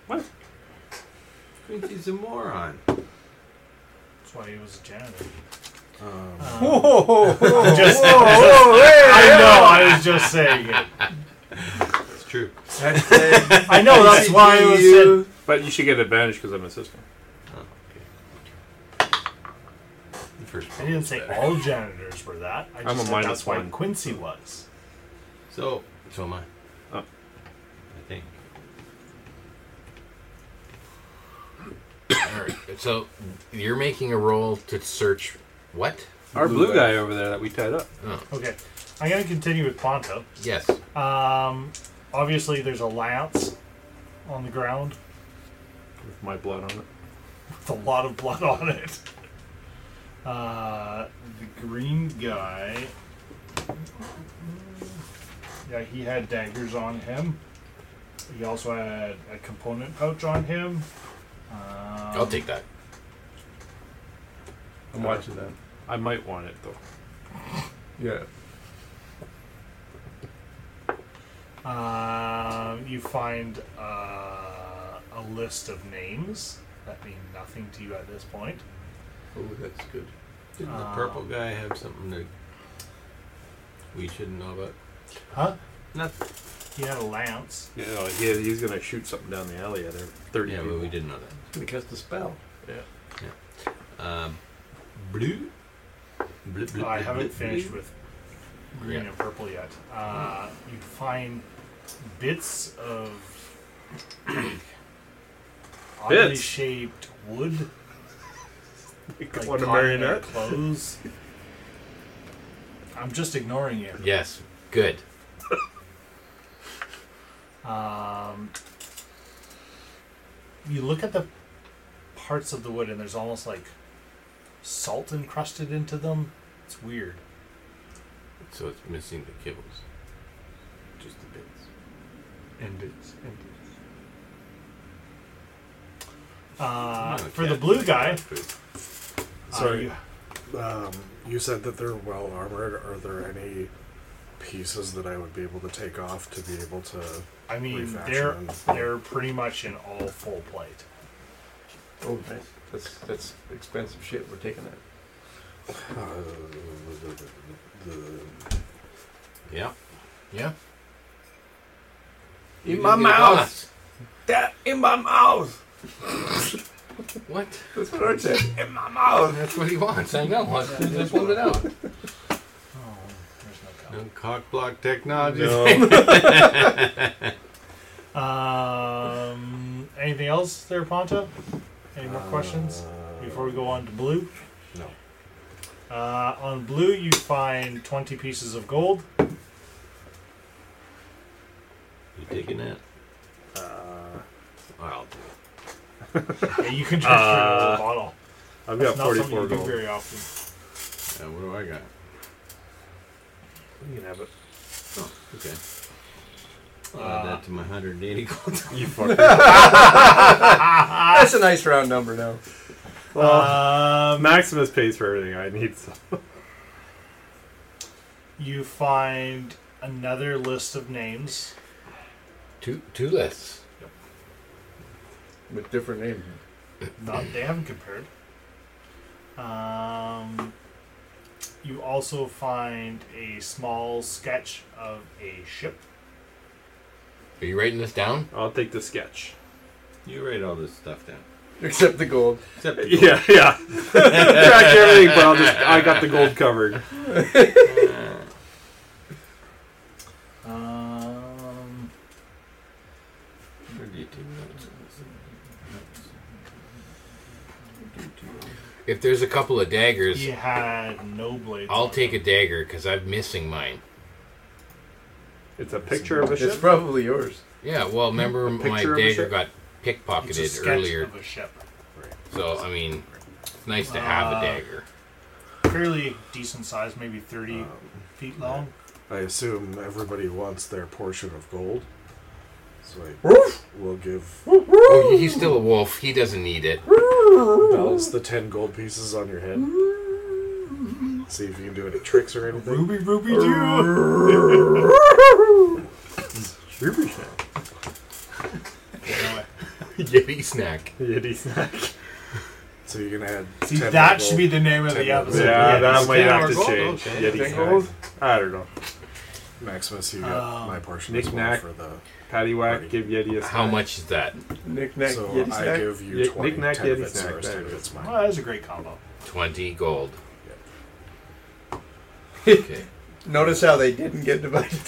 What? Quincy's a moron. That's why he was a janitor. Um, Whoa, Oh, just, I know. I was just saying it. It's true. I know. That's why I was. Said, But you should get advantage because I'm assistant. The first I didn't say all janitors were that. I I'm just a said minus that's why one. Quincy was. So, so am I. Oh. I think. All right. So you're making a roll to search what? Our blue, guy. over there that we tied up. Oh. Okay, I'm gonna continue with Ponto. Yes. Um, obviously, there's a lance on the ground With my blood on it. with a lot of blood on it. Uh, the green guy. Yeah, he had daggers on him. He also had a component pouch on him. Um, I'll take that. I'm watching that. I might want it though. Yeah. Um, you find uh, a list of names that mean nothing to you at this point. Oh, that's good. Didn't the Um, purple guy have something that we shouldn't know about? Huh? Nothing. He had a lance. You know, he, he's gonna shoot something down the alley at her. Thirty. Yeah, people. but we didn't know that. gonna cast a spell. Um, blue. Blue, blue, I blue, haven't blue, finished blue. with green Yeah. and purple yet. Uh, you find bits of like, oddly Bits? shaped wood, like want a cotton or marionette? clothes. I'm just ignoring you. Yes. Good. Um, you look at the parts of the wood, and there's almost like salt encrusted into them. It's weird. So it's missing the kibbles. Just the bits. And bits. And bits. Uh, Come on, for the cat. blue guy, Sorry. uh, Um, you said that they're well armored. Are there any pieces that I would be able to take off to be able to? I mean, refaction they're and- they're pretty much in all full plate. Oh, nice. That's that's expensive shit. We're taking that. Uh, the- the- Yeah. Yeah. In You my can get a mouth. boss. That in my mouth. What? That's what I said. In my mouth. That's what he wants. I know. I just pulled it out. There's no No cock block technology. color. Um, anything else there, Ponto? Any more questions Uh, before we go on to blue? No. Uh, on blue, you find 20 pieces of gold. You taking that? Uh, I'll do Yeah, you can drink straight out of Uh, the bottle. I've That's got not something 44 you do gold. very often. it. Uh, what do I got? You can have it. Oh, okay. I'll Uh, add that to my 180 gold. You That's a nice round number now. Well, Um, Maximus pays for everything I need. So. You find another list of names. Two two lists. With different names. Not, they haven't compared. Um, you also find a small sketch of a ship. Are you writing this down? I'll take the sketch. You write all this stuff down. Except the gold. Except the gold. Yeah, yeah. Track everything, but I'll just, I got the gold covered. Um, Where do you take notes on this thing? Notes. If there's a couple of daggers, he had no blades. I'll on take a dagger because I'm missing mine. It's a picture of a ship. probably yours. Yeah, well, remember A my picture of a dagger ship? got it. It's a pickpocketed sketch earlier, of a ship. so I mean, it's nice to have Uh, a dagger. Fairly decent size, maybe 30 Um, feet long. I assume everybody wants their portion of gold. So I will give Oh, he's still a wolf. He doesn't need it. Bells the ten gold pieces on your head. See if you can do any tricks or anything. Ruby, Ruby, do. Ruby snack. Yeti snack. Yeti snack. So you can add. See, 10 that gold. should be the name of 10 the episode. Yeah, that might snack. have to change. Okay. Yeti Ten snack. gold? I don't know. Maximus, you got Um, my portion as Knick well knack, for the. paddywhack, give Yeti a snack. How much is that? Nick So I give you Ye- twenty. knick-knack, ten Yeti of it's snack, yours, there ten it of is. it's Well, mine. that's a great combo. Twenty gold. Okay. Notice how they didn't get divided.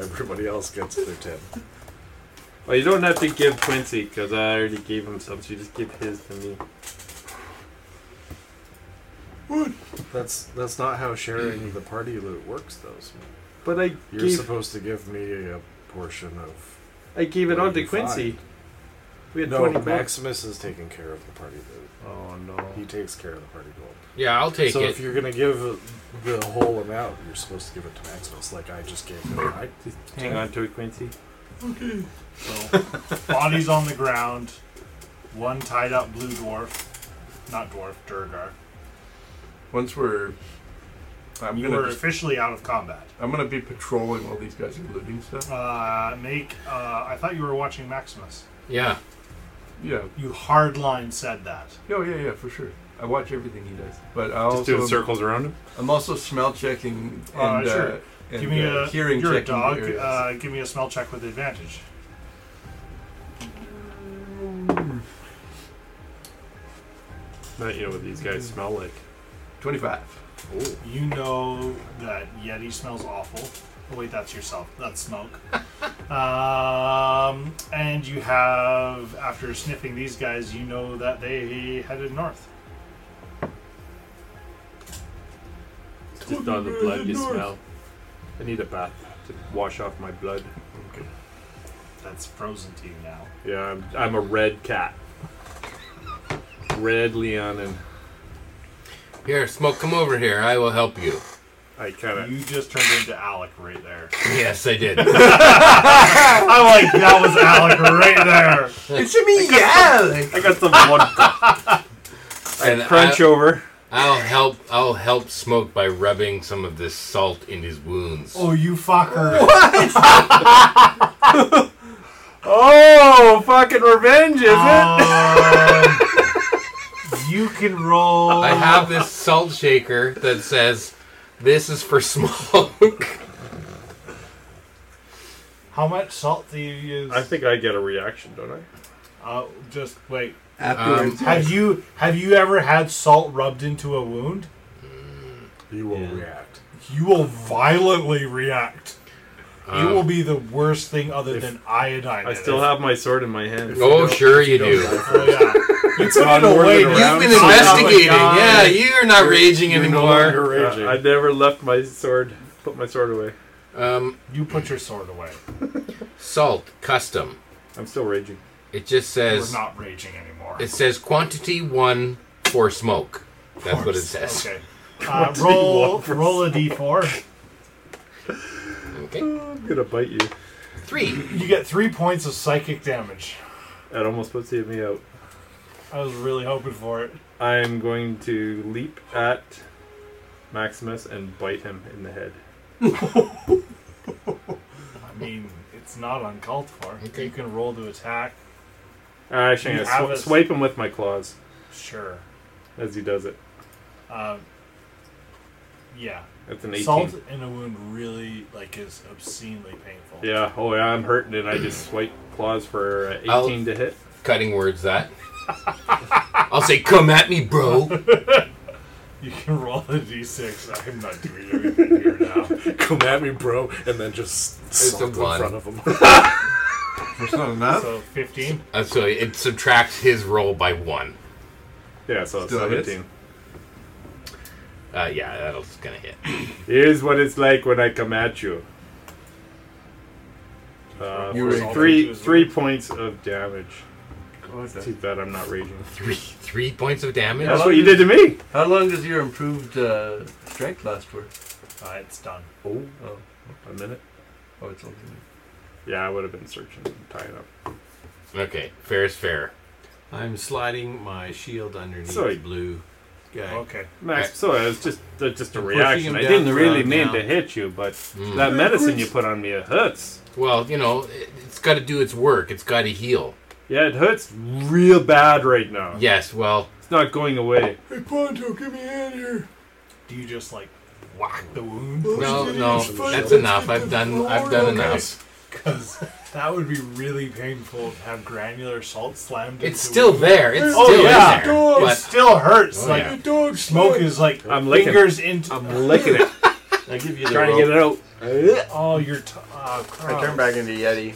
Everybody else gets their ten. Well, you don't have to give Quincy because I already gave him some, so you just give his to me. That's that's not how sharing the party loot works, though. So But I you're gave supposed to give me a portion of. I gave it what on to you Quincy. find. We had no, twenty bucks. Maximus is taking care of the party loot. Oh no! He takes care of the party gold. Yeah, I'll take so it. if you're gonna give the whole amount, you're supposed to give it to Maximus, like I just gave him. I, Just hang on to it, Quincy. So, bodies on the ground. One tied up blue dwarf. Not dwarf, Durgar. Once we're, I'm You gonna were just- officially out of combat. I'm gonna be patrolling while these guys are looting stuff. Uh, make. Uh, I thought you were watching Maximus. Yeah. Yeah. You hardline said that. Oh yeah, yeah, for sure. I watch everything he does, but uh, I Just also doing circles around him. I'm also smell checking and, Uh, sure. uh, and give me uh, a. hearing you're a checking dog. areas. Uh, give me a smell check with advantage. Not you know what these guys smell like. 25. You know that Yeti smells awful. Oh, wait, that's yourself. That's smoke. um, and you have, after sniffing these guys, you know that they headed north. It's just all the blood you smell. I need a bath to wash off my blood. That's frozen to you now. Yeah, I'm, I'm a red cat. Red Leon, and Here, smoke. Come over here. I will help you. I kind of. You just turned into Alec right there. Yes, I did. I'm like, that was Alec right there. It's me, yeah. I got some one And crunch I, over. I'll help. I'll help smoke by rubbing some of this salt in his wounds. Oh, you fucker. Oh, fucking revenge, is it? Um, you can roll. I have this salt shaker that says, "This is for smoke." How much salt do you use? I think I get a reaction, don't I? Uh, just wait. Um, Have you have you ever had salt rubbed into a wound? Mm. you will react. You will violently react. Um, it will be the worst thing other than uh, iodine. I in still it. have my sword in my hand. oh, sure you do. Oh, yeah. It's gone more away, than a dude. You've round. been Oh, my investigating. God. yeah, you're not raging You're no anymore. longer Uh, raging. I never left my sword. Put my sword away. Um, you put your sword away. Salt custom. I'm still raging. It just says We're not raging anymore. It says quantity one for smoke. That's what it says. Okay. Uh, roll, roll a d4. Okay. Oh, I'm gonna bite you. Three. You get three points of psychic damage. That almost puts you me out. I was really hoping for it. I'm going to leap at Maximus and bite him in the head. I mean, it's not uncalled for. You can roll to attack. Uh, Actually, You I'm have gonna a- sw- swipe him with my claws Sure. as he does it. Uh, yeah. That's an Salt in a wound really like is obscenely painful. Yeah. Oh yeah, I'm hurting and I just swipe claws for uh, 18 I'll- to hit. Cutting words that. I'll say, come at me, bro. You can roll a d6. I'm not doing everything here now. Come at me, bro, and then just salt in one. front of him. That's not enough. So 15. Uh, so it subtracts his roll by one. Yeah, so Still hits? 17. Uh, yeah, that's gonna hit. Here's what it's like when I come at you. Uh, You for rage. three three points of damage. Too bad I'm not raging. Three three points of damage. That's what you did to me. How long does your improved uh, strength last for? Uh, it's done. Oh, Oh, a minute. Oh, it's only. Yeah, I would have been searching, and tying up. Okay, fair is fair. I'm sliding my shield underneath Sorry. blue guy. Okay. Max, sorry, it's just that's just a I'm pushing him reaction. I down didn't for really round mean now. to hit you, but that medicine you put on me it hurts. Mm. Well, you know, it, it's got to do its work. It's got to heal. Yeah, it hurts real bad right now. Yes. Well, It's not going away. Hey, Ponto, get me out of here. Do you just like whack the wound? no, no, that's enough. I've done. I've done enough. Because that would be really painful to have granular salt slammed. It's into still a wound. there. It's oh, still in yeah. there, Dog. It but- still hurts. Oh, like yeah. smoke is like I'm licking it. fingers into. I'm licking it. I give you the Trying to get it out. Oh, your t- oh, I turn cross. back into Yeti.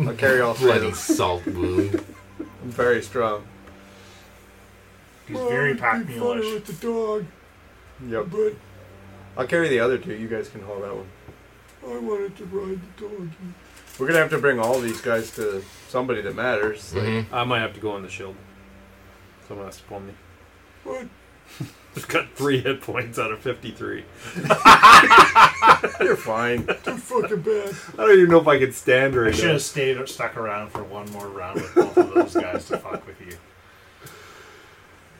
I carry all three of Bloody them. salt wound. I'm very strong. He's Oh, very pack mulish. the dog. Yep. But I'll carry the other two. You guys can haul that one. I wanted to ride the dog. We're gonna have to bring all these guys to somebody that matters. Like, Mhm. I might have to go on the shield. Someone has to pull me. What? Just got three hit points out of fifty-three. You're fine. Too fucking bad. I don't even know if I can stand I right should now. have stayed or stuck around for one more round with both of those guys to fuck with you.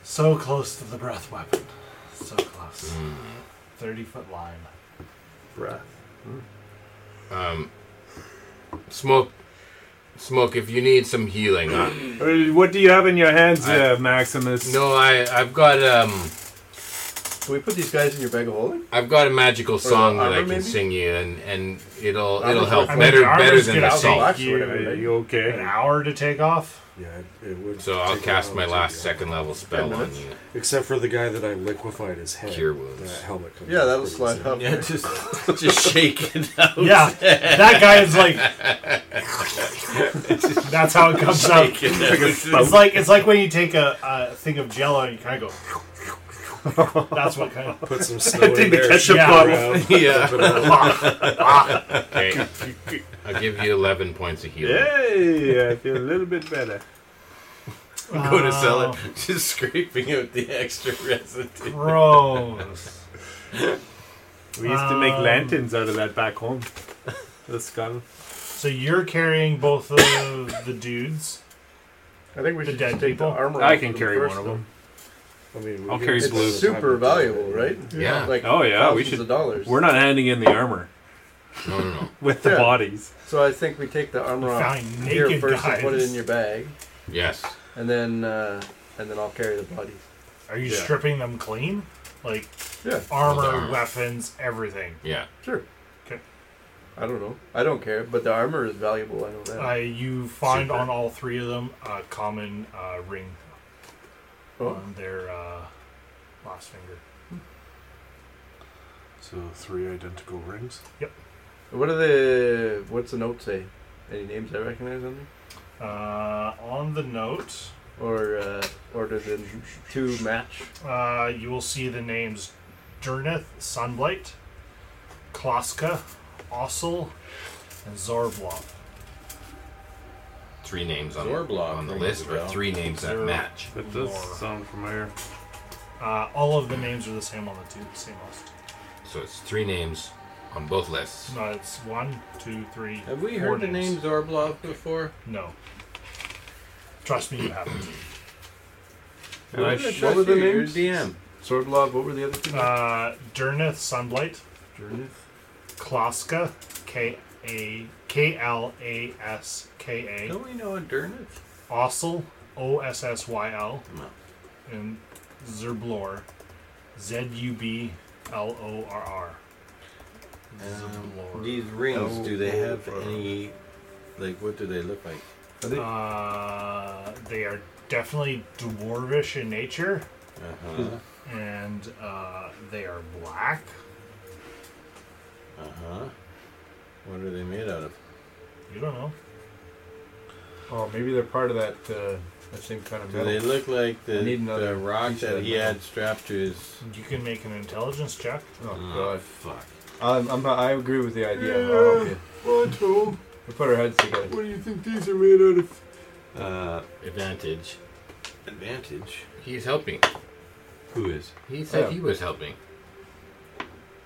So close to the breath weapon. So close. 30 foot Mm. line. Breath. Um, smoke, smoke. If you need some healing, uh, Uh, What do you have in your hands, uh, Maximus? no, I I've got um Can we put these guys in your bag of holding? I've got a magical song that armor, I can maybe? sing you, and and it'll Armor's it'll help I mean, better armor's better than gonna the take song. you you okay? An hour to take off? Yeah, it, it would. So I'll take cast an my hour to last do. second level spell on you. Except for the guy that I liquefied his head. Cure wounds. That helmet comes Yeah, off that'll pretty slide soon. up. Yeah, just just shake it out. Yeah, that guy is like. That's how it comes out. Shake it out. It's like it's like when you take a, a thing of Jello and you kind of go. That's what kind of Put some snow in there. yeah. Yeah. okay. I'll give you eleven points of healing. Yay! I feel a little bit better. Go to Uh, sell it, just scraping out the extra residue. Gross. We used to make Um, lanterns out of that back home. The skull. So you're carrying both of the dudes. I think we The should dead just take people? the armor. I off can them carry first, one of them. though. I mean, we I'll get- carry it's blue. super valuable, right? Yeah. Like oh yeah, we thousands should. Of dollars. We're not handing in the armor No, no, no. with the Yeah. bodies. So I think we take the armor We off found here naked first and put it guys. in your bag, Yes. and then uh, and then I'll carry the bodies. Are you Yeah. stripping them clean? Like Yeah. armor, All the armor. weapons, everything. Yeah. Sure. 'Kay. I don't know. I don't care, but the armor is valuable. I know that. Uh, you find Super. on all three of them a common uh, ring Oh. on their uh, last finger. So three identical rings. What are the what's the note say? Any names I recognize on there? Uh, on the note, Or uh, or does it two match? uh, you will see the names Durneth, Sunblight, Kloska, Ossel, and Zorblob. Three names on, Zorblob on the rings a list, or bell. three names that Zor- match. That does Lore. sound familiar. Uh, all of the names are the same on the two, same list. So it's three names on both lists. No, it's one, two, three. Have we four heard the names. name Zorblov before? No. Trust me, you haven't. And I sh- what were the names? DM. Swordlob, what were the other two? Uh, Durnith Sunblight. Durnith. Klaska. K A K L A S K A. Don't we know a Durnith? Ossel. O S S Y L. And Zerblor. Z U B L O R R. Zerblor. Um, These rings, do they have any? Like, what do they look like? Uh, they are definitely dwarvish in nature, Uh-huh. and uh, they are black. Uh huh. What are they made out of? You don't know. Oh, maybe they're part of that uh, that same kind of Do metal. they look like I the, need the another rock piece of that he metal. had strapped to his? You can make an intelligence check. Oh, Oh, God. fuck. I'm, I'm, I agree with the idea. Yeah, Oh, okay. Ponto, We put our heads together. what do you think these are made out of? Uh, advantage. Advantage. He's helping. Who is? He said Oh. Yeah. he was helping.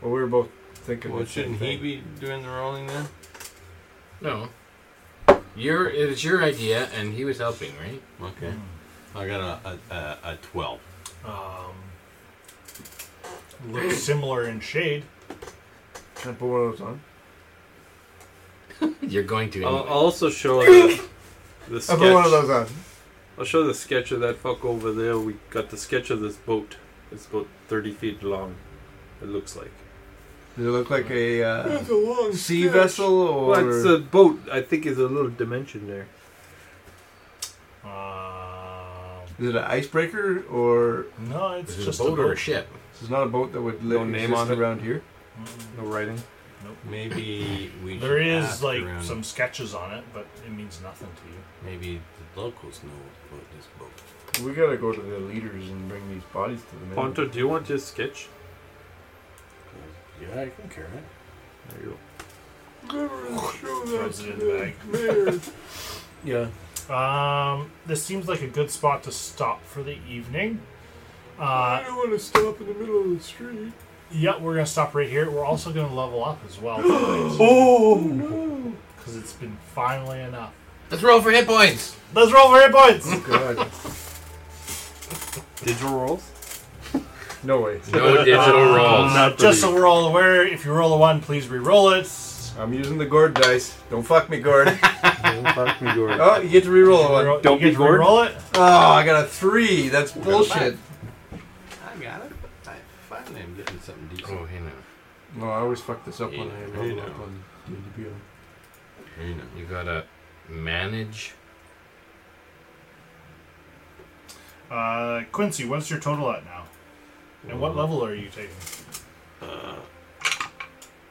Well, we were both thinking. Well, the same shouldn't he thing. be doing the rolling then? No. Your it was your idea, and he was helping, right? Okay. Hmm. I got a, Uh, a, a, a 12. Um, looks similar in shade. Can I put one of those on? You're going to. I'll, anyway. I'll also show the, the I sketch. put one of those on. I'll show the sketch of that fuck over there. We got the sketch of this boat. It's about 30 feet long, it looks like. Does it look like a, uh, That's a long sea sketch. vessel or? Well, it's a boat. I think is a little dimension there. Is it an icebreaker or? Um, No, it's Is it just a boat. This is not a boat that would live No name exist on it? around here. No writing. Nope. Maybe we There should is ask like around. some sketches on it, but it means nothing to you. Maybe the locals know about this boat. We gotta go to the leaders and bring these bodies to the men. Ponto, do you want your sketch? Yeah, I can carry it. There you go. Throws it in the Yeah. bag. Um, this seems like a good spot to stop for the evening. I Uh, don't want to stop in the middle of the street. yeah, we're gonna stop right here. We're also gonna level up as well. Oh! because it's been finally enough. Let's roll for hit points. Let's roll for hit points. Oh, God. Digital rolls? No way. No digital rolls. Uh, just so we're all aware, if you roll a one, please re-roll it. I'm using the gourd dice. Don't fuck me, gourd. Don't fuck me, gourd. Oh, you get to reroll one. Re-roll- Don't you get be to gourd? re-roll it? Oh, I got a three. That's bullshit. I got it. I finally am getting something decent. Oh, hey now. No, I always fuck this up when Yeah, I I roll know. up on DDPO. You, know, you gotta manage. Uh, Quincy, what's your total at now? And what level are you taking? Uh,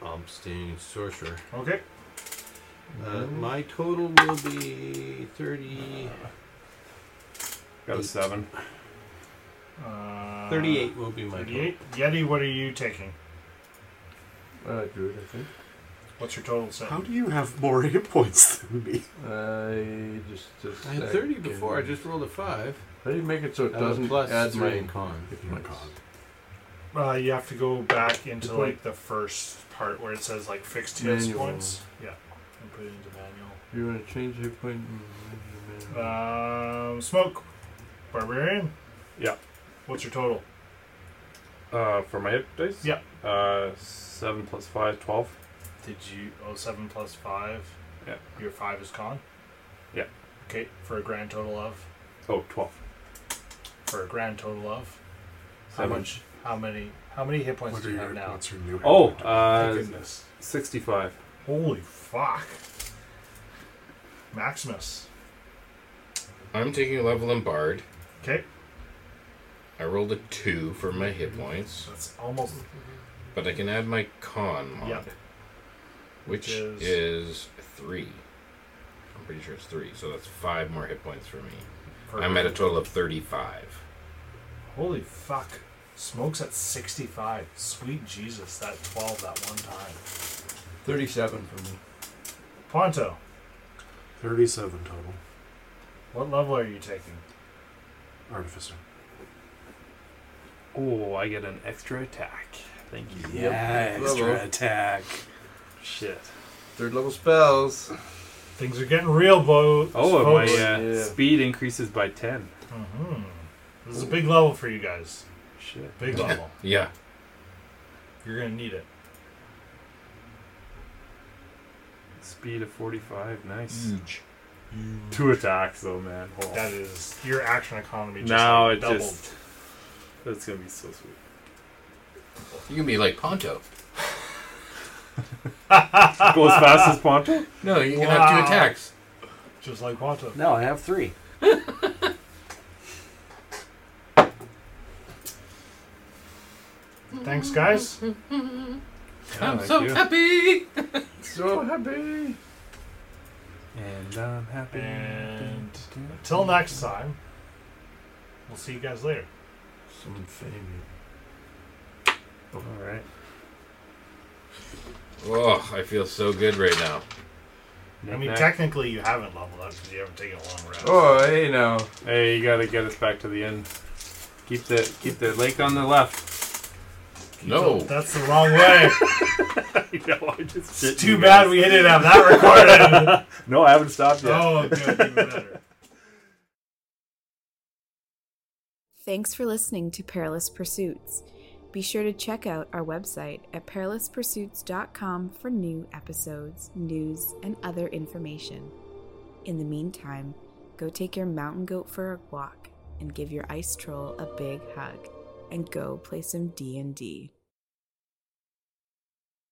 Obstain Sorcerer. Okay. Uh, my total will be 30. Got a seven. Uh, 38 will be my 38. Yeti, what are you taking? Uh, druid, I think. What's your total set? How do you have more hit points than me? I just, just I had 30 before. I just rolled a 5. How do you make it so it I have a doesn't Uh, plus add three my in con. hit My points? Uh, you have to go back into Good point. like the first part where it says like fixed hits Manual. points. Yeah, and put it into manual. You want to change hit point? Mm, Um, smoke, barbarian. Yeah. What's your total? Uh, for my hit dice? Yeah. Uh, seven plus five, twelve. Did you oh seven plus five? Yeah. Your five is con. Yeah. Okay, for a grand total of Oh, 12. for a grand total of how Seven. much? How many? How many hit points do you have now? Oh, uh, Thank goodness. 65. Holy fuck. Maximus. I'm taking a level in bard. Okay. I rolled a two for my hit points, That's almost but I can add my con mod, Yeah. which Which is... three. I'm pretty sure it's three, so that's five more hit points for me. For- I'm at a total of thirty-five. Holy fuck. Smokes at 65. Sweet Jesus, that 12 that one time. Thirty-seven for me. Ponto, 37 total. what level are you taking? Artificer. Oh, I get an extra attack. Thank you. Yep. Yeah, extra Level. attack. Shit. Third level spells. Things are getting real, Bo. Oh, and my folks. uh, speed increases by 10. Mhm. This is a big level for you guys. Shit. Big level. Yeah. You're gonna need it. Speed of 45. Nice. Huge. Two attacks, though, man. Oh. That is your action economy. Just now like it doubled. just. That's going to be so sweet. You can be like Ponto. Go as fast as Ponto? No, you can have two Wow. attacks. Just like Ponto. No, I have three. Thanks, guys. I'm thank so you. happy. So happy. And I'm happy. And until next time, we'll see you guys later. Some fame. All right. Oh, I feel so good right now. I mean, technically, you haven't leveled up because you haven't taken a long rest. Oh, hey now. Hey, you gotta get us back to the end. Keep the keep the lake on the left. No. That's the wrong way. I know, I just It's too bad we didn't have that recorded. no, I haven't stopped yet. Oh, good, even better. Thanks for listening to Perilous Pursuits. Be sure to check out our website at perilouspursuits.com for new episodes, news, and other information. In the meantime, go take your mountain goat for a walk and give your ice troll a big hug and go play some D&D.